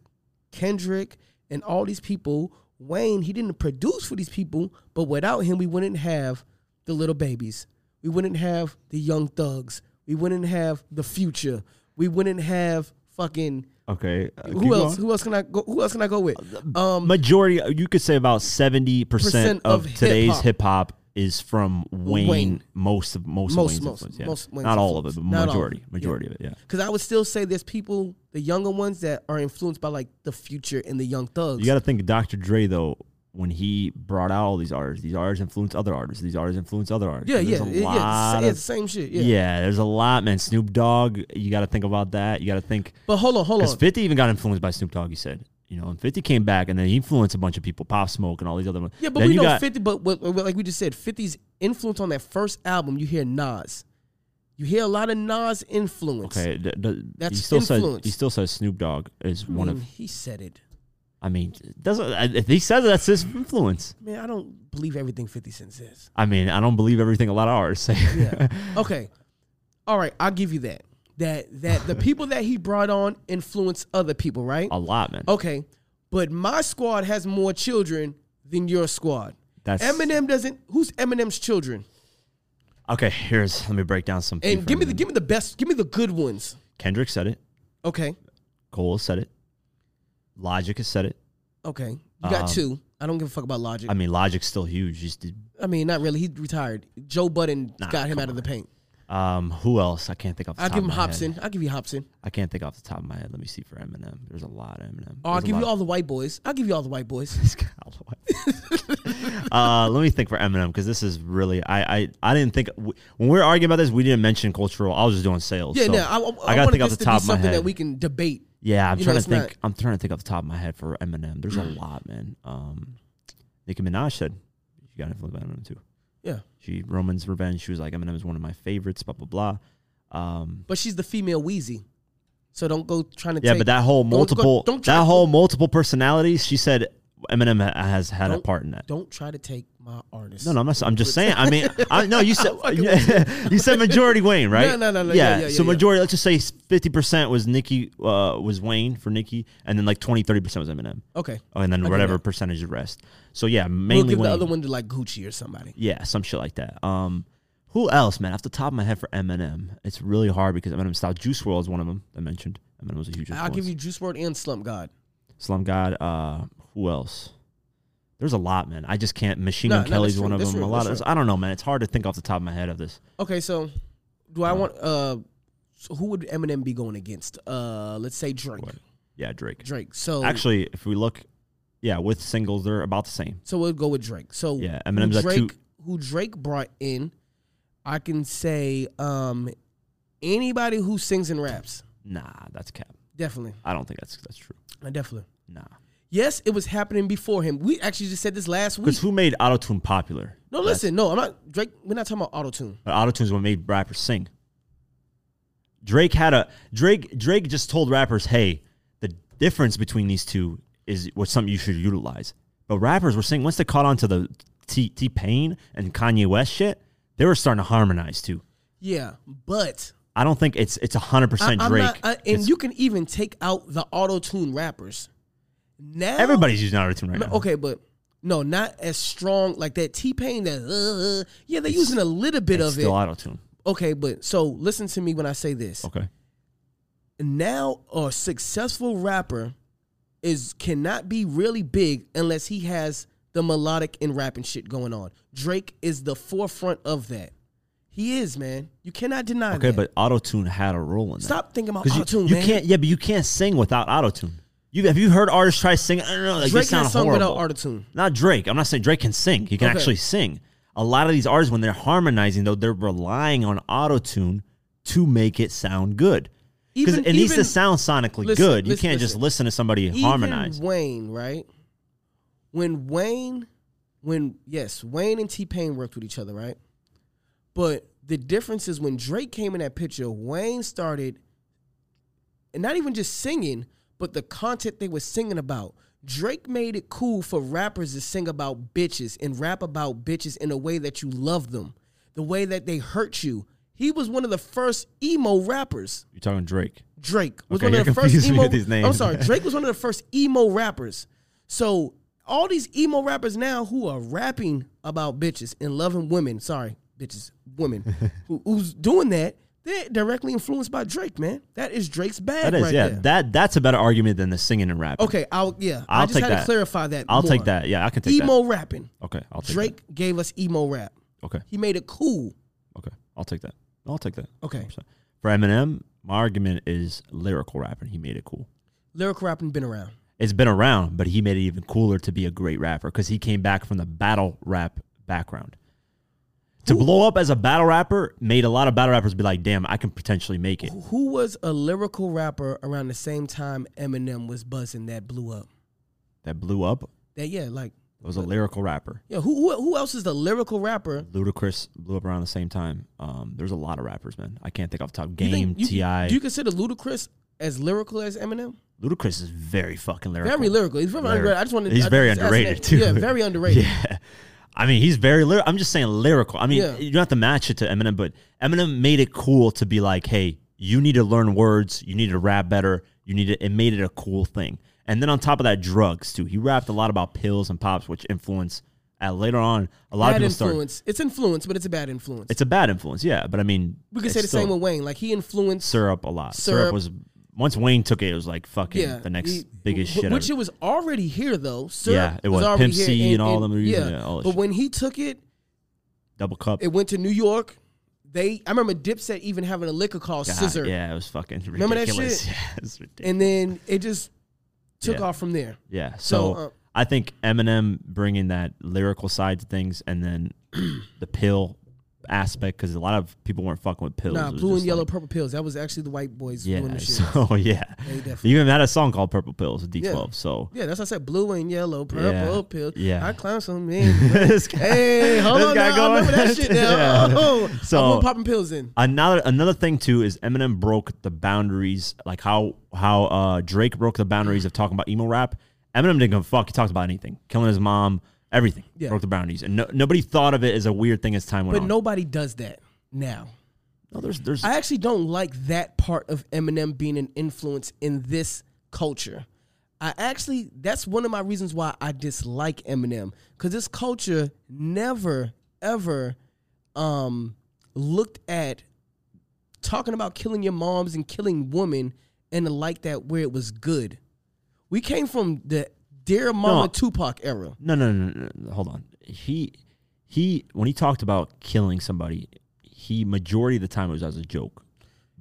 Speaker 2: Kendrick and all these people, Wayne, he didn't produce for these people, but without him, we wouldn't have the little babies. We wouldn't have the young thugs. We wouldn't have the future. We wouldn't have fucking
Speaker 1: Okay. uh, keep
Speaker 2: who else?
Speaker 1: going. Uh,
Speaker 2: Who else can I go? Who else can I go with? Um,
Speaker 1: Majority, you could say about seventy percent
Speaker 2: Percent
Speaker 1: of
Speaker 2: of
Speaker 1: today's
Speaker 2: hip-hop.
Speaker 1: hip hop is from Wayne.
Speaker 2: Wayne.
Speaker 1: Most of most,
Speaker 2: Most-
Speaker 1: of Wayne's
Speaker 2: most-
Speaker 1: influence. Yeah.
Speaker 2: most Wayne's
Speaker 1: Not all of it, but
Speaker 2: influence. Not all of
Speaker 1: majority,
Speaker 2: it, yeah.
Speaker 1: majority of it. Yeah.
Speaker 2: because I would still say there's people, the younger ones that are influenced by like the future and the young thugs.
Speaker 1: You got to think Dr. Dre though. When he brought out all these artists, these artists influence other artists. These artists influence other artists.
Speaker 2: yeah,
Speaker 1: And
Speaker 2: yeah,
Speaker 1: there's a
Speaker 2: yeah, yeah.
Speaker 1: lot
Speaker 2: It's,
Speaker 1: of-
Speaker 2: it's the same shit.
Speaker 1: yeah.
Speaker 2: Yeah.
Speaker 1: there's a lot, man. Snoop Dogg, you got to think about that. You got to think
Speaker 2: But hold on, hold
Speaker 1: because
Speaker 2: on.
Speaker 1: 50 even got influenced by Snoop Dogg. He said, you know, and 50 came back and then he influenced a bunch of people, Pop Smoke and all these other ones.
Speaker 2: Yeah, but
Speaker 1: Then
Speaker 2: we
Speaker 1: you
Speaker 2: know
Speaker 1: got-
Speaker 2: 50, but, but, but like we just said, 50's influence on that first album, you hear Nas. You hear a lot of Nas influence.
Speaker 1: Okay, th- th-
Speaker 2: That's
Speaker 1: he still says
Speaker 2: influence. Hmm.
Speaker 1: he still says Snoop Dogg is
Speaker 2: I
Speaker 1: one
Speaker 2: mean,
Speaker 1: of.
Speaker 2: Mm, he said it.
Speaker 1: I mean, doesn't I- if he says it, that's his influence.
Speaker 2: Man, I don't believe everything 50 Cent says.
Speaker 1: I mean, I don't believe everything a lot of artists say.
Speaker 2: Yeah. okay. All right, I'll give you that. That that the people that he brought on influence other people, right?
Speaker 1: a lot, man.
Speaker 2: Okay. But my squad has more children than your squad.
Speaker 1: That's
Speaker 2: Eminem doesn't who's Eminem's children?
Speaker 1: Okay, here's let me break down some.
Speaker 2: And
Speaker 1: people.
Speaker 2: give me the give me the best, give me the good ones.
Speaker 1: Kendrick said it.
Speaker 2: Okay.
Speaker 1: Cole said it. Logic has said it.
Speaker 2: Okay. You got
Speaker 1: Um,
Speaker 2: two. I don't give a fuck about logic.
Speaker 1: I mean, Logic's still huge. He's the-
Speaker 2: I mean, not really. He retired. Joe Budden
Speaker 1: Nah,
Speaker 2: got him
Speaker 1: come
Speaker 2: out of the paint.
Speaker 1: um, who else? I can't think off. The
Speaker 2: I'll
Speaker 1: top of
Speaker 2: give him
Speaker 1: my head.
Speaker 2: Hobson. I'll give you Hobson.
Speaker 1: I can't think off the top of my head. Let me see for Eminem. There's a lot of Eminem.
Speaker 2: Or I'll
Speaker 1: There's a
Speaker 2: give you
Speaker 1: lot-
Speaker 2: all the white boys. I'll give you all the white boys.
Speaker 1: This guy, I don't know why. uh, let me think for Eminem because this is really I, I I didn't think when we were arguing about this we didn't mention cultural. I was just doing sales.
Speaker 2: Yeah,
Speaker 1: so
Speaker 2: no, I, I, I,
Speaker 1: gotta
Speaker 2: wanted
Speaker 1: think off
Speaker 2: this
Speaker 1: the
Speaker 2: to
Speaker 1: top
Speaker 2: be
Speaker 1: of my
Speaker 2: something
Speaker 1: head.
Speaker 2: that we can debate.
Speaker 1: yeah, I'm
Speaker 2: you know,
Speaker 1: trying to
Speaker 2: it's
Speaker 1: think.
Speaker 2: not-
Speaker 1: I'm trying to think off the top of my head for Eminem. There's a lot, man. Um, Nicki Minaj said she got influenced by Eminem too.
Speaker 2: Yeah.
Speaker 1: She Roman's Revenge. She was like Eminem is one of my favorites. Blah blah blah. Um,
Speaker 2: But she's the female Wheezy. So don't go trying to
Speaker 1: yeah,
Speaker 2: take,
Speaker 1: but that whole
Speaker 2: don't go-
Speaker 1: multiple
Speaker 2: don't try
Speaker 1: that
Speaker 2: to-
Speaker 1: whole multiple personalities. She said Eminem ha- has had a
Speaker 2: Don't-
Speaker 1: part in that.
Speaker 2: don't try to take my artist.
Speaker 1: No, no, I'm not. I'm just saying. I mean, I, no, you said you said majority Wayne, right?
Speaker 2: No, no, no, no, yeah, yeah,
Speaker 1: so
Speaker 2: yeah,
Speaker 1: majority. Let's just say 50 percent was Nicki, uh, was Wayne for Nicki, and then like 20, 30 percent was Eminem,
Speaker 2: Okay.
Speaker 1: oh, and then
Speaker 2: do
Speaker 1: whatever
Speaker 2: that.
Speaker 1: percentage the rest. So yeah,
Speaker 2: We'll
Speaker 1: mainly
Speaker 2: give
Speaker 1: Wayne.
Speaker 2: the other one to like Gucci or somebody.
Speaker 1: Yeah, some shit like that. Um, who else, man? Off the top of my head for Eminem, it's really hard because Eminem style Juice World is one of them. I mentioned Eminem was a huge.
Speaker 2: I'll give
Speaker 1: influence.
Speaker 2: you Juice WRLD and Slump God.
Speaker 1: Slum God. Uh, who else? There's a lot, man. I just can't. Machine Gun
Speaker 2: No, no, that's
Speaker 1: Kelly's
Speaker 2: true,
Speaker 1: one of
Speaker 2: that's
Speaker 1: them.
Speaker 2: true,
Speaker 1: a lot
Speaker 2: that's
Speaker 1: of. I don't know, man. It's hard to think off the top of my head of this.
Speaker 2: Okay, so do I want uh so who would Eminem be going against? Uh let's say Drake.
Speaker 1: What? Yeah, Drake.
Speaker 2: Drake. So
Speaker 1: Actually, if we look, yeah, with singles, they're about the same.
Speaker 2: So we'll go with Drake. So
Speaker 1: Yeah, Eminem's
Speaker 2: who
Speaker 1: at two.
Speaker 2: Drake, who Drake brought in, I can say um, anybody who sings and raps,
Speaker 1: Nah, that's cap.
Speaker 2: definitely,
Speaker 1: I don't think that's that's true.
Speaker 2: Uh, definitely.
Speaker 1: Nah,
Speaker 2: Yes, it was happening before him. We actually just said this last week.
Speaker 1: because who made autotune popular?
Speaker 2: No, listen, no, I'm not Drake. We're not talking about auto tune.
Speaker 1: But autotune's what made rappers sing. Drake had a Drake. Drake just told rappers, "Hey, the difference between these two is what's something you should utilize." But rappers were saying once they caught on to the T T Pain and Kanye West shit, they were starting to harmonize too.
Speaker 2: Yeah, but
Speaker 1: I don't think it's it's hundred
Speaker 2: I,
Speaker 1: percent
Speaker 2: am
Speaker 1: Drake.
Speaker 2: not. I, and
Speaker 1: It's-
Speaker 2: you can even take out the auto tune rappers. Now
Speaker 1: everybody's using autotune right
Speaker 2: Ma-
Speaker 1: now.
Speaker 2: Okay, but no, not as strong like that T Pain. That uh, uh, yeah, they're using a little bit
Speaker 1: it's
Speaker 2: of it.
Speaker 1: still autotune.
Speaker 2: Okay, but so listen to me when I say this.
Speaker 1: Okay.
Speaker 2: Now a successful rapper is cannot be really big unless he has the melodic and rapping shit going on. Drake is the forefront of that. He is, man. You cannot deny
Speaker 1: Okay,
Speaker 2: that.
Speaker 1: but autotune had a role in that.
Speaker 2: stop thinking about
Speaker 1: 'Cause you,
Speaker 2: autotune,
Speaker 1: you
Speaker 2: man.
Speaker 1: can't yeah, but you can't sing without autotune. You have you heard artists try to sing? I don't know, like
Speaker 2: Drake
Speaker 1: they sound
Speaker 2: has sung
Speaker 1: horrible.
Speaker 2: without autotune.
Speaker 1: Not Drake. I'm not saying Drake can sing. He can
Speaker 2: Okay.
Speaker 1: actually sing. A lot of these artists, when they're harmonizing, though, they're relying on autotune to make it sound good. Because
Speaker 2: Even-
Speaker 1: it needs to
Speaker 2: even-
Speaker 1: sound sonically
Speaker 2: listen,
Speaker 1: good. You
Speaker 2: listen,
Speaker 1: can't just
Speaker 2: listen.
Speaker 1: listen to somebody harmonize.
Speaker 2: Even Wayne, right? When Wayne, when yes, Wayne and T Pain worked with each other, right? But the difference is when Drake came in that picture, Wayne started, and not even just singing, but the content they were singing about. Drake made it cool for rappers to sing about bitches and rap about bitches in a way that you love them, the way that they hurt you. He He was one of the first emo rappers.
Speaker 1: You're talking Drake.
Speaker 2: Drake was
Speaker 1: Okay,
Speaker 2: one of
Speaker 1: you're
Speaker 2: the first
Speaker 1: confusing me
Speaker 2: emo.
Speaker 1: with these names.
Speaker 2: I'm sorry, Drake was one of the first emo rappers. So all these emo rappers now who are rapping about bitches and loving women, sorry, bitches, women, who, who's doing that, they're directly influenced by Drake, man. That is Drake's bag
Speaker 1: That is
Speaker 2: right
Speaker 1: yeah.
Speaker 2: there.
Speaker 1: That that's a better argument than the singing and rapping.
Speaker 2: okay, I'll yeah. I
Speaker 1: I'll
Speaker 2: just
Speaker 1: take
Speaker 2: had to
Speaker 1: that.
Speaker 2: clarify that.
Speaker 1: I'll take
Speaker 2: more.
Speaker 1: that. Yeah, I can take
Speaker 2: Emo rapping.
Speaker 1: that. Okay, I'll take
Speaker 2: Drake gave us emo rap.
Speaker 1: That. Okay,
Speaker 2: He made it cool.
Speaker 1: okay, I'll take that. I'll take that.
Speaker 2: Okay.
Speaker 1: 100%. For Eminem, my argument is lyrical rapping. He made it cool.
Speaker 2: Lyrical rapping been around.
Speaker 1: It's been around, but he made it even cooler to be a great rapper because he came back from the battle rap background. To blow up as a battle rapper made a lot of battle rappers be like, "Damn, I can potentially make it."
Speaker 2: Who was a lyrical rapper around the same time Eminem was buzzing that blew up?
Speaker 1: That blew up.
Speaker 2: That yeah, like
Speaker 1: It was a lyrical rapper.
Speaker 2: yeah, who who, who else is the lyrical rapper?
Speaker 1: Ludacris blew up around the same time. Um, there's a lot of rappers, man. I can't think off the top.
Speaker 2: You
Speaker 1: Game,
Speaker 2: think- you-
Speaker 1: Ti.
Speaker 2: Do you consider Ludacris as lyrical as Eminem?
Speaker 1: Ludacris is very fucking lyrical.
Speaker 2: Very lyrical. He's very
Speaker 1: Lyric-
Speaker 2: underrated. I just wanted.
Speaker 1: He's
Speaker 2: I
Speaker 1: very
Speaker 2: just asked
Speaker 1: underrated
Speaker 2: that.
Speaker 1: too.
Speaker 2: Yeah, very underrated.
Speaker 1: yeah. I mean, he's very lyrical. I'm just saying lyrical. I mean,
Speaker 2: Yeah.
Speaker 1: you don't have to match it to Eminem, but Eminem made it cool to be like, hey, you need to learn words, you need to rap better, you need to. It made it a cool thing. And then on top of that, drugs too. He rapped a lot about pills and pops, which influenced. Uh, later on, a lot of
Speaker 2: Bad
Speaker 1: people started.
Speaker 2: influence. It's influence, but it's a bad influence.
Speaker 1: It's a bad influence, yeah. But I mean,
Speaker 2: we could
Speaker 1: it's
Speaker 2: say the same
Speaker 1: still
Speaker 2: with Wayne. Like he influenced.
Speaker 1: syrup a lot. Syrup,
Speaker 2: Syrup.
Speaker 1: was once Wayne took it, it was like fucking
Speaker 2: yeah,
Speaker 1: the next
Speaker 2: he-
Speaker 1: biggest
Speaker 2: wh-
Speaker 1: shit.
Speaker 2: Which
Speaker 1: ever.
Speaker 2: it was already here though. Syrup
Speaker 1: Yeah, it was.
Speaker 2: already
Speaker 1: Pimp
Speaker 2: here,
Speaker 1: C and all them were using it, all that
Speaker 2: but
Speaker 1: shit.
Speaker 2: when he took it,
Speaker 1: Double cup.
Speaker 2: it went to New York. They, I remember Dipset even having a liquor called
Speaker 1: God,
Speaker 2: Scissor,
Speaker 1: Yeah, it was fucking ridiculous.
Speaker 2: Remember that shit?
Speaker 1: Yeah, it's ridiculous.
Speaker 2: and then it just took
Speaker 1: Yeah.
Speaker 2: off from there.
Speaker 1: yeah.
Speaker 2: so,
Speaker 1: So,
Speaker 2: uh,
Speaker 1: I think Eminem bringing that lyrical side to things, and then the pill aspect, because a lot of people weren't fucking with pills.
Speaker 2: Nah,
Speaker 1: It was
Speaker 2: blue and
Speaker 1: just
Speaker 2: yellow,
Speaker 1: like-
Speaker 2: purple pills. That was actually the white boys
Speaker 1: yeah.
Speaker 2: doing the shit.
Speaker 1: So yeah,
Speaker 2: They definitely-
Speaker 1: you even had a song called "Purple Pills" with D12. So
Speaker 2: yeah, that's what I said. Blue and yellow, purple
Speaker 1: Yeah,
Speaker 2: pills.
Speaker 1: yeah.
Speaker 2: I climb some men.
Speaker 1: this guy-
Speaker 2: hey, hold
Speaker 1: this
Speaker 2: on,
Speaker 1: guy
Speaker 2: now.
Speaker 1: going-
Speaker 2: I remember that shit now.
Speaker 1: Yeah.
Speaker 2: Oh,
Speaker 1: So-
Speaker 2: I'm popping pills in.
Speaker 1: Another another thing too is Eminem broke the boundaries, like how how uh, Drake broke the boundaries of talking about emo rap. Eminem didn't give a fuck. He talked about anything, killing his mom, everything.
Speaker 2: Yeah.
Speaker 1: Broke the boundaries, and no, nobody thought of it as a weird thing as time went
Speaker 2: But
Speaker 1: on.
Speaker 2: nobody does that now.
Speaker 1: no, there's there's
Speaker 2: I actually don't like that part of Eminem being an influence in this culture. I actually, that's one of my reasons why I dislike Eminem because this culture never, ever um, looked at talking about killing your moms and killing women and the like that where it was good. We came from the Dear Mama
Speaker 1: No.
Speaker 2: Tupac era.
Speaker 1: no, no no no no. Hold on, he he when he talked about killing somebody, he majority of the time it was as a joke.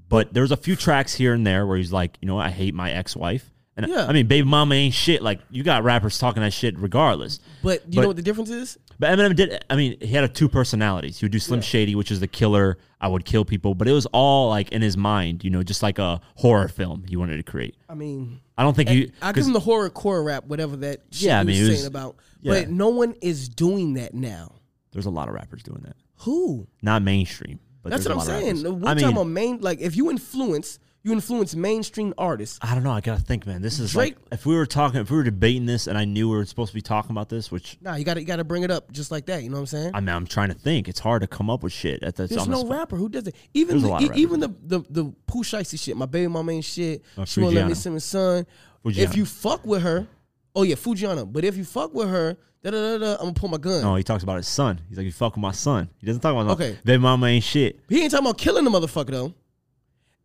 Speaker 1: But there's a few tracks here and there where he's like, you know, I hate my ex wife. And
Speaker 2: Yeah.
Speaker 1: I mean, baby mama ain't shit. Like, you got rappers talking that shit regardless.
Speaker 2: But you
Speaker 1: But-
Speaker 2: know what the difference is?
Speaker 1: But Eminem did. I mean, he had a two personalities. He would do Slim Shady, which is the killer. I would kill people, but it was all like in his mind, you know, just like a horror film he wanted to create.
Speaker 2: I mean,
Speaker 1: I don't think he.
Speaker 2: I give
Speaker 1: 'cause-
Speaker 2: him the horror core rap, whatever that shit
Speaker 1: Yeah, I
Speaker 2: he
Speaker 1: mean,
Speaker 2: was
Speaker 1: it
Speaker 2: saying
Speaker 1: was-
Speaker 2: about.
Speaker 1: yeah.
Speaker 2: But no one is doing that now.
Speaker 1: there's a lot of rappers doing that,
Speaker 2: Who?
Speaker 1: not mainstream. But
Speaker 2: That's
Speaker 1: there's
Speaker 2: what I'm
Speaker 1: a lot of
Speaker 2: saying.
Speaker 1: rappers.
Speaker 2: We're
Speaker 1: I
Speaker 2: talking
Speaker 1: mean,
Speaker 2: about main. Like, if you influence, you influence mainstream artists.
Speaker 1: I don't know. I gotta think, man. This is
Speaker 2: Drake-
Speaker 1: like if we were talking, if we were debating this, and I knew we were supposed to be talking about this, which
Speaker 2: Nah, you got to you got to bring it up just like that. You know what I'm saying?
Speaker 1: I mean, I'm trying to think. It's hard to come up with shit at the.
Speaker 2: There's
Speaker 1: on the
Speaker 2: no
Speaker 1: spot.
Speaker 2: rapper who does it. Even
Speaker 1: There's a
Speaker 2: the,
Speaker 1: lot of
Speaker 2: e- even the the the Pooh Shiesty shit. My baby mama ain't shit.
Speaker 1: Oh,
Speaker 2: she won't let me
Speaker 1: Fujiana.
Speaker 2: see my son.
Speaker 1: Fujiana.
Speaker 2: If you fuck with her, oh yeah, Fujiana. But if you fuck with her, da da da da, I'm gonna pull my gun.
Speaker 1: No, he talks about his son. He's like, "You fuck with my son." He doesn't talk about my-
Speaker 2: Okay.
Speaker 1: Baby mama ain't shit.
Speaker 2: He ain't talking about killing the motherfucker though.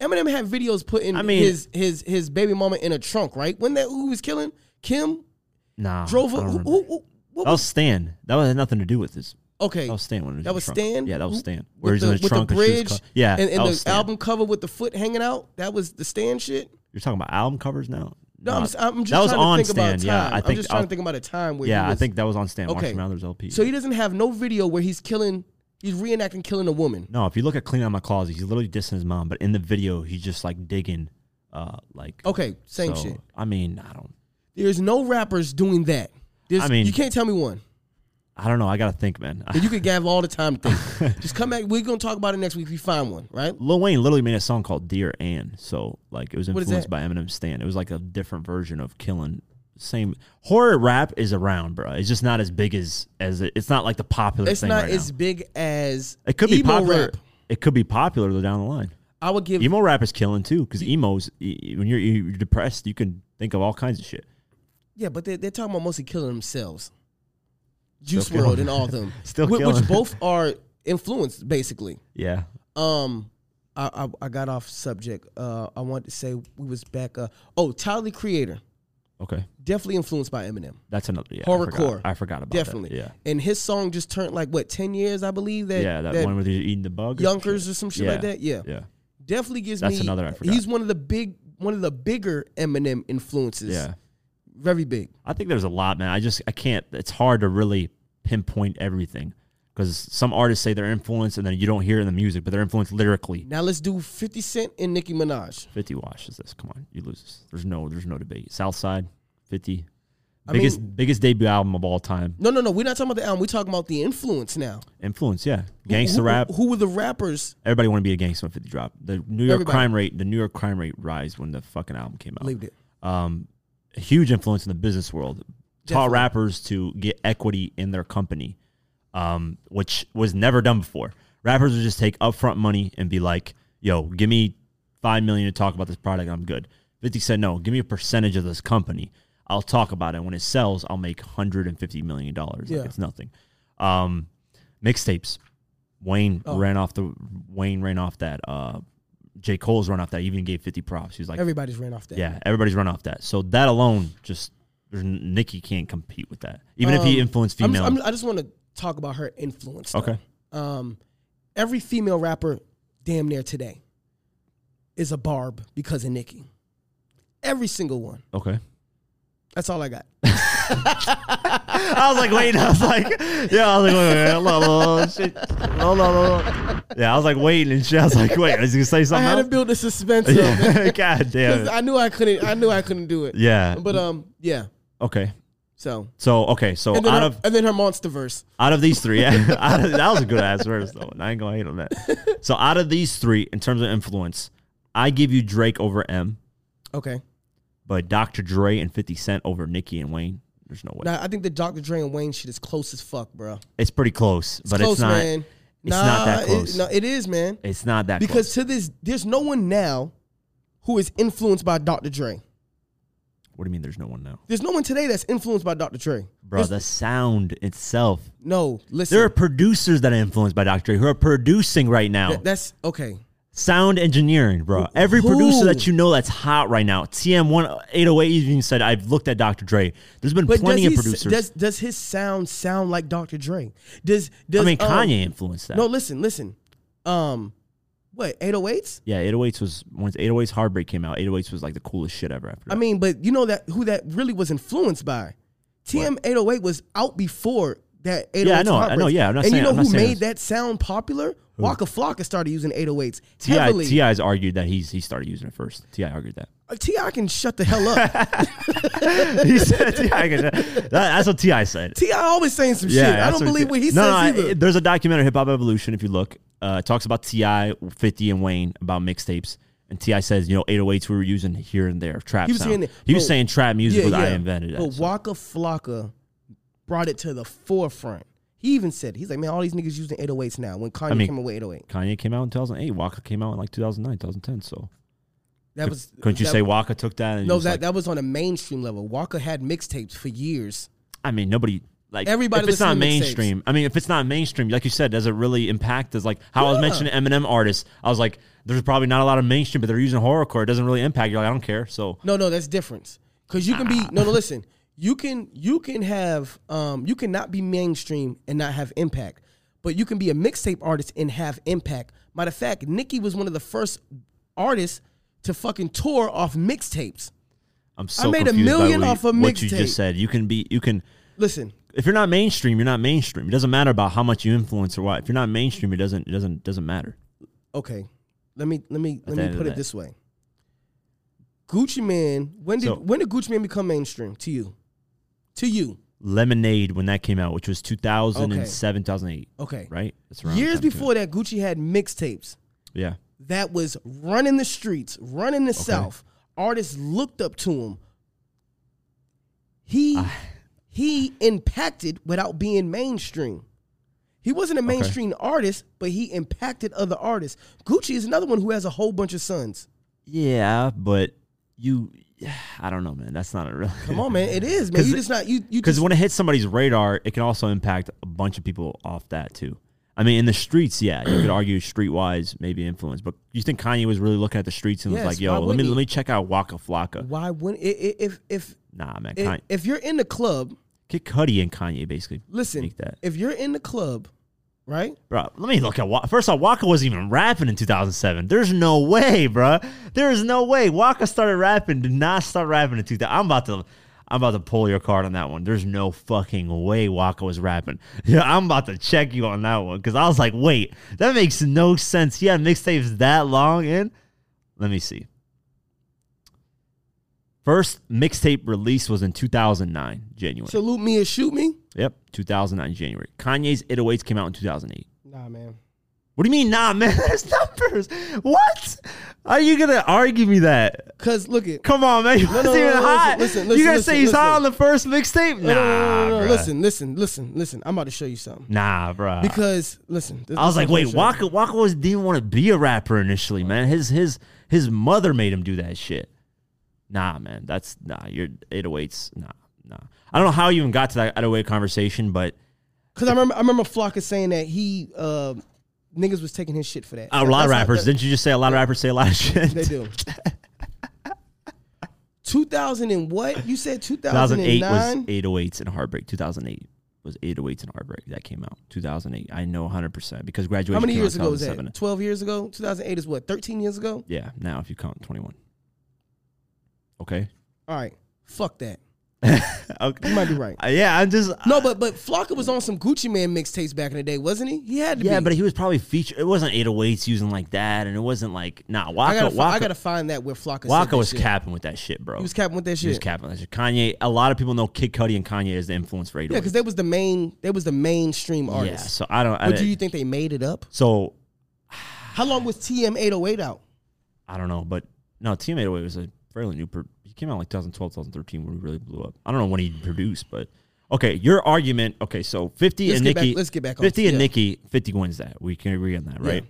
Speaker 2: Eminem had videos putting
Speaker 1: I mean-
Speaker 2: his his his baby mama in a trunk, right? When that who he was killing Kim
Speaker 1: Nah,
Speaker 2: drove
Speaker 1: I
Speaker 2: her.
Speaker 1: don't
Speaker 2: Who,
Speaker 1: remember.
Speaker 2: who, who- what
Speaker 1: That
Speaker 2: was,
Speaker 1: was Stan. That was had nothing to do with this.
Speaker 2: okay,
Speaker 1: That was Stan. When it was
Speaker 2: That
Speaker 1: in the
Speaker 2: was
Speaker 1: trunk.
Speaker 2: Stan.
Speaker 1: Yeah, that was
Speaker 2: Who-
Speaker 1: Stan. Where
Speaker 2: with
Speaker 1: he's
Speaker 2: the,
Speaker 1: in the
Speaker 2: with
Speaker 1: trunk
Speaker 2: the
Speaker 1: and shoes
Speaker 2: bridge,
Speaker 1: cut- Yeah,
Speaker 2: and,
Speaker 1: that
Speaker 2: and the
Speaker 1: was Stan.
Speaker 2: album cover with the foot hanging out. That was the Stan shit.
Speaker 1: You're talking about album covers now.
Speaker 2: No, I'm, s- I'm just
Speaker 1: that was
Speaker 2: trying
Speaker 1: on
Speaker 2: to think
Speaker 1: Stan.
Speaker 2: about time.
Speaker 1: Yeah, I think.
Speaker 2: am just trying
Speaker 1: I'll-
Speaker 2: to think about a time where he
Speaker 1: yeah, I
Speaker 2: was-
Speaker 1: think that was on Stan.
Speaker 2: Okay.
Speaker 1: Marshall Mathers LP.
Speaker 2: so. He doesn't have no video where he's killing. He's reenacting killing a woman.
Speaker 1: no, if you look at "Clean Out My Closet," he's literally dissing his mom, but in the video, he's just like digging, uh, like
Speaker 2: Okay, same
Speaker 1: so,
Speaker 2: shit.
Speaker 1: I mean, I don't,
Speaker 2: There's no rappers doing that. There's,
Speaker 1: I mean-
Speaker 2: you can't tell me one.
Speaker 1: I don't know. I gotta think, man.
Speaker 2: And you could have all the time to think. Just come back. We're gonna talk about it next week if we find one, right?
Speaker 1: Lil Wayne literally made a song called "Dear Anne," so like it was
Speaker 2: What is
Speaker 1: influenced
Speaker 2: that?
Speaker 1: by Eminem Stan. It was like a different version of killing. Same horror rap is around, bro. It's just not as big as as it, it's not like the popular
Speaker 2: It's
Speaker 1: thing
Speaker 2: not
Speaker 1: right now.
Speaker 2: as big as
Speaker 1: It could be
Speaker 2: emo
Speaker 1: popular.
Speaker 2: rap.
Speaker 1: It could be popular though down the line.
Speaker 2: I would give
Speaker 1: Emo rap is killing too because emos, e- when you're, you're depressed, you can think of all kinds of shit.
Speaker 2: Yeah, but they're, they're talking about mostly killing themselves. Juice
Speaker 1: killing.
Speaker 2: World and all of them,
Speaker 1: Still
Speaker 2: Wh-
Speaker 1: killing.
Speaker 2: which both are influenced basically.
Speaker 1: Yeah,
Speaker 2: Um, I, I I got off subject. Uh, I wanted to say we was back. Uh, oh, Tyler the Creator,
Speaker 1: okay,
Speaker 2: definitely influenced by Eminem,
Speaker 1: that's another yeah, I
Speaker 2: Horrorcore.
Speaker 1: forgot- I forgot about that.
Speaker 2: definitely. and his song just turned like what ten years, I believe.
Speaker 1: Yeah,
Speaker 2: That
Speaker 1: yeah, that, one where they're eating the bug. or some
Speaker 2: Yonkers or some shit like that. Yeah,
Speaker 1: shit. yeah,
Speaker 2: definitely gives
Speaker 1: That's
Speaker 2: me.
Speaker 1: another I forgot.
Speaker 2: He's one of the big, one of the bigger Eminem influences.
Speaker 1: yeah.
Speaker 2: very big.
Speaker 1: I think there's a lot, man. I just I can't. It's hard to really pinpoint everything because some artists say their influence, and then you don't hear it in the music, but their influence lyrically.
Speaker 2: Now let's do Fifty Cent and Nicki Minaj.
Speaker 1: Fifty watches this. Come on, you lose this. There's no, there's no debate. Southside, Fifty,
Speaker 2: I
Speaker 1: biggest
Speaker 2: mean-
Speaker 1: biggest debut album of all time.
Speaker 2: No, no, no. We're not talking about the album. We're talking about the influence now.
Speaker 1: Influence, yeah. Gangsta
Speaker 2: who,
Speaker 1: rap.
Speaker 2: Who were the rappers?
Speaker 1: Everybody want to be a gangster when Fifty drop. The New York
Speaker 2: Everybody.
Speaker 1: crime rate, the New York crime rate rise when the fucking album came out.
Speaker 2: Believed it.
Speaker 1: um, a huge influence in the business world. Taught rappers to get equity in their company, um, which was never done before. Rappers would just take upfront money and be like, "Yo, give me five million to talk about this product. I'm good." Fifty said, "No, give me a percentage of this company. I'll talk about it. When it sells, I'll make hundred and fifty million dollars.
Speaker 2: Yeah.
Speaker 1: Like it's nothing." Um, mixtapes. Wayne ran off the Wayne ran off that. Uh, J Cole's run off that. He even gave fifty props. He was like,
Speaker 2: Everybody's ran off that.
Speaker 1: yeah, everybody's run off that. So that alone, just there's n- Nicki can't compete with that. Even if he influenced
Speaker 2: Um, I'm
Speaker 1: female,
Speaker 2: just- I'm- i just want to talk about her influence. though.
Speaker 1: okay,
Speaker 2: Um, every female rapper, damn near today, is a barb because of Nicki. Every single one.
Speaker 1: okay.
Speaker 2: That's all I got.
Speaker 1: I was like, wait. I was like, yeah. I was like, wait, wait, wait, la, la, la, shit, la, la, la, la. yeah. I was like waiting and shit. I was like, wait, is he gonna say
Speaker 2: I
Speaker 1: something
Speaker 2: had to
Speaker 1: else?
Speaker 2: build the suspense up
Speaker 1: Yeah. God damn.
Speaker 2: 'cause
Speaker 1: It.
Speaker 2: I knew I couldn't. I knew I couldn't do it.
Speaker 1: Yeah.
Speaker 2: But um, yeah.
Speaker 1: Okay.
Speaker 2: So
Speaker 1: So okay. So
Speaker 2: and
Speaker 1: out
Speaker 2: then, her,
Speaker 1: of
Speaker 2: and then her monster verse.
Speaker 1: out of these three, yeah, out of- that was a good ass verse though. and I ain't gonna hate on that. So out of these three, in terms of influence, I give you Drake over M.
Speaker 2: Okay.
Speaker 1: but Dr. Dre and 50 Cent over Nicki and Wayne. There's no way.
Speaker 2: Now I think the Dr. Dre and Wayne shit is close as fuck, bro.
Speaker 1: it's pretty close, but
Speaker 2: close,
Speaker 1: it's not.
Speaker 2: man.
Speaker 1: it's not that
Speaker 2: it-
Speaker 1: close.
Speaker 2: no, it is, man.
Speaker 1: It's not that
Speaker 2: Because
Speaker 1: close.
Speaker 2: to this, there's no one now who is influenced by Dr. Dre.
Speaker 1: What do you mean? There's no one now,
Speaker 2: There's no one today that's influenced by Dr. Dre.
Speaker 1: bro. The sound itself.
Speaker 2: No, listen.
Speaker 1: There are producers that are influenced by Dr. Dre who are producing right now.
Speaker 2: Th- that's okay.
Speaker 1: sound engineering, bro. Every
Speaker 2: who?
Speaker 1: producer that you know that's hot right now. TM 808 even said, "I've looked at Dr. Dre." There's been
Speaker 2: But
Speaker 1: plenty
Speaker 2: does,
Speaker 1: of
Speaker 2: he s-
Speaker 1: producers.
Speaker 2: does does his sound sound like Dr. Dre? Does does
Speaker 1: I mean,
Speaker 2: um,
Speaker 1: Kanye influenced that.
Speaker 2: No, listen, listen. Um, what 808s?
Speaker 1: yeah, 808s was once 808s Heartbreak came out. 808s was like the coolest shit ever. After that.
Speaker 2: I mean, but you know that who that really was influenced by? TM 808 was out before that 808.
Speaker 1: I know, I know, yeah, I'm not
Speaker 2: and
Speaker 1: saying-
Speaker 2: you know
Speaker 1: I'm not
Speaker 2: who
Speaker 1: saying
Speaker 2: made
Speaker 1: this-
Speaker 2: that sound popular? Waka Flocka started using 808s
Speaker 1: Ti
Speaker 2: heavily.
Speaker 1: Ti's argued that he's he started using it first. Ti argued that.
Speaker 2: Uh, T.I. can shut the hell up.
Speaker 1: he said Ti. That, that's what Ti said.
Speaker 2: T.I. always saying some shit. I
Speaker 1: that's
Speaker 2: don't believe what he
Speaker 1: no,
Speaker 2: says
Speaker 1: no,
Speaker 2: either.
Speaker 1: I- there's a documentary, Hip Hop Evolution, if you look. Uh, it talks about Ti, Fifty, and Wayne about mixtapes. And Ti says, you know, 808s we were using here and there, trap
Speaker 2: He was
Speaker 1: sound.
Speaker 2: saying that-
Speaker 1: he was
Speaker 2: bro,
Speaker 1: saying trap music was I invented
Speaker 2: But
Speaker 1: that. so-
Speaker 2: Waka Flocka brought it to the forefront. He even said, he's like, man, all these niggas using 808s now when Kanye
Speaker 1: mean-
Speaker 2: came out with 808.
Speaker 1: Kanye came out in 2008. Waka came out in like 2009, 2010. So
Speaker 2: That was
Speaker 1: couldn't you
Speaker 2: that-
Speaker 1: say Waka took that? And
Speaker 2: No,
Speaker 1: just
Speaker 2: that,
Speaker 1: like-
Speaker 2: that was on a mainstream level. Waka had mixtapes for years.
Speaker 1: I mean, nobody like
Speaker 2: Everybody
Speaker 1: If it's not
Speaker 2: listening to mixtapes.
Speaker 1: mainstream, I mean, if it's not mainstream, like you said, does it really impact? Does like how I was mentioning Eminem artists, I was like, there's probably not a lot of mainstream, but they're using horrorcore. It doesn't really impact. You're like, I don't care. So
Speaker 2: No, no, that's different. Cause you can be
Speaker 1: Ah.
Speaker 2: no, no. Listen, you can you can have um you cannot be mainstream and not have impact, but you can be a mixtape artist and have impact. Matter of fact, Nicki was one of the first artists to fucking tour off mixtapes.
Speaker 1: I'm so
Speaker 2: made a
Speaker 1: confused by
Speaker 2: million
Speaker 1: what you-
Speaker 2: off a
Speaker 1: what you
Speaker 2: mixtape.
Speaker 1: just said. You can be, you can.
Speaker 2: Listen,
Speaker 1: If you're not mainstream, you're not mainstream. It doesn't matter about how much you influence or what. If you're not mainstream, it doesn't, it doesn't, doesn't matter.
Speaker 2: okay, let me let me let
Speaker 1: the end
Speaker 2: me
Speaker 1: of
Speaker 2: put
Speaker 1: the
Speaker 2: it
Speaker 1: day.
Speaker 2: this way. Gucci Man, when did
Speaker 1: So-
Speaker 2: when did Gucci Man become mainstream to you? To you,
Speaker 1: Lemonade when that came out, which was 2007, 2008,
Speaker 2: okay.
Speaker 1: right? That's
Speaker 2: Years
Speaker 1: the time it came out.
Speaker 2: before that, Gucci had mixtapes.
Speaker 1: Yeah.
Speaker 2: that was running the streets, running the South. Artists looked up to him. He he impacted without being mainstream. He wasn't a mainstream artist, but he impacted other artists. Gucci is another one who has a whole bunch of sons.
Speaker 1: Yeah, but you, I don't know, man. That's not a real.
Speaker 2: Come on, man. It is, man. You just not you you
Speaker 1: Because
Speaker 2: just
Speaker 1: when it hits somebody's radar, it can also impact a bunch of people off that too. I mean, in the streets, yeah, you could argue streetwise maybe influence, but you think Kanye was really looking at the streets and
Speaker 2: Yes,
Speaker 1: was like,
Speaker 2: why
Speaker 1: "Yo, let me
Speaker 2: wouldn't he?
Speaker 1: let me check out Waka Flocka."
Speaker 2: why wouldn't i- i- if if
Speaker 1: Nah, man,
Speaker 2: if,
Speaker 1: Kanye,
Speaker 2: if you're in the club,
Speaker 1: Kid Cudi and Kanye basically
Speaker 2: listen,
Speaker 1: make that.
Speaker 2: if you're in the club, right?
Speaker 1: Bro, let me look at Waka. First off, Waka wasn't even rapping in 2007. There's no way, bro. There is no way. Waka started rapping, did not start rapping in 2000. I'm about to, I'm about to pull your card on that one. There's no fucking way Waka was rapping. Yeah, I'm about to check you on that one because I was like, wait, that makes no sense. He had mixtapes that long in. Let me see. First mixtape release was in 2009 January.
Speaker 2: Salute me and shoot me.
Speaker 1: yep, 2009 January. Kanye's 808s came out in 2008.
Speaker 2: Nah, man.
Speaker 1: What do you mean, nah, man? There's numbers. What? Are you gonna argue me that?
Speaker 2: Cause look at
Speaker 1: Come on, man. He wasn't
Speaker 2: no, no,
Speaker 1: even
Speaker 2: no,
Speaker 1: hot.
Speaker 2: listen,
Speaker 1: you
Speaker 2: listen, listen,
Speaker 1: gonna
Speaker 2: listen,
Speaker 1: say he's hot
Speaker 2: listen.
Speaker 1: on the first mixtape? Nah,
Speaker 2: no, no, no, no, no.
Speaker 1: bruh.
Speaker 2: listen, listen, listen, listen. I'm about to show you something.
Speaker 1: Nah, bro.
Speaker 2: Because listen, this-
Speaker 1: I was like,
Speaker 2: this is what I'm
Speaker 1: wait,
Speaker 2: showing you.
Speaker 1: Waka Waka was didn't want to be a rapper initially, man. His his his mother made him do that shit. Nah, man. That's nah, you're 808s. Nah, nah. I don't know how you even got to that 808 conversation, but
Speaker 2: Because I remember, I remember Flocka saying that he uh, niggas was taking his shit for that.
Speaker 1: a lot of
Speaker 2: That's how-
Speaker 1: rappers.
Speaker 2: that-
Speaker 1: didn't you just say a lot of rappers say a lot of shit?
Speaker 2: they do. Two thousand and what you said? Two thousand and
Speaker 1: 2008 was
Speaker 2: nine.
Speaker 1: 808s and heartbreak. 2008 was 808s and heartbreak that came out. 2008, I know 100 percent because graduation.
Speaker 2: How many
Speaker 1: came out
Speaker 2: years
Speaker 1: in
Speaker 2: ago was that?
Speaker 1: 2007.
Speaker 2: Twelve years ago. Two thousand eight is what? Thirteen years ago.
Speaker 1: Yeah, now if you count 21. Okay.
Speaker 2: All right, fuck that.
Speaker 1: okay.
Speaker 2: You might be right.
Speaker 1: Uh, Yeah, I'm just
Speaker 2: No, but but Flocka was on some Gucci Man mixtapes back in the day, wasn't he? He had to
Speaker 1: yeah,
Speaker 2: be.
Speaker 1: but he was probably featured. It wasn't 808s using like that, and it wasn't like nah. Waka
Speaker 2: I gotta, fi- I
Speaker 1: Waka,
Speaker 2: gotta find that where Flocka. said
Speaker 1: Waka
Speaker 2: that
Speaker 1: was
Speaker 2: shit.
Speaker 1: capping with that shit, bro.
Speaker 2: He was capping with that
Speaker 1: He
Speaker 2: shit.
Speaker 1: was capping with that shit. Kanye. A lot of people know Kid Cudi and Kanye is the influence for 808s.
Speaker 2: yeah, because they was the main. They was the mainstream
Speaker 1: Yeah,
Speaker 2: artist.
Speaker 1: so I don't. I,
Speaker 2: But do you think they made it up?
Speaker 1: so
Speaker 2: How long was TM eight oh eight out?
Speaker 1: I don't know, but no, Team 808 was a fairly new. Pro- he came out like 2012, 2013 when he really blew up. I don't know when he produced, but okay, your argument. Okay, so 50
Speaker 2: Let's
Speaker 1: and
Speaker 2: get
Speaker 1: Nicki.
Speaker 2: back- let's get back on-
Speaker 1: 50 and
Speaker 2: yeah.
Speaker 1: Nicki. 50 wins that. We can agree on that, right?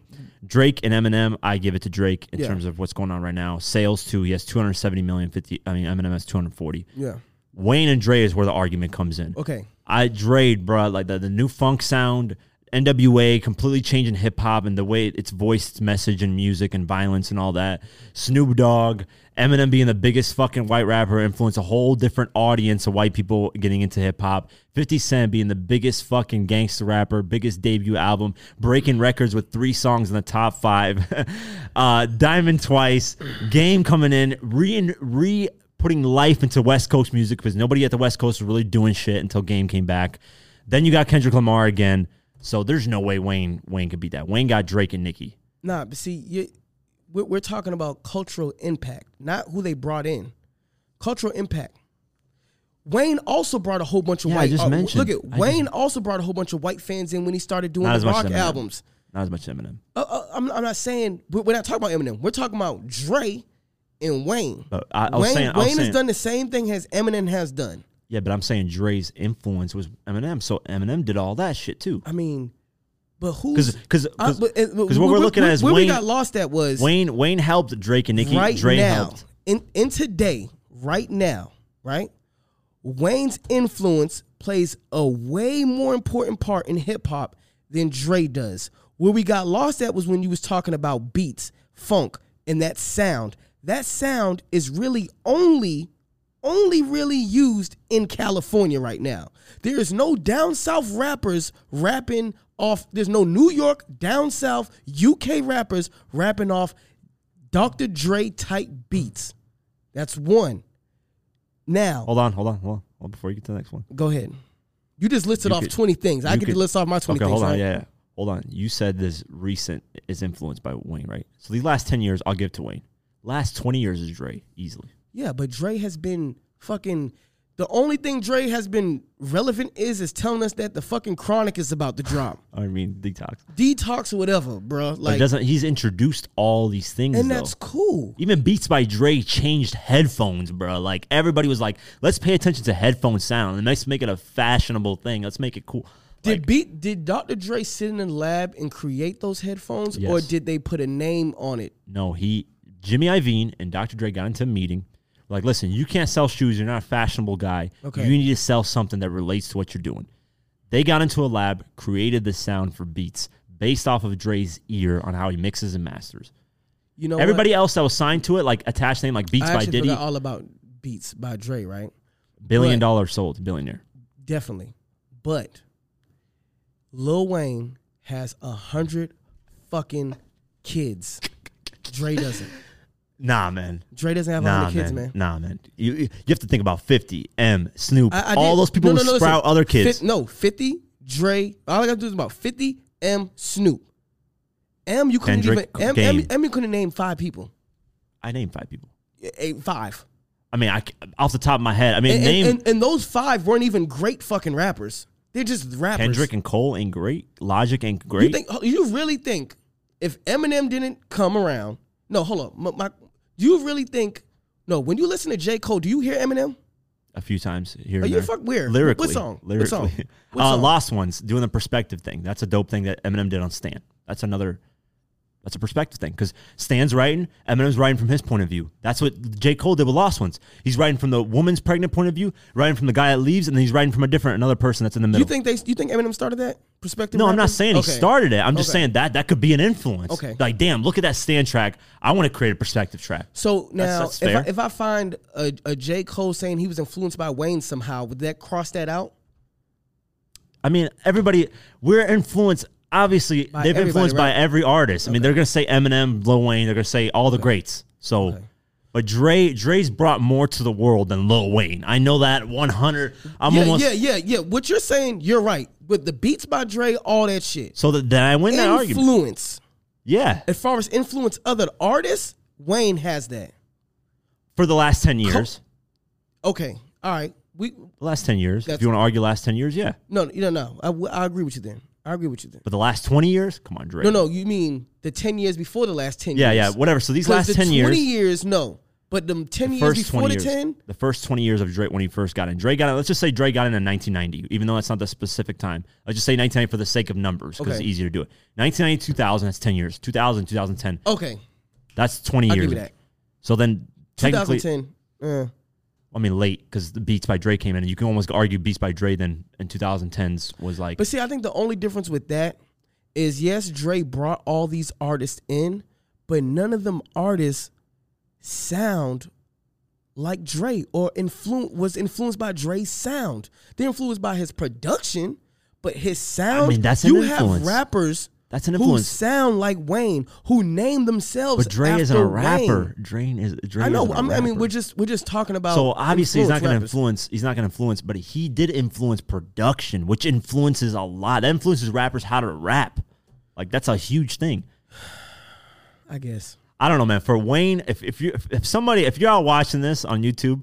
Speaker 1: Drake and Eminem. I give it to Drake in
Speaker 2: Yeah.
Speaker 1: terms of what's going on right now. Sales too. He has 270 million. 50. I mean, Eminem has 240.
Speaker 2: Yeah.
Speaker 1: Wayne and Dre is where the argument comes in.
Speaker 2: Okay.
Speaker 1: I Dre, bro, like the, the new funk sound, NWA completely changing hip hop and the way it's voiced, its message and music and violence and all that. Snoop Dogg, Eminem being the biggest fucking white rapper, influenced a whole different audience of white people getting into hip hop. 50 Cent being the biggest fucking gangster rapper, biggest debut album, breaking records with three songs in the top five. uh, Diamond twice, Game coming in, re re putting life into West Coast music because nobody at the West Coast was really doing shit until Game came back. Then you got Kendrick Lamar again. So there's no way Wayne Wayne could beat that. Wayne got Drake and Nicki.
Speaker 2: Nah, but see, you, we're, we're talking about cultural impact, not who they brought in. Cultural impact. Wayne also brought a whole bunch of
Speaker 1: Yeah, I
Speaker 2: white.
Speaker 1: just
Speaker 2: uh,
Speaker 1: mentioned.
Speaker 2: Look at
Speaker 1: I
Speaker 2: Wayne also brought a whole bunch of white fans in when he started doing
Speaker 1: Not
Speaker 2: the
Speaker 1: as much
Speaker 2: rock
Speaker 1: as Eminem.
Speaker 2: albums.
Speaker 1: Not as much Eminem.
Speaker 2: Uh, uh, I'm, I'm not saying we're, we're not talking about Eminem. We're talking about Dre and Wayne.
Speaker 1: But Uh, I, I was
Speaker 2: Wayne,
Speaker 1: saying, I was
Speaker 2: Wayne has
Speaker 1: saying-
Speaker 2: done the same thing as Eminem has done.
Speaker 1: yeah, but I'm saying Dre's influence was Eminem. So Eminem did all that shit too.
Speaker 2: I mean, but who's
Speaker 1: Because because
Speaker 2: uh,
Speaker 1: because
Speaker 2: but- uh, but
Speaker 1: what we're looking at is
Speaker 2: where we
Speaker 1: Wayne
Speaker 2: got lost at was
Speaker 1: Wayne Wayne helped Drake and Nicki.
Speaker 2: right
Speaker 1: Dre
Speaker 2: now
Speaker 1: helped.
Speaker 2: in in today right now right Wayne's influence plays a way more important part in hip hop than Dre does. Where we got lost at was when you was talking about beats, funk, and that sound. That sound is really only only really used in California right now. There is no down south rappers rapping off there's no New York down south UK rappers rapping off Dr. Dre type beats. That's one. Now,
Speaker 1: Hold on, hold on, hold on. Hold on before you get to the next one.
Speaker 2: go ahead. You just listed
Speaker 1: You
Speaker 2: off
Speaker 1: could-
Speaker 2: 20 things. I
Speaker 1: you
Speaker 2: get
Speaker 1: could-
Speaker 2: to list off my 20
Speaker 1: Okay,
Speaker 2: things.
Speaker 1: hold on.
Speaker 2: right?
Speaker 1: Yeah, yeah. hold on. You said this recent is influenced by Wayne, right? So these last ten years, I'll give to Wayne. Last twenty years is Dre easily.
Speaker 2: Yeah, but Dre has been fucking. The only thing Dre has been relevant is is telling us that the fucking chronic is about to drop.
Speaker 1: I mean, detox.
Speaker 2: Detox or whatever, bro.
Speaker 1: But it
Speaker 2: Like,
Speaker 1: doesn't he's introduced all these things?
Speaker 2: and
Speaker 1: though.
Speaker 2: that's cool.
Speaker 1: Even Beats by Dre changed headphones, bro. Like everybody was like, "Let's pay attention to headphone sound and let's make it a fashionable thing. Let's make it cool."
Speaker 2: Did beat did Dr. Dre sit in the lab and create those headphones, or
Speaker 1: Yes.
Speaker 2: did they put a name on it?
Speaker 1: No, he Jimmy Iovine and Dr. Dre got into a meeting. Like, listen, you can't sell shoes. You're not a fashionable guy.
Speaker 2: Okay.
Speaker 1: You need to sell something that relates to what you're doing. They got into a lab, created the sound for beats based off of Dre's ear on how he mixes and masters.
Speaker 2: You know, what?
Speaker 1: Everybody else that was signed to it, like attached name, like Beats
Speaker 2: I
Speaker 1: by
Speaker 2: actually
Speaker 1: Diddy,
Speaker 2: forgot all about Beats by Dre, right?
Speaker 1: billion
Speaker 2: but-
Speaker 1: dollar sold, billionaire.
Speaker 2: Definitely, but Lil Wayne has a hundred fucking kids. Dre doesn't.
Speaker 1: Nah, man.
Speaker 2: Dre doesn't have a
Speaker 1: Nah,
Speaker 2: hundred kids,
Speaker 1: man.
Speaker 2: man.
Speaker 1: Nah, man. You, you have to think about 50, M, Snoop,
Speaker 2: I- I
Speaker 1: all
Speaker 2: did-
Speaker 1: those people who sprout
Speaker 2: listen.
Speaker 1: other kids.
Speaker 2: Fif- no, 50, Dre. All I got to do is about 50, M, Snoop. M, you couldn't
Speaker 1: Kendrick,
Speaker 2: even. M, M,
Speaker 1: Game.
Speaker 2: M, you couldn't name five people.
Speaker 1: I named five people.
Speaker 2: Eight, five.
Speaker 1: I mean, I, c- off the top of my head, I mean,
Speaker 2: And,
Speaker 1: name.
Speaker 2: and, and those five weren't even great fucking rappers. They're just rappers.
Speaker 1: Kendrick and Cole ain't great. Logic ain't
Speaker 2: you
Speaker 1: great.
Speaker 2: think you really think if Eminem didn't come around? No, hold on. My, my- do you really think? No, when you listen to J Cole, do you hear Eminem?
Speaker 1: a few times here.
Speaker 2: Are
Speaker 1: and
Speaker 2: you
Speaker 1: there.
Speaker 2: Oh, fuck where?
Speaker 1: Lyrically,
Speaker 2: What song?
Speaker 1: Lyrically.
Speaker 2: What song? What
Speaker 1: uh,
Speaker 2: song?
Speaker 1: Lost ones doing the perspective thing. That's a dope thing that Eminem did on Stan. That's another. That's a perspective thing because Stan's writing, Eminem's writing from his point of view. That's what J. Cole did with Lost Ones. He's writing from the woman's pregnant point of view, writing from the guy that leaves, and then he's writing from a different another person that's in the middle.
Speaker 2: You think they? You think Eminem started that perspective?
Speaker 1: No, I'm not
Speaker 2: rapping?
Speaker 1: saying
Speaker 2: Okay.
Speaker 1: he started it. I'm just
Speaker 2: Okay.
Speaker 1: saying that that could be an influence.
Speaker 2: Okay.
Speaker 1: Like, damn, look at that Stan track. I want to create a perspective track.
Speaker 2: So now,
Speaker 1: that's
Speaker 2: if, I,
Speaker 1: fair.
Speaker 2: if I find a, a J. Cole saying he was influenced by Wayne somehow, would that cross that out?
Speaker 1: I mean, everybody, we're influenced. Obviously, they've
Speaker 2: everybody,
Speaker 1: influenced by
Speaker 2: right?
Speaker 1: every artist. I mean, they're gonna say Eminem, Lil Wayne. They're gonna say all the greats. So, but Dre, Dre's brought more to the world than Lil Wayne. I know that one hundred. I'm
Speaker 2: yeah,
Speaker 1: almost
Speaker 2: yeah, yeah, yeah. What you're saying, you're right. With the beats by Dre, all that shit.
Speaker 1: so that then I win that argument.
Speaker 2: influence.
Speaker 1: Yeah,
Speaker 2: As far as influence other artists, Wayne has that.
Speaker 1: for the last ten years.
Speaker 2: Okay, all right. We
Speaker 1: The last ten years. If
Speaker 2: That's-
Speaker 1: you want to argue last ten years, yeah.
Speaker 2: no, no, no. no. I, w- I agree with you then. I agree with you then.
Speaker 1: But the last twenty years, come on, Dre.
Speaker 2: No, no. You mean the ten years before the last ten?
Speaker 1: Yeah, yeah,
Speaker 2: years.
Speaker 1: whatever. So these
Speaker 2: 'Cause
Speaker 1: last
Speaker 2: the
Speaker 1: ten
Speaker 2: Twenty
Speaker 1: years,
Speaker 2: years, no. But them ten years
Speaker 1: first
Speaker 2: before
Speaker 1: twenty
Speaker 2: the
Speaker 1: years,
Speaker 2: ten.
Speaker 1: the first twenty years of Drake when he first got in. Drake got in. Let's just say Drake got in in 1990, even though that's not the specific time. Let's just say 1990 for the sake of numbers because
Speaker 2: Okay.
Speaker 1: it's easier to do it. 1990, 2000, that's 10 years. 2000, 2010,
Speaker 2: Okay,
Speaker 1: that's 20
Speaker 2: I'll
Speaker 1: years.
Speaker 2: give you that.
Speaker 1: So then technically,
Speaker 2: 2010. Uh,
Speaker 1: I mean late because the Beats by Dre came in, and you can almost argue Beats by Dre then in 2010s was like
Speaker 2: But see, I think the only difference with that is yes, Dre brought all these artists in, but none of them artists sound like Dre or influ- was influenced by Dre's sound. They're influenced by his production, but his sound.
Speaker 1: mean, that's an
Speaker 2: you
Speaker 1: influence.
Speaker 2: have rappers
Speaker 1: that's an
Speaker 2: who
Speaker 1: influence.
Speaker 2: sound like Wayne, who name themselves.
Speaker 1: But Dre isn't
Speaker 2: after
Speaker 1: a
Speaker 2: Wayne.
Speaker 1: rapper. Dre is Dre.
Speaker 2: I know.
Speaker 1: isn't a
Speaker 2: I mean, I mean,
Speaker 1: rapper.
Speaker 2: we're just we're just talking about.
Speaker 1: So obviously he's not going to
Speaker 2: Oh, influence.
Speaker 1: influence.
Speaker 2: rappers.
Speaker 1: He's not going to influence, but he did influence production, which influences a lot. That influences rappers how to rap. Like that's a huge thing.
Speaker 2: I guess.
Speaker 1: I don't know, man. For Wayne, if if you if, if somebody if you're out watching this on YouTube,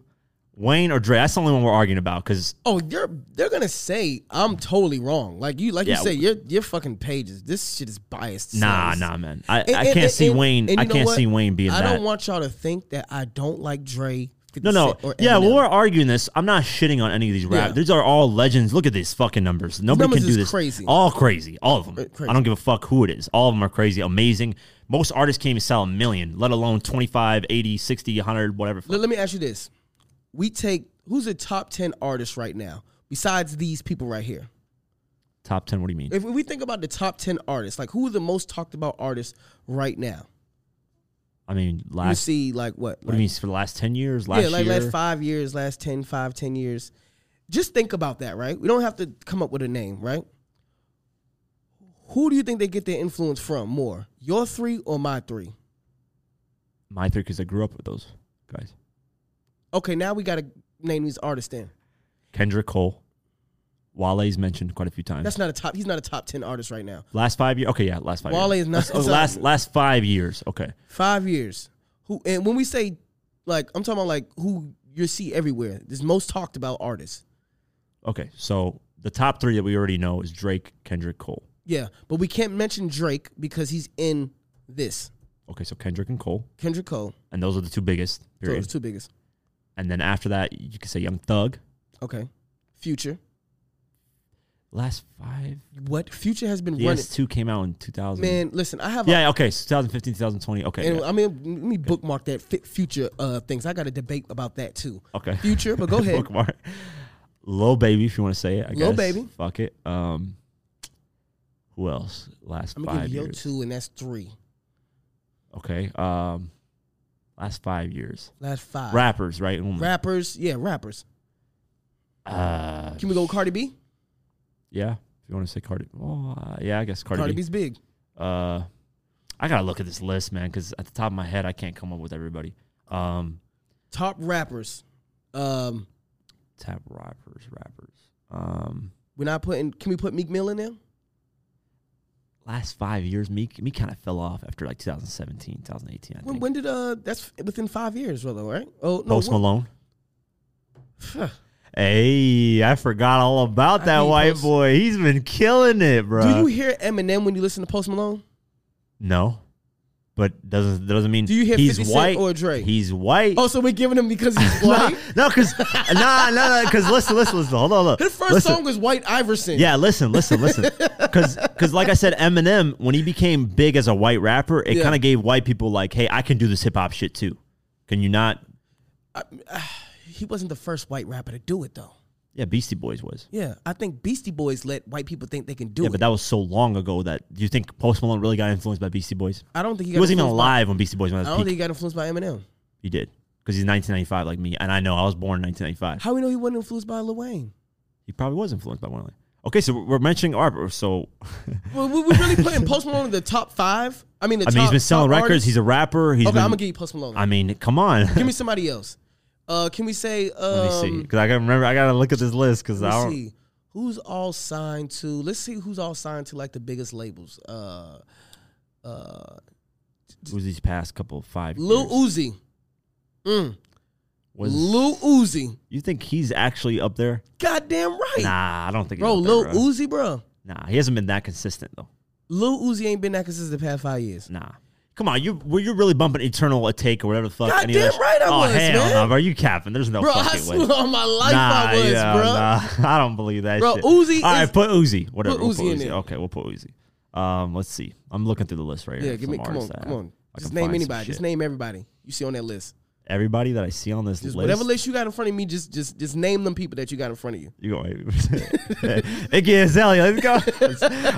Speaker 1: Wayne or Dre, that's the only one we're arguing about because
Speaker 2: Oh, they're they're gonna say I'm totally wrong. Like you, like
Speaker 1: Yeah.
Speaker 2: you say, your your fucking pages. This shit is biased.
Speaker 1: nah,
Speaker 2: sons.
Speaker 1: nah, man. I,
Speaker 2: And-
Speaker 1: I
Speaker 2: and-
Speaker 1: can't
Speaker 2: and-
Speaker 1: see
Speaker 2: and-
Speaker 1: Wayne.
Speaker 2: and
Speaker 1: I
Speaker 2: you know
Speaker 1: can't
Speaker 2: what?
Speaker 1: see Wayne being
Speaker 2: I
Speaker 1: that.
Speaker 2: don't want y'all to think that I don't like Dre. 50
Speaker 1: no, no,
Speaker 2: Cent, or
Speaker 1: yeah. Well,
Speaker 2: Eminem.
Speaker 1: we're arguing this. I'm not shitting on any of these rap.
Speaker 2: Yeah.
Speaker 1: These are all legends. Look at these fucking numbers. Nobody
Speaker 2: numbers
Speaker 1: can do
Speaker 2: is
Speaker 1: this.
Speaker 2: crazy. Uh,
Speaker 1: All crazy. All of them.
Speaker 2: crazy.
Speaker 1: I don't give a fuck who it is. All of them are crazy, amazing. Most artists can't even sell a million, let alone 25, 80, 60, 100, whatever.
Speaker 2: Let, let me ask you this: We take who's the top ten artists right now besides these people right here?
Speaker 1: Top 10, what do you mean?
Speaker 2: If we think about the top ten artists, like who are the most talked about artists right now?
Speaker 1: I mean,
Speaker 2: You
Speaker 1: last,
Speaker 2: see, like what?
Speaker 1: what do you mean, for the last 10 years? Last
Speaker 2: yeah, like
Speaker 1: year?
Speaker 2: last five years, last 10, five, 10 years. Just think about that, right? We don't have to come up with a name, right? Who do you think they get their influence from more? Your three or my three?
Speaker 1: My three, because I grew up with those guys.
Speaker 2: Okay, now we gotta name these artists then.
Speaker 1: Kendrick Cole. Wale's mentioned quite a few times.
Speaker 2: That's not a top he's not a top ten artist right now.
Speaker 1: last five years? Okay, yeah, last five
Speaker 2: Wale
Speaker 1: years.
Speaker 2: is not-
Speaker 1: Oh,
Speaker 2: it's not-
Speaker 1: last, last five years. Okay.
Speaker 2: Five years. Who and when we say like I'm talking about like who you see everywhere, this most talked about artists.
Speaker 1: Okay, so the top three that we already know is Drake, Kendrick, Cole.
Speaker 2: Yeah. But we can't mention Drake because he's in this.
Speaker 1: Okay, so Kendrick and Cole,
Speaker 2: Kendrick Cole.
Speaker 1: and those are the two biggest.
Speaker 2: So
Speaker 1: Period.
Speaker 2: it's two biggest.
Speaker 1: And then after that, you could say Young Thug.
Speaker 2: Okay. Future.
Speaker 1: last five.
Speaker 2: What Future has been running?
Speaker 1: DS2 came out in 2000.
Speaker 2: Man, listen, I have.
Speaker 1: Yeah, okay. So 2015, 2020. Okay.
Speaker 2: And
Speaker 1: yeah.
Speaker 2: I mean, let me bookmark that fit future uh, things. I got a debate about that too.
Speaker 1: Okay.
Speaker 2: Future, but go ahead.
Speaker 1: Bookmark. Lil Baby, if you want to say it. I
Speaker 2: Lil
Speaker 1: guess.
Speaker 2: Baby.
Speaker 1: Fuck it. Um, who else? Last
Speaker 2: I'm gonna
Speaker 1: five
Speaker 2: give you
Speaker 1: years.
Speaker 2: two, and that's three.
Speaker 1: Okay. Um, last five years.
Speaker 2: Last five
Speaker 1: Rappers, right? Um,
Speaker 2: rappers. Yeah, rappers.
Speaker 1: Uh,
Speaker 2: Can we go with Cardi B?
Speaker 1: yeah. If you want to say Cardi, oh, uh, yeah, I guess Cardi.
Speaker 2: Cardi,
Speaker 1: B.
Speaker 2: B's big.
Speaker 1: Uh, I gotta look at this list, man, because at the top of my head, I can't come up with everybody. Um,
Speaker 2: Top rappers. Um,
Speaker 1: tap rappers, rappers. Um,
Speaker 2: we're not putting. Can we put Meek Mill in there?
Speaker 1: last five years, me me kind of fell off after like 2017, 2018. I
Speaker 2: When,
Speaker 1: think.
Speaker 2: when did uh? That's within five years, though, right? Oh no.
Speaker 1: Post
Speaker 2: when-
Speaker 1: Malone. hey, I forgot all about
Speaker 2: I
Speaker 1: that
Speaker 2: mean,
Speaker 1: white
Speaker 2: Post-
Speaker 1: boy. He's been killing it, bro.
Speaker 2: Do you hear Eminem when you listen to Post Malone?
Speaker 1: no, but doesn't doesn't mean
Speaker 2: Do you hear
Speaker 1: he's
Speaker 2: 50 Cent
Speaker 1: white
Speaker 2: or Dre?
Speaker 1: He's white.
Speaker 2: Oh, so we're giving him because he's white.
Speaker 1: no, because nah, nah, nah, because listen, listen, listen. Hold on, look.
Speaker 2: His first
Speaker 1: listen.
Speaker 2: song was White Iverson.
Speaker 1: Yeah, listen, listen, listen. Because, like I said, Eminem, when he became big as a white rapper, it
Speaker 2: Yeah.
Speaker 1: kind of gave white people like, "Hey, I can do this hip hop shit too. Can you not?"
Speaker 2: he wasn't the first white rapper to do it though.
Speaker 1: Yeah, Beastie Boys was.
Speaker 2: Yeah, I think Beastie Boys let white people think they can do
Speaker 1: Yeah,
Speaker 2: it.
Speaker 1: but that was so long ago that do you think Post Malone really got influenced by Beastie Boys?
Speaker 2: I don't think he,
Speaker 1: He
Speaker 2: got
Speaker 1: wasn't even
Speaker 2: influenced by-
Speaker 1: alive when Beastie Boys went
Speaker 2: I
Speaker 1: at his
Speaker 2: don't think
Speaker 1: peak.
Speaker 2: he got influenced by Eminem.
Speaker 1: He did because he's 1995 like me, and I know I was born in 1995.
Speaker 2: How we know he wasn't influenced by Lil Wayne?
Speaker 1: He probably was influenced by one of them. Okay, so we're mentioning art. So,
Speaker 2: Well, we, we really putting Post Malone in the top five. I mean, the
Speaker 1: I mean,
Speaker 2: top,
Speaker 1: he's been selling
Speaker 2: top
Speaker 1: records.
Speaker 2: artists.
Speaker 1: He's a rapper. He's
Speaker 2: okay.
Speaker 1: been,
Speaker 2: I'm gonna give you Post Malone.
Speaker 1: I mean, come on.
Speaker 2: give me somebody else. Uh, can we say? Um,
Speaker 1: Let me see. Because I gotta remember, I gotta look at this list. Because I
Speaker 2: Let
Speaker 1: don't.
Speaker 2: me see. Who's all signed to? Let's see who's all signed to like the biggest labels. Uh, uh,
Speaker 1: Who's these past couple five?
Speaker 2: Lil
Speaker 1: years?
Speaker 2: Uzi. Mm.
Speaker 1: Was-
Speaker 2: Lil Uzi.
Speaker 1: you think he's actually up there?
Speaker 2: Goddamn right,
Speaker 1: Nah, I don't think.
Speaker 2: bro.
Speaker 1: he's up
Speaker 2: Lil
Speaker 1: there, bro.
Speaker 2: Uzi, bro.
Speaker 1: Nah, he hasn't been that consistent though.
Speaker 2: Lil Uzi ain't been that consistent the past five years.
Speaker 1: Nah. Come on, you were you really bumping Eternal a take or whatever the fuck?
Speaker 2: God
Speaker 1: any of that
Speaker 2: damn right
Speaker 1: shit?
Speaker 2: I
Speaker 1: oh,
Speaker 2: was,
Speaker 1: hell
Speaker 2: man.
Speaker 1: no, bro. You capping. There's no
Speaker 2: Bro, I
Speaker 1: fucking way.
Speaker 2: swear on my life I was,
Speaker 1: yeah,
Speaker 2: bro.
Speaker 1: nah. I don't believe that
Speaker 2: Bro,
Speaker 1: shit.
Speaker 2: Uzi
Speaker 1: All right,
Speaker 2: is-
Speaker 1: put Uzi. Whatever.
Speaker 2: Put
Speaker 1: we'll put
Speaker 2: Uzi in
Speaker 1: Uzi.
Speaker 2: there.
Speaker 1: Okay, we'll put Uzi. Um, let's see. I'm looking through the list right here.
Speaker 2: Yeah, give
Speaker 1: some
Speaker 2: me come on,
Speaker 1: artists that
Speaker 2: come on.
Speaker 1: I
Speaker 2: Just
Speaker 1: can
Speaker 2: name
Speaker 1: find some
Speaker 2: anybody. Just
Speaker 1: shit.
Speaker 2: name everybody you see on that list.
Speaker 1: everybody that I see on this
Speaker 2: Just
Speaker 1: list.
Speaker 2: whatever list you got in front of me, just just just name them people that you got in front of you.
Speaker 1: You going Iggy Azalea? Let's go.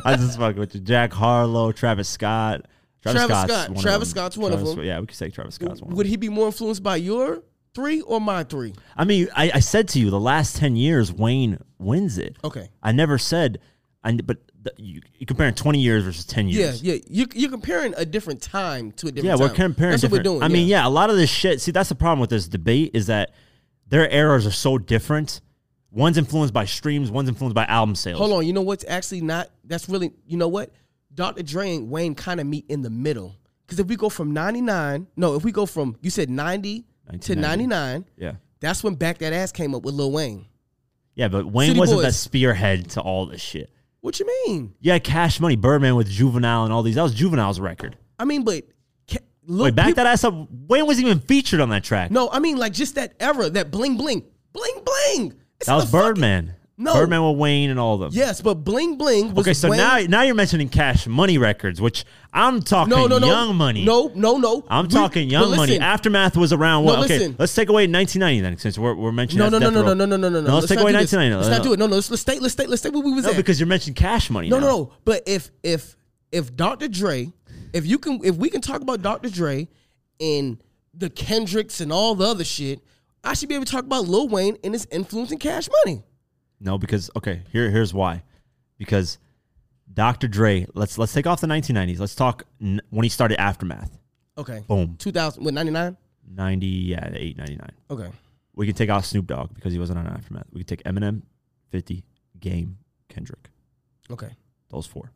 Speaker 1: I just fucking with you. Jack Harlow, Travis Scott.
Speaker 2: Travis
Speaker 1: Scott's
Speaker 2: Scott.
Speaker 1: one of
Speaker 2: Travis
Speaker 1: them.
Speaker 2: Scott's one of
Speaker 1: Travis-
Speaker 2: them.
Speaker 1: Yeah, we could say Travis Scott's one.
Speaker 2: Would
Speaker 1: of them.
Speaker 2: he be more influenced by your three or my three?
Speaker 1: I mean, I, I said to you the last ten years Wayne wins it.
Speaker 2: Okay.
Speaker 1: I never said, I, but the, you, you're comparing twenty years versus ten
Speaker 2: Yeah,
Speaker 1: years.
Speaker 2: yeah. You you're comparing a different time to a different.
Speaker 1: Yeah, we're
Speaker 2: time.
Speaker 1: comparing.
Speaker 2: That's what we're
Speaker 1: different- I
Speaker 2: doing.
Speaker 1: mean, yeah, a lot of this shit. See, that's the problem with this debate is that their eras are so different. One's influenced by streams. One's influenced by album sales.
Speaker 2: Hold on. You know what's actually not? That's really. You know what? Dr. Dre and Wayne kind of meet in the middle. Because if we go from ninety nine, no, if we go from you said ninety to
Speaker 1: 1990.
Speaker 2: ninety nine,
Speaker 1: Yeah.
Speaker 2: that's when Back That Ass came up with Lil Wayne.
Speaker 1: Yeah, but Wayne
Speaker 2: City
Speaker 1: wasn't the
Speaker 2: Boys.
Speaker 1: spearhead to all this shit.
Speaker 2: What you mean?
Speaker 1: Yeah, Cash Money, Birdman with Juvenile and all these. That was Juvenile's record.
Speaker 2: I mean, but ca- look,
Speaker 1: Wait, back
Speaker 2: peop-
Speaker 1: that ass up. Wayne wasn't even featured on that track.
Speaker 2: No, I mean like just that era, that bling bling, bling bling. It's
Speaker 1: that was
Speaker 2: the fucking-
Speaker 1: Birdman.
Speaker 2: No.
Speaker 1: Birdman with Wayne and all of them.
Speaker 2: yes, but bling bling was
Speaker 1: Okay, so
Speaker 2: Wayne-
Speaker 1: now now you're mentioning Cash Money records, which I'm talking
Speaker 2: no no no
Speaker 1: Young Money.
Speaker 2: No no no.
Speaker 1: I'm
Speaker 2: We-
Speaker 1: talking Young
Speaker 2: but
Speaker 1: Money.
Speaker 2: listen,
Speaker 1: Aftermath was around what?
Speaker 2: No,
Speaker 1: okay,
Speaker 2: listen.
Speaker 1: let's take away 1990 then, since we're, we're mentioning
Speaker 2: no, no,
Speaker 1: that's
Speaker 2: no,
Speaker 1: Death
Speaker 2: no, no,
Speaker 1: Row.
Speaker 2: no, no, no, no,
Speaker 1: Let's, take
Speaker 2: not
Speaker 1: away
Speaker 2: do this.
Speaker 1: 1990.
Speaker 2: Let's not do it. No, no. Let's, let's stay. Let's stay. Let's stay where we was
Speaker 1: No,
Speaker 2: at.
Speaker 1: because you're mentioning Cash Money.
Speaker 2: no,
Speaker 1: now.
Speaker 2: no, no. But if if if Dr. Dre, if you can, if we can talk about Dr. Dre and the Kendricks and all the other shit, I should be able to talk about Lil Wayne and his influence in Cash Money.
Speaker 1: No, because okay, here here's why. Because Dr. Dre, let's let's take off the 1990s. Let's talk n- when he started Aftermath.
Speaker 2: Okay.
Speaker 1: Boom,
Speaker 2: 2000, what, 99?
Speaker 1: 90, yeah, 8, 99.
Speaker 2: Okay.
Speaker 1: We can take out Snoop Dogg because he wasn't on Aftermath. We can take Eminem, 50, Game, Kendrick,
Speaker 2: Okay.
Speaker 1: those four.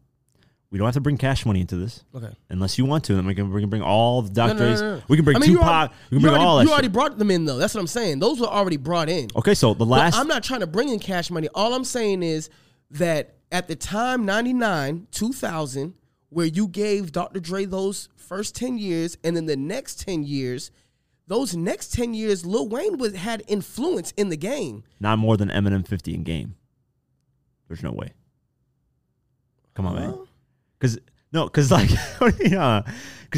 Speaker 1: We don't have to bring Cash Money into this
Speaker 2: Okay.
Speaker 1: unless you want to. Then we can we can bring all the Dr.
Speaker 2: No, no, no,
Speaker 1: Dre's.
Speaker 2: no, no.
Speaker 1: We can bring
Speaker 2: I mean, you
Speaker 1: Tupac.
Speaker 2: already-
Speaker 1: we can
Speaker 2: you
Speaker 1: bring
Speaker 2: already-
Speaker 1: all that.
Speaker 2: You
Speaker 1: shit.
Speaker 2: already brought them in though. That's what I'm saying. Those were already brought in.
Speaker 1: okay, so the
Speaker 2: But
Speaker 1: last
Speaker 2: I'm not trying to bring in cash money. All I'm saying is that at the time, 99, 2000, where you gave Dr. Dre those first 10 years and then the next 10 years, those next 10 years, Lil Wayne was had influence in the game.
Speaker 1: not more than Eminem, 50, and Game. There's no way. Come on, man. Because no, because like, yeah, because uh,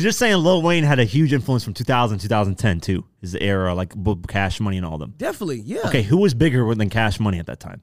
Speaker 1: you're saying Lil Wayne had a huge influence from 2000 2010 too. Is the era like b- b- Cash Money and all them?
Speaker 2: Definitely, yeah.
Speaker 1: Okay, who was bigger than Cash Money at that time?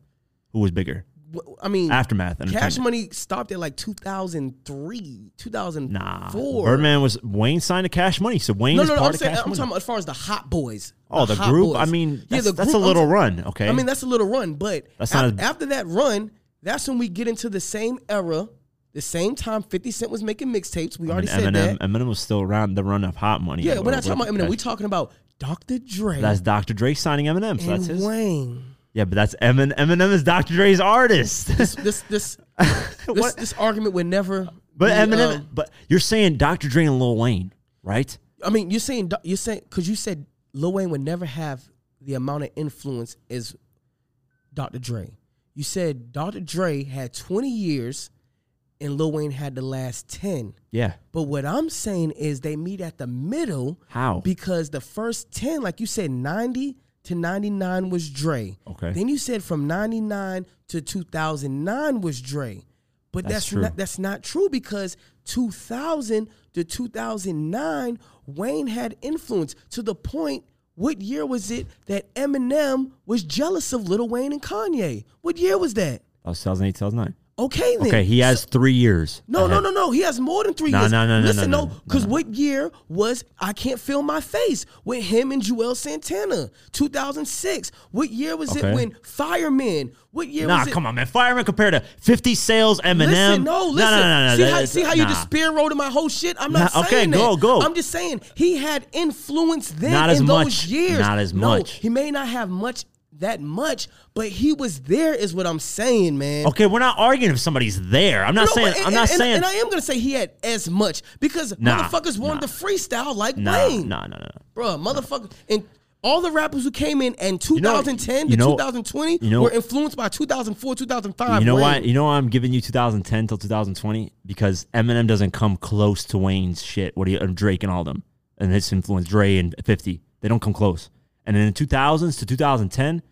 Speaker 1: Who was bigger?
Speaker 2: W- I mean,
Speaker 1: Aftermath.
Speaker 2: Cash
Speaker 1: Entertainment.
Speaker 2: Money stopped at like 2003, 2004.
Speaker 1: Nah, Birdman was Wayne signed to Cash Money, so Wayne
Speaker 2: No,
Speaker 1: is
Speaker 2: no, no.
Speaker 1: part
Speaker 2: I'm
Speaker 1: of
Speaker 2: saying
Speaker 1: Cash
Speaker 2: I'm
Speaker 1: Money.
Speaker 2: talking about as far as the Hot Boys.
Speaker 1: oh, the,
Speaker 2: Hot
Speaker 1: group.
Speaker 2: Boys.
Speaker 1: I mean, that's,
Speaker 2: the
Speaker 1: that's
Speaker 2: group-
Speaker 1: a
Speaker 2: I'm
Speaker 1: little
Speaker 2: ta-
Speaker 1: run. Okay,
Speaker 2: I mean, that's a little run, but
Speaker 1: That's not
Speaker 2: af-
Speaker 1: as-
Speaker 2: after that run, that's when we get into the same era, the same time 50 Cent was making mixtapes.
Speaker 1: I
Speaker 2: We
Speaker 1: mean,
Speaker 2: already said
Speaker 1: Eminem.
Speaker 2: that.
Speaker 1: Eminem was still around the run of Hot Money.
Speaker 2: yeah,
Speaker 1: Or
Speaker 2: we're not talking about
Speaker 1: whatever.
Speaker 2: Eminem. We're talking about Dr. Dre
Speaker 1: That's Dr. Dre signing Eminem. So
Speaker 2: and
Speaker 1: that's his.
Speaker 2: Wayne.
Speaker 1: Yeah, but that's Emin- Eminem is Dr. Dre's artist.
Speaker 2: This this this this,
Speaker 1: What?
Speaker 2: this argument would never.
Speaker 1: But
Speaker 2: be,
Speaker 1: Eminem,
Speaker 2: um,
Speaker 1: but you're saying Dr. Dre and Lil Wayne, right?
Speaker 2: I mean, you're saying you're saying because you said Lil Wayne would never have the amount of influence as Dr. Dre. You said Dr. Dre had 20 years, and Lil Wayne had the last 10.
Speaker 1: Yeah.
Speaker 2: But what I'm saying is they meet at the middle.
Speaker 1: How?
Speaker 2: Because the first 10, like you said, 90 to 99 was Dre.
Speaker 1: Okay.
Speaker 2: Then you said from 99 to 2009 was Dre. But
Speaker 1: That's
Speaker 2: that's,
Speaker 1: true.
Speaker 2: not that's not true because 2000 to 2009 Wayne had influence to the point what year was it that Eminem was jealous of Lil Wayne and Kanye? What year was that?
Speaker 1: That was 2008, 2009.
Speaker 2: Okay then.
Speaker 1: Okay, he has three years.
Speaker 2: No, no,
Speaker 1: ahead.
Speaker 2: no, no. He has more than three
Speaker 1: No,
Speaker 2: years.
Speaker 1: no, no, no,
Speaker 2: Listen,
Speaker 1: no, no, no,
Speaker 2: Because
Speaker 1: no.
Speaker 2: what year was I Can't Feel My Face with him and Joel Santana? 2006. What year was
Speaker 1: Okay.
Speaker 2: it when Fireman? What year
Speaker 1: Nah,
Speaker 2: was it?
Speaker 1: come on, man. Fireman compared to 50 sales, Eminem.
Speaker 2: Listen,
Speaker 1: Nah,
Speaker 2: no, listen.
Speaker 1: nah, nah, nah,
Speaker 2: see,
Speaker 1: that
Speaker 2: how,
Speaker 1: is-
Speaker 2: see how you
Speaker 1: nah.
Speaker 2: just spearroaded my whole shit? I'm not
Speaker 1: Nah, okay,
Speaker 2: saying
Speaker 1: go,
Speaker 2: that.
Speaker 1: go.
Speaker 2: I'm just saying he had influence then
Speaker 1: Not as
Speaker 2: in those
Speaker 1: much.
Speaker 2: years.
Speaker 1: Not as
Speaker 2: No,
Speaker 1: much.
Speaker 2: He may not have much that much, but he was there is what I'm saying, man.
Speaker 1: Okay, we're not arguing if somebody's there. I'm not
Speaker 2: No,
Speaker 1: saying.
Speaker 2: but-
Speaker 1: I'm not
Speaker 2: and,
Speaker 1: saying.
Speaker 2: And I am gonna say he had as much because
Speaker 1: Nah,
Speaker 2: motherfuckers wanted
Speaker 1: nah.
Speaker 2: to freestyle like
Speaker 1: nah,
Speaker 2: Wayne,
Speaker 1: nah, nah, nah, nah.
Speaker 2: bro. Motherfucker and. All the rappers who came in in 2010
Speaker 1: you know-
Speaker 2: to 2020
Speaker 1: you know-
Speaker 2: were influenced by 2004, 2005.
Speaker 1: You know
Speaker 2: Wayne.
Speaker 1: why? You know why I'm giving you 2010 till 2020 because Eminem doesn't come close to Wayne's shit. What do you, and Drake and all them and his influence, Dre and 50, they don't come close. And in the 2000s to 2010,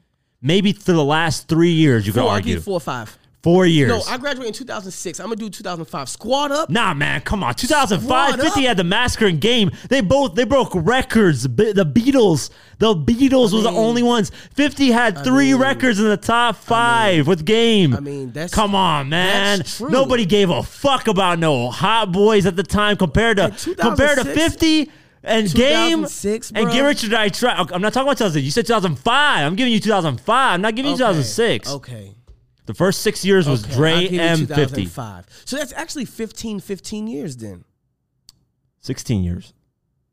Speaker 1: maybe for the last three years, you could
Speaker 2: Four, I
Speaker 1: argue
Speaker 2: give four or five.
Speaker 1: four years.
Speaker 2: No, I graduated in 2006. I'm gonna do 2005. Squad up.
Speaker 1: Nah, man, come on. 2005,
Speaker 2: Squad
Speaker 1: 50
Speaker 2: up.
Speaker 1: had the Massacre and Game. They both they broke records. Be- the Beatles, the Beatles was the only ones. 50 had three records in the top five with Game.
Speaker 2: I mean, that's-
Speaker 1: come on, man.
Speaker 2: that's true.
Speaker 1: Nobody gave a fuck about no Hot Boys at the time compared to
Speaker 2: At 2006
Speaker 1: compared to 50. And game
Speaker 2: 2006,
Speaker 1: and
Speaker 2: bro.
Speaker 1: get Richard. I try. Okay, I'm not talking about 2006. You said 2005. I'm giving you 2005. I'm not giving you
Speaker 2: Okay,
Speaker 1: 2006.
Speaker 2: Okay.
Speaker 1: The first six years was
Speaker 2: okay. I'll
Speaker 1: Dre
Speaker 2: give you
Speaker 1: and 50.
Speaker 2: 2005. So that's actually 15, 15 years then.
Speaker 1: 16 years.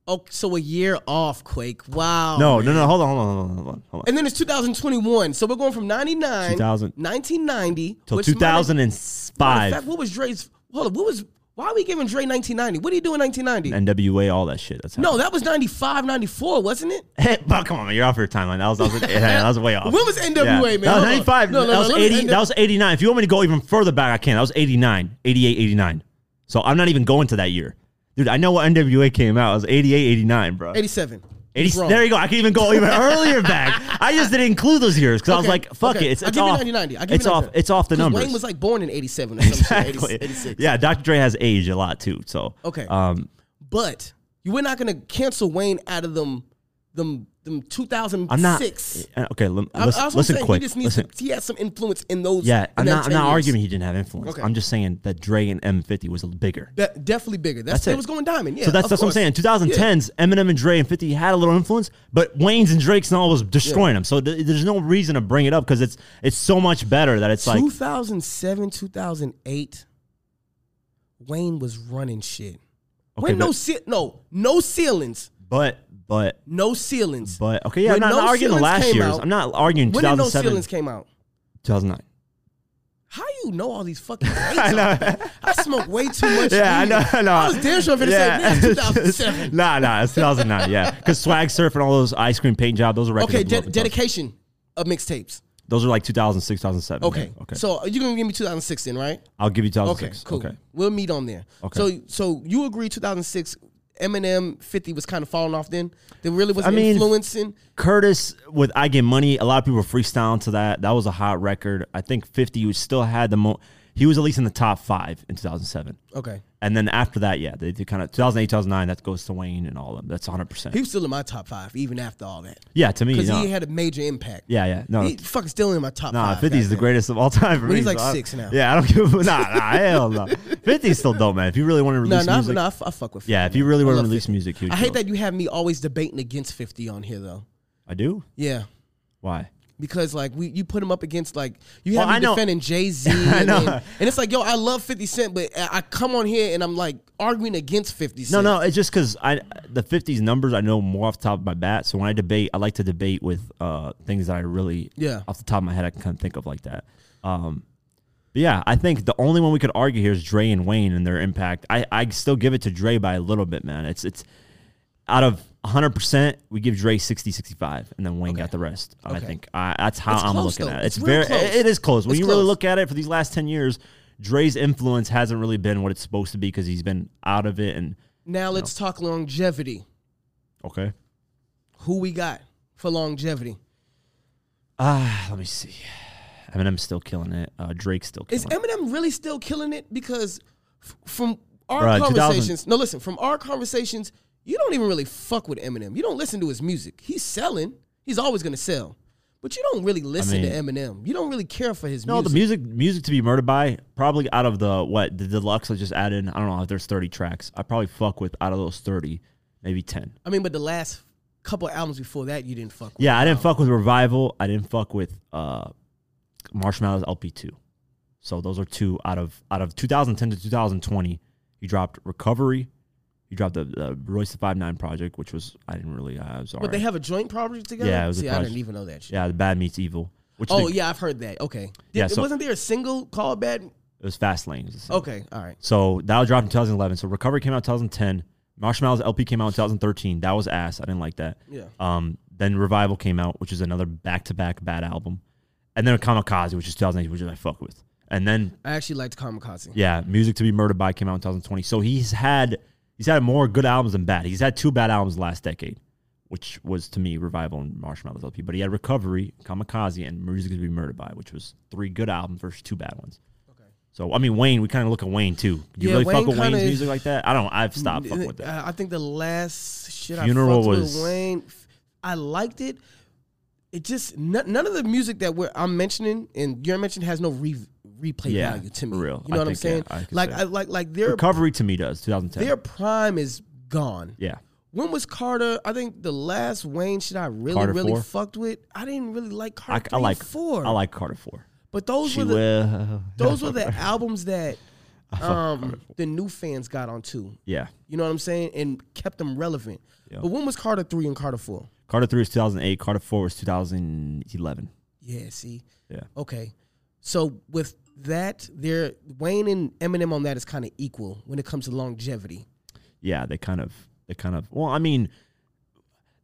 Speaker 2: Oh, so a year off, Quake. Wow.
Speaker 1: No, no, no. Hold on, hold on, hold on, hold on. Hold on.
Speaker 2: And then it's 2021. So we're going from 99,
Speaker 1: 2000.
Speaker 2: 1990
Speaker 1: Till
Speaker 2: which matter- matter of
Speaker 1: 2005.
Speaker 2: fact, what was Dre's? Hold up. What was? Why are we giving Dre 1990? What did he do in 1990?
Speaker 1: NWA, all that shit. That's
Speaker 2: No, that was 95, 94, wasn't it?
Speaker 1: Hey, but come on, man, you're off your timeline. That was that was, yeah, that was way off.
Speaker 2: When was NWA, man?
Speaker 1: That
Speaker 2: Hold
Speaker 1: was
Speaker 2: on.
Speaker 1: 95.
Speaker 2: No, no,
Speaker 1: that
Speaker 2: no,
Speaker 1: was
Speaker 2: let me
Speaker 1: 80.
Speaker 2: end
Speaker 1: That
Speaker 2: up-
Speaker 1: was 89. If you want me to go even further back, I can. That was 89, 88, 89. So I'm not even going to that year, dude. I know what NWA came out. It was 88, 89, bro.
Speaker 2: 87.
Speaker 1: 80,
Speaker 2: Wrong.
Speaker 1: there you go. I can even go even earlier back. I just didn't include those years because I was
Speaker 2: Okay,
Speaker 1: like, fuck
Speaker 2: okay.
Speaker 1: it. It's,
Speaker 2: I'll
Speaker 1: it's
Speaker 2: give you
Speaker 1: off.
Speaker 2: 90. I'll give you
Speaker 1: it's off.
Speaker 2: 90.
Speaker 1: It's off the
Speaker 2: 'Cause
Speaker 1: numbers.
Speaker 2: Wayne was like born in 87 or something.
Speaker 1: exactly.
Speaker 2: 86.
Speaker 1: Yeah, Dr. Dre has age a lot too. So
Speaker 2: Okay.
Speaker 1: Um,
Speaker 2: But you were not going to cancel Wayne out of them, them, them 2006.
Speaker 1: I'm not Uh, okay. Lem,
Speaker 2: I- I was
Speaker 1: listen,
Speaker 2: gonna
Speaker 1: listen
Speaker 2: say,
Speaker 1: quick.
Speaker 2: He, just needs
Speaker 1: listen.
Speaker 2: to- he has some influence in those.
Speaker 1: yeah, I'm
Speaker 2: in that
Speaker 1: not. I'm
Speaker 2: 10
Speaker 1: not
Speaker 2: years.
Speaker 1: arguing he didn't have influence.
Speaker 2: Okay.
Speaker 1: I'm just saying that Dre and M50 was bigger.
Speaker 2: De- definitely bigger. That's,
Speaker 1: That's it.
Speaker 2: it. was going diamond. Yeah.
Speaker 1: so that's
Speaker 2: of
Speaker 1: that's what I'm
Speaker 2: course.
Speaker 1: saying. 2010s, Eminem and Dre and 50 had a little influence, but Wayne's and Drake's and all was destroying them. So th- there's no reason to bring it up because it's it's so much better that it's like
Speaker 2: 2007, 2008, Wayne was running shit.
Speaker 1: but-
Speaker 2: Wayne, no, ce- no, no ceilings.
Speaker 1: but but
Speaker 2: No ceilings.
Speaker 1: but okay. Yeah,
Speaker 2: When
Speaker 1: I'm not,
Speaker 2: No
Speaker 1: not arguing the
Speaker 2: Ceilings
Speaker 1: last
Speaker 2: came
Speaker 1: years.
Speaker 2: out-
Speaker 1: I'm not arguing
Speaker 2: when did No
Speaker 1: 2007,
Speaker 2: Ceilings came out?
Speaker 1: 2009.
Speaker 2: How you know all these fucking dates? I know. I smoke way too much.
Speaker 1: Yeah, I
Speaker 2: weed.
Speaker 1: know. I know.
Speaker 2: I was damn sure I'm gonna say man, 2007.
Speaker 1: nah, nah, it's 2009. Yeah, because Swag Surf and all those ice cream paint job, those are records.
Speaker 2: okay,
Speaker 1: that blew
Speaker 2: de-
Speaker 1: up in 2000.
Speaker 2: dedication of mixtapes.
Speaker 1: Those are like 2006, 2007.
Speaker 2: Okay.
Speaker 1: Yeah, Okay. So
Speaker 2: So you're gonna give me 2006 then, right?
Speaker 1: I'll give you
Speaker 2: Okay,
Speaker 1: 2006.
Speaker 2: cool.
Speaker 1: Okay.
Speaker 2: We'll meet on there.
Speaker 1: Okay.
Speaker 2: So, so you agree 2006, Eminem 50 was kind of falling off then? There really was
Speaker 1: I mean-
Speaker 2: influencing.
Speaker 1: Curtis with I Get Money, a lot of people freestyling to that. That was a hot record. I think 50 was still had the mo He was at least in the top five in 2007.
Speaker 2: Okay.
Speaker 1: And then after that, yeah, they, they kind of 2008, 2009. That goes to Wayne and all of them. That's 100.
Speaker 2: He
Speaker 1: percent
Speaker 2: was still in my top five even after all that
Speaker 1: Yeah, to me,
Speaker 2: because
Speaker 1: no.
Speaker 2: he had a major impact.
Speaker 1: yeah, yeah, no,
Speaker 2: He fucking still in my top
Speaker 1: nah,
Speaker 2: five.
Speaker 1: 50 is the
Speaker 2: goddamn.
Speaker 1: greatest of all time for
Speaker 2: Well,
Speaker 1: me.
Speaker 2: he's like
Speaker 1: so I-
Speaker 2: six now.
Speaker 1: Yeah, I don't give. a- Nah, nah, hell no. 50's still dope, man. If you really want to
Speaker 2: No,
Speaker 1: release
Speaker 2: no,
Speaker 1: music,
Speaker 2: no, I, f- I fuck with. 50,
Speaker 1: yeah, if you
Speaker 2: man.
Speaker 1: really
Speaker 2: I
Speaker 1: want to
Speaker 2: love
Speaker 1: release
Speaker 2: 50.
Speaker 1: music, huge
Speaker 2: I hate
Speaker 1: deal.
Speaker 2: that you have me always debating against Fifty on here though.
Speaker 1: I do.
Speaker 2: Yeah,
Speaker 1: Why?
Speaker 2: because like we you put him up against like you
Speaker 1: Well,
Speaker 2: have
Speaker 1: I
Speaker 2: me
Speaker 1: know.
Speaker 2: defending Jay Z,
Speaker 1: I
Speaker 2: and,
Speaker 1: know.
Speaker 2: and it's like yo, I love Fifty Cent, but I I come on here and I'm like arguing against Fifty
Speaker 1: No,
Speaker 2: Cent.
Speaker 1: no, it's just because I the '50s numbers I know more off the top of my bat. So when I debate, I like to debate with uh, things that I really,
Speaker 2: Yeah.
Speaker 1: off the top of my head, I can kind of think of like that. Um, but yeah, I think the only one we could argue here is Dre and Wayne and their impact. I, I still give it to Dre by a little bit, man. It's it's out of 100, percent we give Dre 60, 65, and then Wayne got the rest. I think I, that's how
Speaker 2: It's
Speaker 1: I'm
Speaker 2: close,
Speaker 1: looking
Speaker 2: though.
Speaker 1: at it. It's,
Speaker 2: It's real
Speaker 1: very,
Speaker 2: close.
Speaker 1: it is close. When
Speaker 2: It's
Speaker 1: you really
Speaker 2: close.
Speaker 1: look at it for these last ten years, Dre's influence hasn't really been what it's supposed to be because he's been out of it and.
Speaker 2: Now let's talk longevity.
Speaker 1: Okay.
Speaker 2: Who we got for longevity?
Speaker 1: Ah, let me see. Eminem's still killing it. Uh, Drake's still killing
Speaker 2: Is
Speaker 1: it.
Speaker 2: Eminem really still killing it? Because f- from our
Speaker 1: Bruh, 2000
Speaker 2: conversations, no, listen, from our conversations, you don't even really fuck with Eminem. You don't listen to his music. He's selling. He's always gonna sell, but you don't really listen to Eminem. You don't really care for his
Speaker 1: No,
Speaker 2: music.
Speaker 1: the music, music to be murdered by, probably out of the what the deluxe I just added. in, I don't know if there's 30 tracks. I probably fuck with out of those 30, maybe 10.
Speaker 2: I mean, but the last couple albums before that, you didn't fuck with.
Speaker 1: Yeah, I didn't fuck with revival. I didn't fuck with uh, Marshmallows LP2. So those are two out of out of 2010 to 2020. He dropped Recovery. He dropped the, the Royce the Five Nine project, which was I didn't really. I was
Speaker 2: But
Speaker 1: alright.
Speaker 2: they have a joint project together.
Speaker 1: Yeah, it was a
Speaker 2: see, I didn't
Speaker 1: project.
Speaker 2: even know that shit.
Speaker 1: yeah, the Bad Meets Evil. Which
Speaker 2: Oh
Speaker 1: they-
Speaker 2: yeah, I've heard that. Okay. Did,
Speaker 1: Yeah, so-
Speaker 2: wasn't there a single called Bad?
Speaker 1: it was Fast Lane. It was the same.
Speaker 2: Okay, all right.
Speaker 1: So that was dropped in 2011. So Recovery came out in 2010. Marshmallows LP came out in 2013. That was ass. I didn't like that.
Speaker 2: Yeah.
Speaker 1: Um. Then Revival came out, which is another back-to-back bad album, and then Kamikaze, which is 2008, which is I fuck with. And then
Speaker 2: I actually liked Kamikaze.
Speaker 1: yeah, Music to Be Murdered By came out in 2020. So he's had he's had more good albums than bad. He's had two bad albums last decade, which was to me Revival and Marshmallows LP. But he had Recovery, Kamikaze, and Music to Be Murdered By, which was three good albums versus two bad ones. So I mean Wayne, we kind of look at Wayne too. Do you
Speaker 2: Yeah,
Speaker 1: really fuck
Speaker 2: Wayne
Speaker 1: with Wayne's
Speaker 2: kinda-
Speaker 1: music like that? I don't. I've stopped fucking with that.
Speaker 2: Uh, I think the last shit
Speaker 1: Funeral
Speaker 2: I fucked
Speaker 1: was-
Speaker 2: with Wayne, I liked it. It just none, none of the music that we're, I'm mentioning and you're mentioning has no re, replay
Speaker 1: Yeah,
Speaker 2: value to me.
Speaker 1: for real.
Speaker 2: You know
Speaker 1: I
Speaker 2: what I'm
Speaker 1: think, yeah,
Speaker 2: saying?
Speaker 1: I could
Speaker 2: like
Speaker 1: say.
Speaker 2: I, like like their
Speaker 1: Recovery to me does 2010.
Speaker 2: their prime is gone.
Speaker 1: yeah,
Speaker 2: When was Carter? I think the last Wayne shit I really
Speaker 1: Carter
Speaker 2: really
Speaker 1: four?
Speaker 2: fucked with. I didn't really like
Speaker 1: I,
Speaker 2: Carter.
Speaker 1: I
Speaker 2: three
Speaker 1: like
Speaker 2: and four.
Speaker 1: I like Carter Four.
Speaker 2: but those
Speaker 1: She
Speaker 2: were the
Speaker 1: will.
Speaker 2: those were the albums that um the new fans got onto.
Speaker 1: yeah.
Speaker 2: You know what I'm saying? And kept them relevant.
Speaker 1: Yeah.
Speaker 2: But when was Carter three and Carter four?
Speaker 1: Carter Three was 2008. Carter Four was 2011.
Speaker 2: Yeah, see.
Speaker 1: Yeah.
Speaker 2: Okay. So with that, there Wayne and Eminem on that is kind of equal when it comes to longevity.
Speaker 1: yeah, they kind of, they kind of. Well, I mean,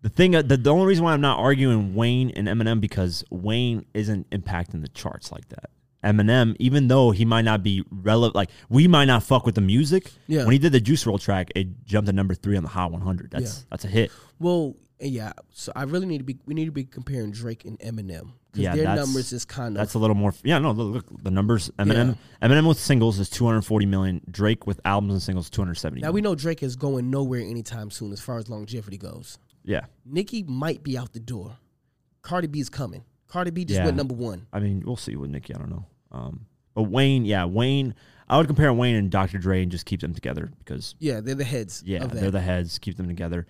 Speaker 1: the thing, uh, the, the only reason why I'm not arguing Wayne and Eminem because Wayne isn't impacting the charts like that. Eminem, even though he might not be relevant, like we might not fuck with the music.
Speaker 2: Yeah.
Speaker 1: When he did the Juice Roll track, it jumped to number three on the Hot 100. That's that's a hit.
Speaker 2: Well, yeah. So I really need to be we need to be comparing Drake and Eminem because
Speaker 1: Yeah,
Speaker 2: their
Speaker 1: that's-
Speaker 2: numbers is kind
Speaker 1: That's
Speaker 2: of
Speaker 1: a little more. Yeah, no, look, look the numbers. Eminem, Eminem with singles is 240 million. Drake with albums and singles 270.
Speaker 2: now we know Drake is going nowhere anytime soon as far as longevity goes.
Speaker 1: yeah.
Speaker 2: Nicki might be out the door. Cardi B is coming. Cardi B just
Speaker 1: Yeah.
Speaker 2: went number one.
Speaker 1: I mean, we'll see with Nicki. I don't know. Um, but Wayne, yeah, Wayne. I would compare Wayne and Dr. Dre and just keep them together because
Speaker 2: Yeah, they're the heads.
Speaker 1: yeah,
Speaker 2: of that.
Speaker 1: they're the heads. Keep them together.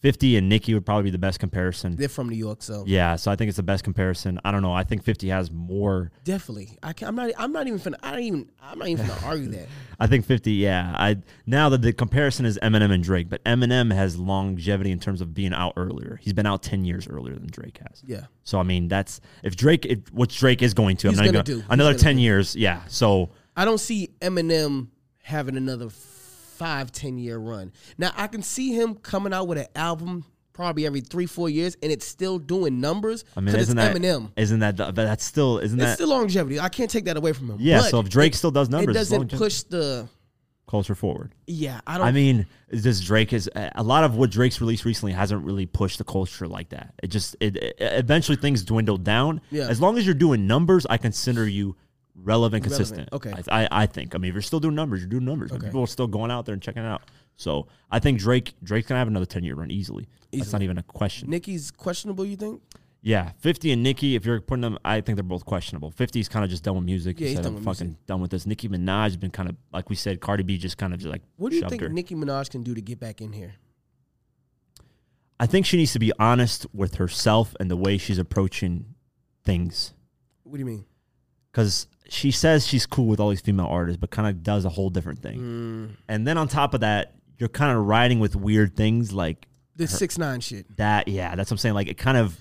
Speaker 1: Fifty and Nicki would probably be the best comparison.
Speaker 2: They're from New York, so
Speaker 1: Yeah, so I think it's the best comparison. I don't know. I think Fifty has more.
Speaker 2: definitely. I can, I'm not. I'm not even. Finna, I don't even. I'm not even gonna argue that.
Speaker 1: I think Fifty. Yeah, I now that the comparison is Eminem and Drake, but Eminem has longevity in terms of being out earlier. He's been out ten years earlier than Drake has.
Speaker 2: Yeah.
Speaker 1: So I mean, that's if Drake, if, which Drake is going to,
Speaker 2: He's
Speaker 1: I'm not
Speaker 2: gonna
Speaker 1: even
Speaker 2: do. He's
Speaker 1: another
Speaker 2: gonna
Speaker 1: ten
Speaker 2: do.
Speaker 1: years. Yeah. So
Speaker 2: I don't see Eminem having another five, ten year run. Now I can see him coming out with an album probably every three, four years, and it's still doing numbers.
Speaker 1: I mean,
Speaker 2: 'cause
Speaker 1: isn't
Speaker 2: it's
Speaker 1: that
Speaker 2: Eminem?
Speaker 1: Isn't that the- but that's still isn't
Speaker 2: It's
Speaker 1: that
Speaker 2: still longevity. I can't take that away from him.
Speaker 1: Yeah,
Speaker 2: but
Speaker 1: so if Drake
Speaker 2: it-
Speaker 1: still does numbers,
Speaker 2: it
Speaker 1: it's
Speaker 2: doesn't
Speaker 1: longevity.
Speaker 2: push the.
Speaker 1: culture forward?
Speaker 2: Yeah, I don't.
Speaker 1: I mean, is this Drake is a lot of what Drake's released recently hasn't really pushed the culture like that. It just it, it- eventually things dwindle down.
Speaker 2: Yeah.
Speaker 1: As long as you're doing numbers, I consider you relevant, consistent.
Speaker 2: okay.
Speaker 1: I, I, I think. I mean, if you're still doing numbers, you're doing numbers. People are still going out there and checking it out. So I think Drake Drake's gonna have another ten year run easily. That's not even a question.
Speaker 2: Nicki's questionable. You think?
Speaker 1: yeah, fifty and Nicki. If you're putting them, I think they're both questionable. 50's kind of just done with music.
Speaker 2: Yeah,
Speaker 1: he
Speaker 2: he's
Speaker 1: said,
Speaker 2: done
Speaker 1: I'm
Speaker 2: with
Speaker 1: fucking done with this. Nicki Minaj has been kind of like we said. Cardi B just kind of just like
Speaker 2: What do you
Speaker 1: shoved
Speaker 2: think
Speaker 1: her.
Speaker 2: Nicki Minaj can do to get back in here?
Speaker 1: I think she needs to be honest with herself and the way she's approaching things.
Speaker 2: What do you mean?
Speaker 1: because she says she's cool with all these female artists, but kind of does a whole different thing.
Speaker 2: Hmm.
Speaker 1: And then on top of that, you're kind of riding with weird things like
Speaker 2: This six nine shit.
Speaker 1: that. Yeah, that's what I'm saying. Like it kind of,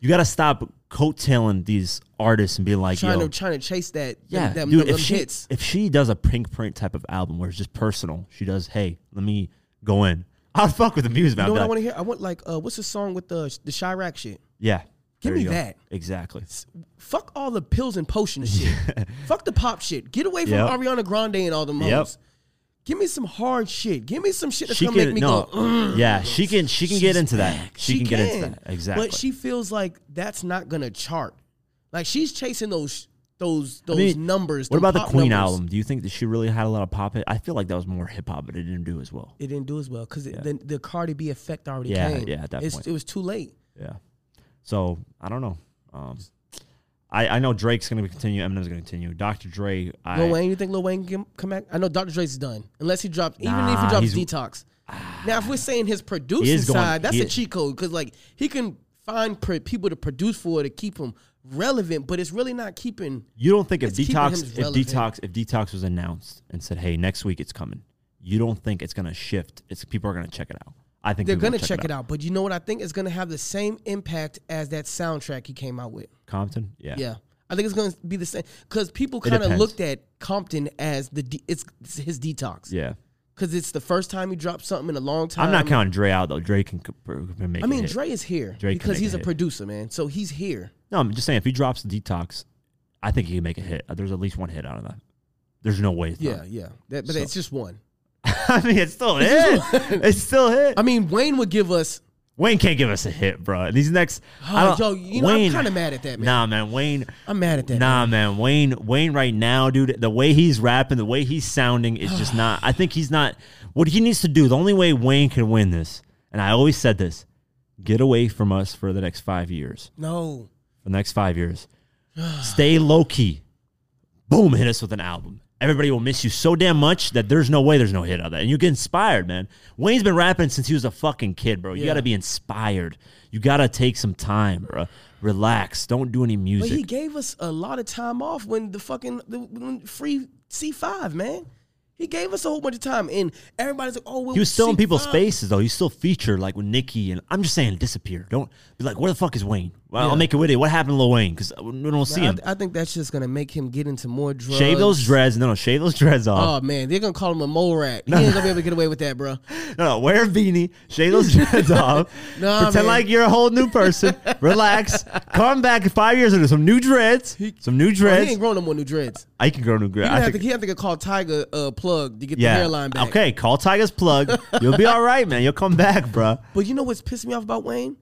Speaker 1: you got to stop coattailing these artists and being like,
Speaker 2: Trying
Speaker 1: yo,
Speaker 2: to trying to chase that.
Speaker 1: yeah,
Speaker 2: Yeah, them,
Speaker 1: dude.
Speaker 2: them,
Speaker 1: if
Speaker 2: them
Speaker 1: she
Speaker 2: hits.
Speaker 1: if she does a pink print type of album where it's just personal, she does. Hey, let me go in. I'll fuck with the music.
Speaker 2: You
Speaker 1: man.
Speaker 2: know what I
Speaker 1: I'll be
Speaker 2: want
Speaker 1: like,
Speaker 2: to hear? I want like uh, what's the song with the the Chirac shit?
Speaker 1: yeah.
Speaker 2: Give
Speaker 1: there
Speaker 2: me
Speaker 1: you go.
Speaker 2: that.
Speaker 1: Exactly.
Speaker 2: Fuck all the pills and potions shit. Fuck the pop shit. Get away from
Speaker 1: Yep.
Speaker 2: Ariana Grande and all them
Speaker 1: Yep.
Speaker 2: hoes. Give me some hard shit. Give me some shit that's
Speaker 1: She
Speaker 2: gonna
Speaker 1: can
Speaker 2: make me
Speaker 1: no.
Speaker 2: go. "Ugh."
Speaker 1: yeah, she can. She can get
Speaker 2: She's
Speaker 1: into that.
Speaker 2: back.
Speaker 1: She, can, get into that. Exactly.
Speaker 2: But she feels like that's not gonna chart. Like she's chasing those those those
Speaker 1: I mean,
Speaker 2: numbers.
Speaker 1: What
Speaker 2: them
Speaker 1: about the
Speaker 2: pop
Speaker 1: Queen
Speaker 2: numbers.
Speaker 1: album? Do you think that she really had a lot of pop? Hit? I feel like that was more hip hop, but it didn't do as well.
Speaker 2: It didn't do as well because the, the Cardi B effect already
Speaker 1: Yeah,
Speaker 2: came.
Speaker 1: yeah, at that
Speaker 2: It's-
Speaker 1: point.
Speaker 2: it was too late.
Speaker 1: Yeah. So I don't know. Um, I I know Drake's gonna continue. Eminem's gonna continue. Dr. Dre. I,
Speaker 2: Lil Wayne, you think Lil Wayne can come back? I know Dr. Dre's done, unless he dropped. even if
Speaker 1: Nah,
Speaker 2: he
Speaker 1: he's-
Speaker 2: drops detox. now, if we're saying his
Speaker 1: He
Speaker 2: producing
Speaker 1: is going-
Speaker 2: side, that's
Speaker 1: he-
Speaker 2: a cheat code because like he can find pr- people to produce for to keep him relevant, but it's really not keeping.
Speaker 1: You don't think if
Speaker 2: It's keeping
Speaker 1: detox
Speaker 2: him
Speaker 1: if
Speaker 2: relevant.
Speaker 1: detox if detox was announced and said, hey, next week it's coming. You don't think it's gonna shift? It's people are gonna check it out. I think
Speaker 2: They're
Speaker 1: people will
Speaker 2: gonna check it out, but you know what? I think it's gonna have the same impact as that soundtrack he came out with.
Speaker 1: Compton. Yeah.
Speaker 2: Yeah. I think it's going to be the same because people
Speaker 1: It
Speaker 2: kind of
Speaker 1: depends.
Speaker 2: looked at Compton as the de- it's, it's his detox
Speaker 1: Yeah.
Speaker 2: because it's the first time he dropped something in a long time.
Speaker 1: I'm not counting Dre out though. Dre can, can make.
Speaker 2: Um, I mean,
Speaker 1: it hit.
Speaker 2: Dre is here
Speaker 1: Dre can
Speaker 2: because
Speaker 1: make
Speaker 2: he's
Speaker 1: it
Speaker 2: a
Speaker 1: hit.
Speaker 2: producer, man. So he's here.
Speaker 1: No, I'm just saying if he drops the detox, I think he can make a hit. There's at least one hit out of that. There's no way. It's
Speaker 2: Yeah,
Speaker 1: not.
Speaker 2: yeah. That, but
Speaker 1: So-
Speaker 2: it's just one.
Speaker 1: I mean, it's still a hit. it's still a hit.
Speaker 2: I mean, Wayne would give us.
Speaker 1: Wayne can't give us a hit, bro. These next, I
Speaker 2: Oh,
Speaker 1: don't-
Speaker 2: yo, you know,
Speaker 1: Wayne-
Speaker 2: I'm kind of mad at that, man.
Speaker 1: Nah, man, Wayne.
Speaker 2: I'm mad at that.
Speaker 1: Nah, man, Wayne. Wayne, right now, dude. The way he's rapping, the way he's sounding is just not. I think he's not. What he needs to do. The only way Wayne can win this, and I always said this, get away from us for the next five years.
Speaker 2: No.
Speaker 1: for the next five years. Stay low key. Boom, hit us with an album. Everybody will miss you so damn much that there's no way there's no hit out of that. And you get inspired, man. Wayne's been rapping since he was a fucking kid, bro. You
Speaker 2: Yeah.
Speaker 1: gotta be inspired. You gotta take some time, bro. Relax. Don't do any
Speaker 2: But
Speaker 1: music.
Speaker 2: he gave us a lot of time off when the fucking the, when free C5, man. He gave us a whole bunch of time, and everybody's like, "Oh, well,
Speaker 1: He was still in people's
Speaker 2: C5
Speaker 1: faces though. He still featured like with Nicki and I'm just saying disappear. Don't be like, where the fuck is Wayne? Well, I'll make it with it. What happened to Lil Wayne? Because we don't see
Speaker 2: I,
Speaker 1: him.
Speaker 2: I think that's just gonna make him get into more drugs.
Speaker 1: shave those dreads. No, no, shave those dreads off.
Speaker 2: Oh man, they're gonna call him a mole rat. He ain't gonna be able to get away with that, bro.
Speaker 1: No, no, wear a beanie, shave those dreads off,
Speaker 2: Oh. Nah,
Speaker 1: pretend
Speaker 2: man.
Speaker 1: like you're a whole new person. Relax, come back in five years and do some new dreads, some new
Speaker 2: Bro, he ain't
Speaker 1: dreads.
Speaker 2: grown no more new dreads.
Speaker 1: I can grow new
Speaker 2: He
Speaker 1: dreads. I
Speaker 2: have to,
Speaker 1: think-
Speaker 2: he have to get called Tiger uh, Plug to get the hairline back.
Speaker 1: Okay, call Tiger's plug. You'll be all right, man. You'll come back, bruh.
Speaker 2: But you know what's pissed me off about Wayne?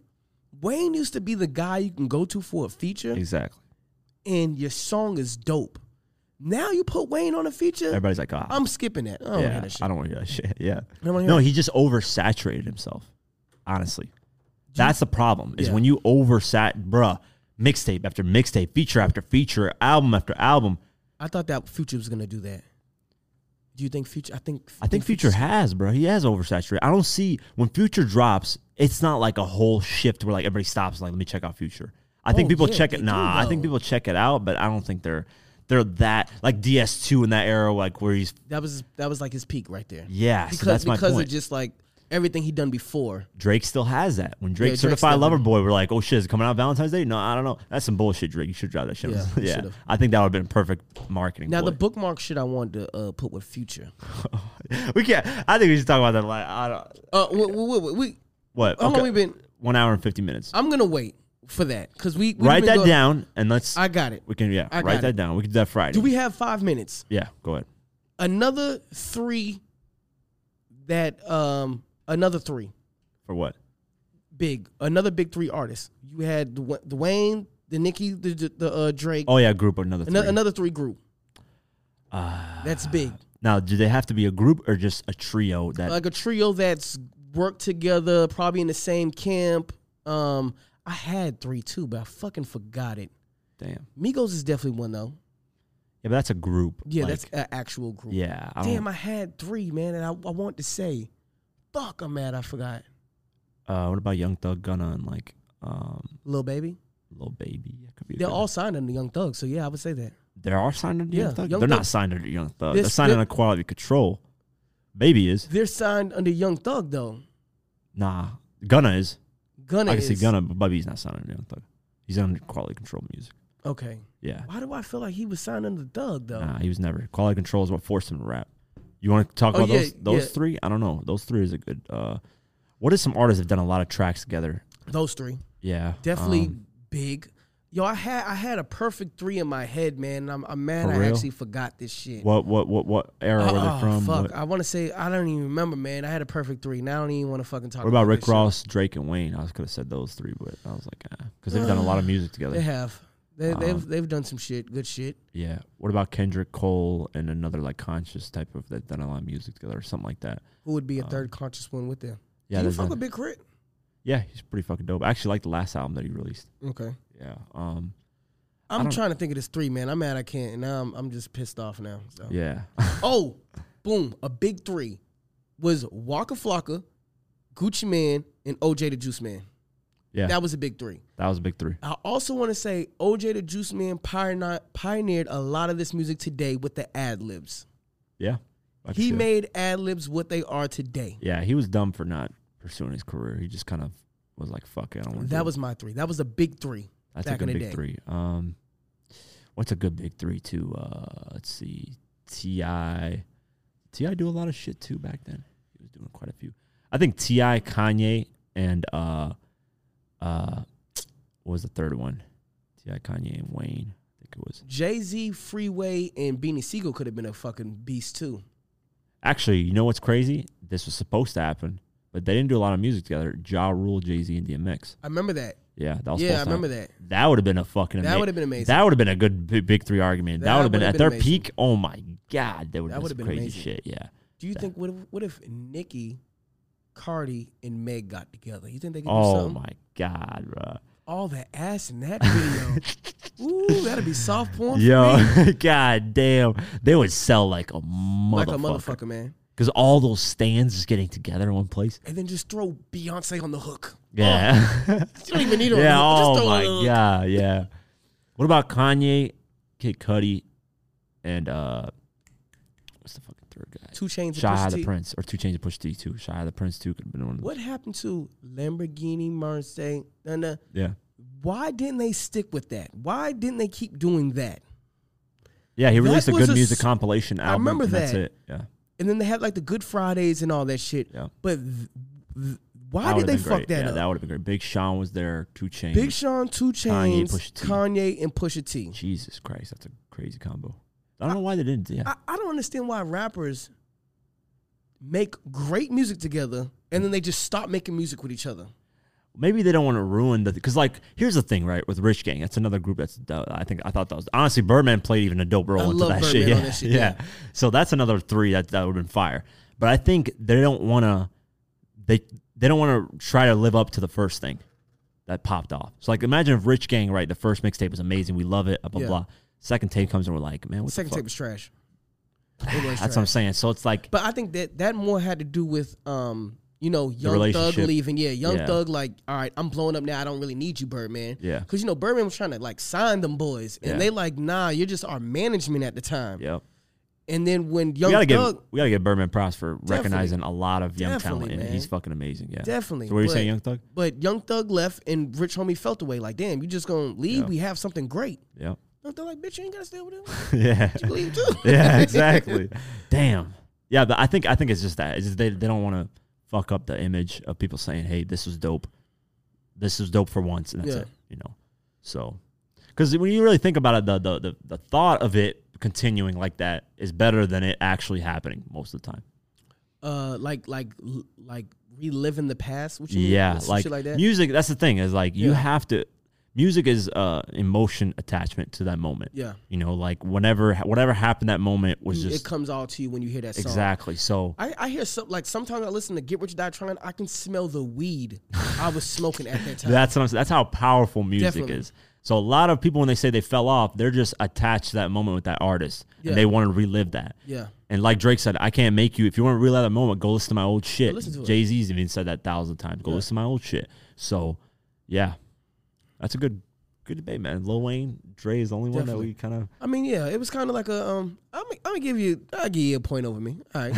Speaker 2: Wayne used to be the guy you can go to for a feature,
Speaker 1: Exactly.
Speaker 2: and your song is dope. Now you put Wayne on a feature,
Speaker 1: Everybody's like, ah,
Speaker 2: I'm skipping that. I don't hear
Speaker 1: yeah,
Speaker 2: Oh, that shit.
Speaker 1: I don't want to hear that shit. Yeah.
Speaker 2: don't wanna hear
Speaker 1: No,
Speaker 2: it.
Speaker 1: he just oversaturated himself. Honestly, that's the problem. Is
Speaker 2: Yeah.
Speaker 1: when you oversat, bruh. Mixtape after mixtape, feature after feature, album after album.
Speaker 2: I thought that Future was gonna do that. Do you think Future? I think
Speaker 1: I think Future has, bro. He has oversaturated. I don't see when Future drops, it's not like a whole shift where like everybody stops. Like, let me check out Future. I think
Speaker 2: Oh,
Speaker 1: people
Speaker 2: yeah,
Speaker 1: check it.
Speaker 2: they do,
Speaker 1: Nah, I think
Speaker 2: though.
Speaker 1: people check it out, but I don't think they're they're that like DS2 in that era, like where he's
Speaker 2: that was that was like his peak right there.
Speaker 1: yeah. so
Speaker 2: because
Speaker 1: that's my
Speaker 2: because
Speaker 1: point.
Speaker 2: of just like everything he done before.
Speaker 1: Drake still has that. When Drake
Speaker 2: Drake's
Speaker 1: certified
Speaker 2: still-
Speaker 1: lover boy, we're like, oh shit, is it coming out Valentine's Day? No, I don't know. That's some bullshit, Drake. You should drop that shit.
Speaker 2: Yeah,
Speaker 1: Yeah,
Speaker 2: you should've.
Speaker 1: I think that would have been perfect marketing.
Speaker 2: Now
Speaker 1: ploy.
Speaker 2: the bookmark shit I wanted to uh, put with Future.
Speaker 1: we can't. I think we should talk about that. Like, I don't.
Speaker 2: Uh, we, we, we, we,
Speaker 1: What?
Speaker 2: how long
Speaker 1: Okay.
Speaker 2: we been?
Speaker 1: One hour and fifty minutes.
Speaker 2: I'm gonna wait for that because we, we
Speaker 1: Write
Speaker 2: been
Speaker 1: that
Speaker 2: going-
Speaker 1: down and let's.
Speaker 2: I got it.
Speaker 1: We can yeah,
Speaker 2: I got
Speaker 1: write that
Speaker 2: it.
Speaker 1: down. We can do that Friday.
Speaker 2: Do we have five minutes?
Speaker 1: Yeah, go ahead.
Speaker 2: Another three. That um another three
Speaker 1: For what?
Speaker 2: big another big three artists. You had Dw- Dwayne, the Nicki, the the uh, Drake.
Speaker 1: Oh yeah, group another.
Speaker 2: Ano-
Speaker 1: three. Ah.
Speaker 2: another three group. That's big.
Speaker 1: Now, do they have to be a group or just a trio? That
Speaker 2: Like a trio that's worked together, probably in the same camp. Um, I had three too, but I fucking forgot it.
Speaker 1: damn, yeah,
Speaker 2: Migos is definitely one though.
Speaker 1: but that's a group.
Speaker 2: Yeah,
Speaker 1: like,
Speaker 2: that's an actual group.
Speaker 1: yeah. I
Speaker 2: Damn,
Speaker 1: don't-
Speaker 2: I had three, man, and I, I want to say, fuck, I'm mad I forgot.
Speaker 1: uh, what about Young Thug, Gunna, and like um,
Speaker 2: Lil Baby.
Speaker 1: Lil Baby? That could be a
Speaker 2: They're
Speaker 1: good-
Speaker 2: all signed under Young Thug, so yeah, I would say that.
Speaker 1: they are signed under Young
Speaker 2: Yeah,
Speaker 1: Thug.
Speaker 2: Young
Speaker 1: They're
Speaker 2: Thug.
Speaker 1: not signed under Young Thug.
Speaker 2: They're
Speaker 1: They're signed
Speaker 2: still-
Speaker 1: under Quality Control. Baby is
Speaker 2: They're signed under Young Thug though.
Speaker 1: nah. Gunna is.
Speaker 2: Gunna
Speaker 1: I can
Speaker 2: is.
Speaker 1: see Gunna, but Bubby's not signed under Young Thug. He's under Quality Control music.
Speaker 2: Okay.
Speaker 1: Yeah.
Speaker 2: Why do I feel like he was signed under Thug though?
Speaker 1: Nah, he was never. Quality control is what forced him to rap. You want to talk
Speaker 2: Oh,
Speaker 1: about
Speaker 2: yeah,
Speaker 1: those those
Speaker 2: yeah.
Speaker 1: three? I don't know. Those three is a good. Uh, what is some artists have done a lot of tracks together?
Speaker 2: Those three.
Speaker 1: Yeah,
Speaker 2: Definitely
Speaker 1: um,
Speaker 2: big. Yo, I had I had a perfect three in my head, man. and I'm, I'm mad
Speaker 1: For
Speaker 2: I
Speaker 1: real?
Speaker 2: actually forgot this shit.
Speaker 1: what what what what era were
Speaker 2: Oh,
Speaker 1: they from?
Speaker 2: fuck.
Speaker 1: What,
Speaker 2: I want to say I don't even remember, man. I had a perfect three. Now I don't even want to fucking talk.
Speaker 1: what about
Speaker 2: this
Speaker 1: Rick
Speaker 2: shit.
Speaker 1: Ross, Drake, and Wayne? I could have said those three, but I was like, because
Speaker 2: Uh,
Speaker 1: they've done a lot of music
Speaker 2: They
Speaker 1: together.
Speaker 2: have. They,
Speaker 1: Um,
Speaker 2: they've they've done some shit. Good shit.
Speaker 1: Yeah. What about Kendrick Cole and another like conscious type of that done a lot of music together or something like that?
Speaker 2: Who would be a third conscious one with them?
Speaker 1: Uh-huh. Yeah,
Speaker 2: Do you
Speaker 1: they've
Speaker 2: fuck
Speaker 1: done-
Speaker 2: with Big Crit?
Speaker 1: yeah, he's pretty fucking dope. I actually like the last album that he released.
Speaker 2: Okay.
Speaker 1: Yeah. Um.
Speaker 2: I'm
Speaker 1: don't-
Speaker 2: trying to think of this three, man. I'm mad I can't. And now I'm, I'm just pissed off now. So.
Speaker 1: Yeah.
Speaker 2: Oh, boom. A big three was Waka Flocka, Gucci Man, and OJ the Juice Man.
Speaker 1: yeah.
Speaker 2: That was a big three.
Speaker 1: that was a big three.
Speaker 2: I also want to say OJ the Juice Man pioneer- pioneered a lot of this music today with the ad libs.
Speaker 1: Yeah. I can see
Speaker 2: He
Speaker 1: that.
Speaker 2: made ad libs what they are today.
Speaker 1: Yeah, he was dumb for not pursuing his career. He just kind of was like, "Fuck it, I don't want to."
Speaker 2: That was my three. That was a big three.
Speaker 1: that's
Speaker 2: back
Speaker 1: a good
Speaker 2: in the
Speaker 1: big
Speaker 2: day.
Speaker 1: three. Um, what's a good big three too? Uh, let's see, Ti, Ti do a lot of shit too back then. He was doing quite a few. I think Ti, Kanye, and uh, uh, what was the third one? Ti, Kanye, and Wayne. I think it was
Speaker 2: Jay Z, Freeway, and Beanie Siegel could have been a fucking beast too.
Speaker 1: actually. You know what's crazy? This was supposed to happen, but they didn't do a lot of music together. Ja Rule, Jay Z, and DMX.
Speaker 2: I remember that.
Speaker 1: Yeah, that was supposed
Speaker 2: Yeah, I
Speaker 1: to happen.
Speaker 2: remember that.
Speaker 1: That would have been a fucking.
Speaker 2: That
Speaker 1: ama-
Speaker 2: would've been amazing.
Speaker 1: That would have been a good big, big three argument. That,
Speaker 2: That
Speaker 1: would have been
Speaker 2: would've
Speaker 1: at
Speaker 2: been
Speaker 1: their
Speaker 2: amazing.
Speaker 1: peak. Oh my god, they would
Speaker 2: That
Speaker 1: have
Speaker 2: would've
Speaker 1: been
Speaker 2: been
Speaker 1: crazy
Speaker 2: amazing.
Speaker 1: shit. Yeah,
Speaker 2: Do you think what if, what if Nicki, Cardi, and Meg got together? You think they could do
Speaker 1: Oh
Speaker 2: something?
Speaker 1: my god, bro.
Speaker 2: All the ass in that video. Ooh, that'd be soft porn. for me.
Speaker 1: Yo, god damn, they would sell like a
Speaker 2: like a
Speaker 1: motherfucker
Speaker 2: motherfucker, man.
Speaker 1: because all those stands is getting together in one place.
Speaker 2: And then just throw Beyonce on the hook.
Speaker 1: Yeah,
Speaker 2: Oh. You don't even need her.
Speaker 1: yeah.
Speaker 2: on the
Speaker 1: Oh
Speaker 2: hook. Just throw her
Speaker 1: my
Speaker 2: on the hook.
Speaker 1: god, yeah. What about Kanye, Kid Cudi, and uh, what's the fucking third guy?
Speaker 2: Two chains. and
Speaker 1: Shy
Speaker 2: Pusha
Speaker 1: the
Speaker 2: T.
Speaker 1: Prince or Two Chainz and Push D too. Shy the Prince too could have been one of them.
Speaker 2: What happened to Lamborghini, Marseille? Nah, nah.
Speaker 1: Yeah.
Speaker 2: Why didn't they stick with that? Why didn't they keep doing that?
Speaker 1: Yeah, he released a
Speaker 2: was
Speaker 1: good
Speaker 2: a s-
Speaker 1: music compilation album.
Speaker 2: remember
Speaker 1: and That's
Speaker 2: that.
Speaker 1: it. Yeah.
Speaker 2: And then they had like the Good Fridays and all that shit.
Speaker 1: Yeah.
Speaker 2: But th- th- why
Speaker 1: That
Speaker 2: did
Speaker 1: would've
Speaker 2: they
Speaker 1: been
Speaker 2: fuck
Speaker 1: great.
Speaker 2: that
Speaker 1: yeah,
Speaker 2: up?
Speaker 1: That would have been great. Big Sean was there. Two Chainz.
Speaker 2: Big Sean, Two
Speaker 1: Kanye,
Speaker 2: Chains,
Speaker 1: Pusha T.
Speaker 2: Kanye, and Pusha T.
Speaker 1: Jesus Christ, that's a crazy combo. I don't know why they didn't. Yeah.
Speaker 2: I, I don't understand why rappers make great music together and then they just stop making music with each other.
Speaker 1: Maybe they don't want to ruin the. Because like, here's the thing, right? With Rich Gang, that's another group that's. Uh, I think I thought that was honestly Birdman played even a dope role
Speaker 2: I
Speaker 1: into
Speaker 2: love
Speaker 1: that shit.
Speaker 2: Birdman
Speaker 1: Yeah.
Speaker 2: on that shit,
Speaker 1: yeah. So that's another three that that would have been fire. But I think they don't want to. They they don't want to try to live up to the first thing. that popped off. So like imagine if Rich Gang, right, the first mixtape was amazing, we love it, blah blah
Speaker 2: Yeah.
Speaker 1: blah. Second tape comes and we're like, man, what
Speaker 2: Second
Speaker 1: the fuck?
Speaker 2: tape was trash. It
Speaker 1: That's
Speaker 2: was
Speaker 1: what I'm
Speaker 2: trash.
Speaker 1: saying. So it's like
Speaker 2: But I think that that more had to do with um, you know, Young Thug
Speaker 1: relationship.
Speaker 2: leaving. Yeah, Young
Speaker 1: Yeah.
Speaker 2: Thug like, all right, I'm blowing up now. I don't really need you, Birdman.
Speaker 1: Yeah.
Speaker 2: because you know Birdman was trying to like sign them boys, and
Speaker 1: Yeah.
Speaker 2: they like, nah, you're just our management at the time.
Speaker 1: Yep.
Speaker 2: And then when
Speaker 1: We
Speaker 2: Young
Speaker 1: gotta
Speaker 2: Thug,
Speaker 1: give we gotta give Birdman props for recognizing a lot of young
Speaker 2: Definitely,
Speaker 1: talent and
Speaker 2: man.
Speaker 1: he's fucking amazing. Yeah.
Speaker 2: Definitely,
Speaker 1: So what are you
Speaker 2: but-
Speaker 1: saying, Young Thug?
Speaker 2: but Young Thug left, and Rich Homie felt away. Like, damn, you just gonna leave? We have something great.
Speaker 1: Yep.
Speaker 2: Young Thug like, bitch, you ain't gotta stay with him.
Speaker 1: yeah.
Speaker 2: You leave too.
Speaker 1: yeah, exactly. Damn. Yeah, but I think I think it's just that. It's just they they don't want to fuck up the image of people saying, "Hey, this was dope. This was dope for once," and that's
Speaker 2: Yeah.
Speaker 1: it. You know. So, because when you really think about it, the, the the the thought of it continuing like that is better than it actually happening most of the time.
Speaker 2: uh, like like l- like reliving the past. What you mean?
Speaker 1: Yeah,
Speaker 2: Some
Speaker 1: like,
Speaker 2: shit like that.
Speaker 1: music. That's the thing is like you
Speaker 2: Yeah.
Speaker 1: have to. music is uh emotion attachment to that moment.
Speaker 2: Yeah.
Speaker 1: You know, like whenever whatever happened that moment was
Speaker 2: You-
Speaker 1: just
Speaker 2: it comes all to you when you hear that song.
Speaker 1: exactly. So
Speaker 2: I, I hear some like sometimes I listen to Get Rich or Die Trying. I can smell the weed I was smoking at that time.
Speaker 1: that's what I'm, that's how powerful music
Speaker 2: Definitely.
Speaker 1: is. So a lot of people when they say they fell off, they're just attached to that moment with that artist
Speaker 2: Yeah.
Speaker 1: and they want to relive that.
Speaker 2: yeah,
Speaker 1: And like Drake said, I can't make you. If you want to relive that moment, go listen to my old shit.
Speaker 2: listen to it.
Speaker 1: Jay Z's even said that a thousand times. Go listen to my old shit. So, yeah, that's a good, good debate, man. Lil Wayne, Dre is the only one that
Speaker 2: Definitely.
Speaker 1: we kind of.
Speaker 2: I mean, yeah, it was kind of like a um. I'm, I'm gonna give you. I will give you a point over me. All right,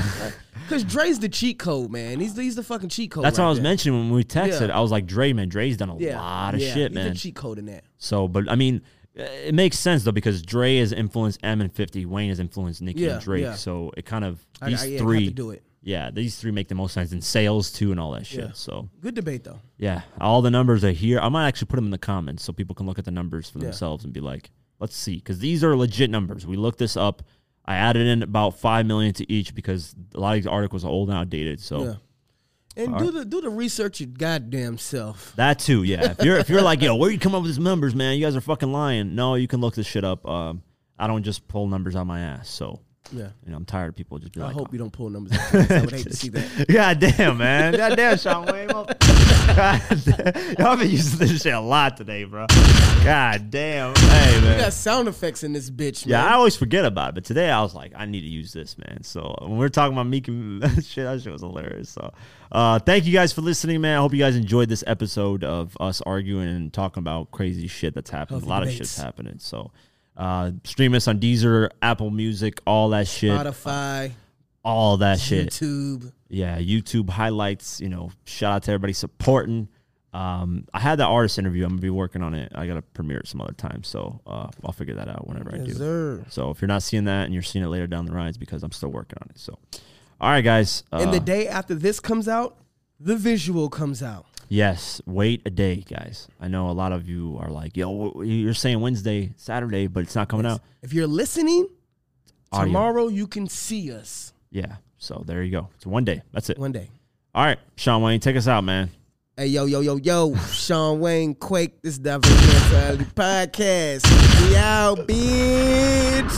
Speaker 2: because Dre's the cheat code, man. He's he's the fucking cheat code.
Speaker 1: That's
Speaker 2: right
Speaker 1: what I was
Speaker 2: there.
Speaker 1: mentioning when we texted.
Speaker 2: Yeah.
Speaker 1: I was like, Dre, man, Dre's done a
Speaker 2: Yeah,
Speaker 1: lot of
Speaker 2: yeah,
Speaker 1: shit,
Speaker 2: He's
Speaker 1: man.
Speaker 2: the cheat code in that.
Speaker 1: So, but I mean, uh, it makes sense though because Dre has influenced M and Fifty. Wayne has influenced Nicki
Speaker 2: Yeah,
Speaker 1: and Drake.
Speaker 2: yeah.
Speaker 1: So it kind of
Speaker 2: I- I-
Speaker 1: these
Speaker 2: yeah, you have
Speaker 1: three.
Speaker 2: to do it.
Speaker 1: Yeah, these three make the most sense in sales too, and all that shit.
Speaker 2: Yeah.
Speaker 1: So
Speaker 2: Good debate though.
Speaker 1: yeah, all the numbers are here. I might actually put them in the comments so people can look at the numbers for
Speaker 2: Yeah.
Speaker 1: themselves and be like, let's see, because these are legit numbers. We looked this up. I added in about five million to each because a lot of these articles are old and outdated. So.
Speaker 2: Yeah. And do the do the research your goddamn self.
Speaker 1: That too, yeah. If you're if you're like, yo, where you come up with these numbers, man? You guys are fucking lying. No, you can look this shit up. Um, I don't just pull numbers out my ass. So,
Speaker 2: Yeah.
Speaker 1: you know, I'm tired of people just be
Speaker 2: I
Speaker 1: like,
Speaker 2: hope you don't pull numbers. out your ass. I would hate to see that.
Speaker 1: God damn, man. God damn, Sean Wayne. God, I've been using this shit a lot today, bro. God damn, hey
Speaker 2: We
Speaker 1: man.
Speaker 2: got sound effects in this bitch,
Speaker 1: Yeah,
Speaker 2: man.
Speaker 1: I always forget about it, but today I was like, I need to use this, man. So when we are talking about Meek and shit, that shit was hilarious. So uh, thank you guys for listening, man. I hope you guys enjoyed this episode of us arguing and talking about crazy shit that's happening.
Speaker 2: Healthy
Speaker 1: a lot
Speaker 2: debates.
Speaker 1: of shit's happening. So uh, stream us on Deezer, Apple Music, all that shit,
Speaker 2: Spotify,
Speaker 1: all that shit.
Speaker 2: YouTube.
Speaker 1: Yeah, YouTube highlights. You know, shout out to everybody supporting. Um, I had the artist interview. I'm gonna be working on it. I gotta premiere it some other time, so uh, I'll figure that out whenever I do. So if you're not seeing that and you're seeing it later down the line, it's because I'm still working on it. So, all right, guys. Uh,
Speaker 2: and the day after this comes out, the visual comes out.
Speaker 1: yes, wait a day, guys. I know a lot of you are like, "Yo, wh- you're saying Wednesday, Saturday, but it's not coming out."
Speaker 2: If you're listening,
Speaker 1: Audio.
Speaker 2: tomorrow you can see us
Speaker 1: Yeah. So there you go. It's one day. That's it.
Speaker 2: one day.
Speaker 1: All right, Sean Wayne, take us out, man.
Speaker 2: Hey, yo, yo, yo, yo, Sean Wayne Quake. This is the Mentality Podcast. We out, bitch.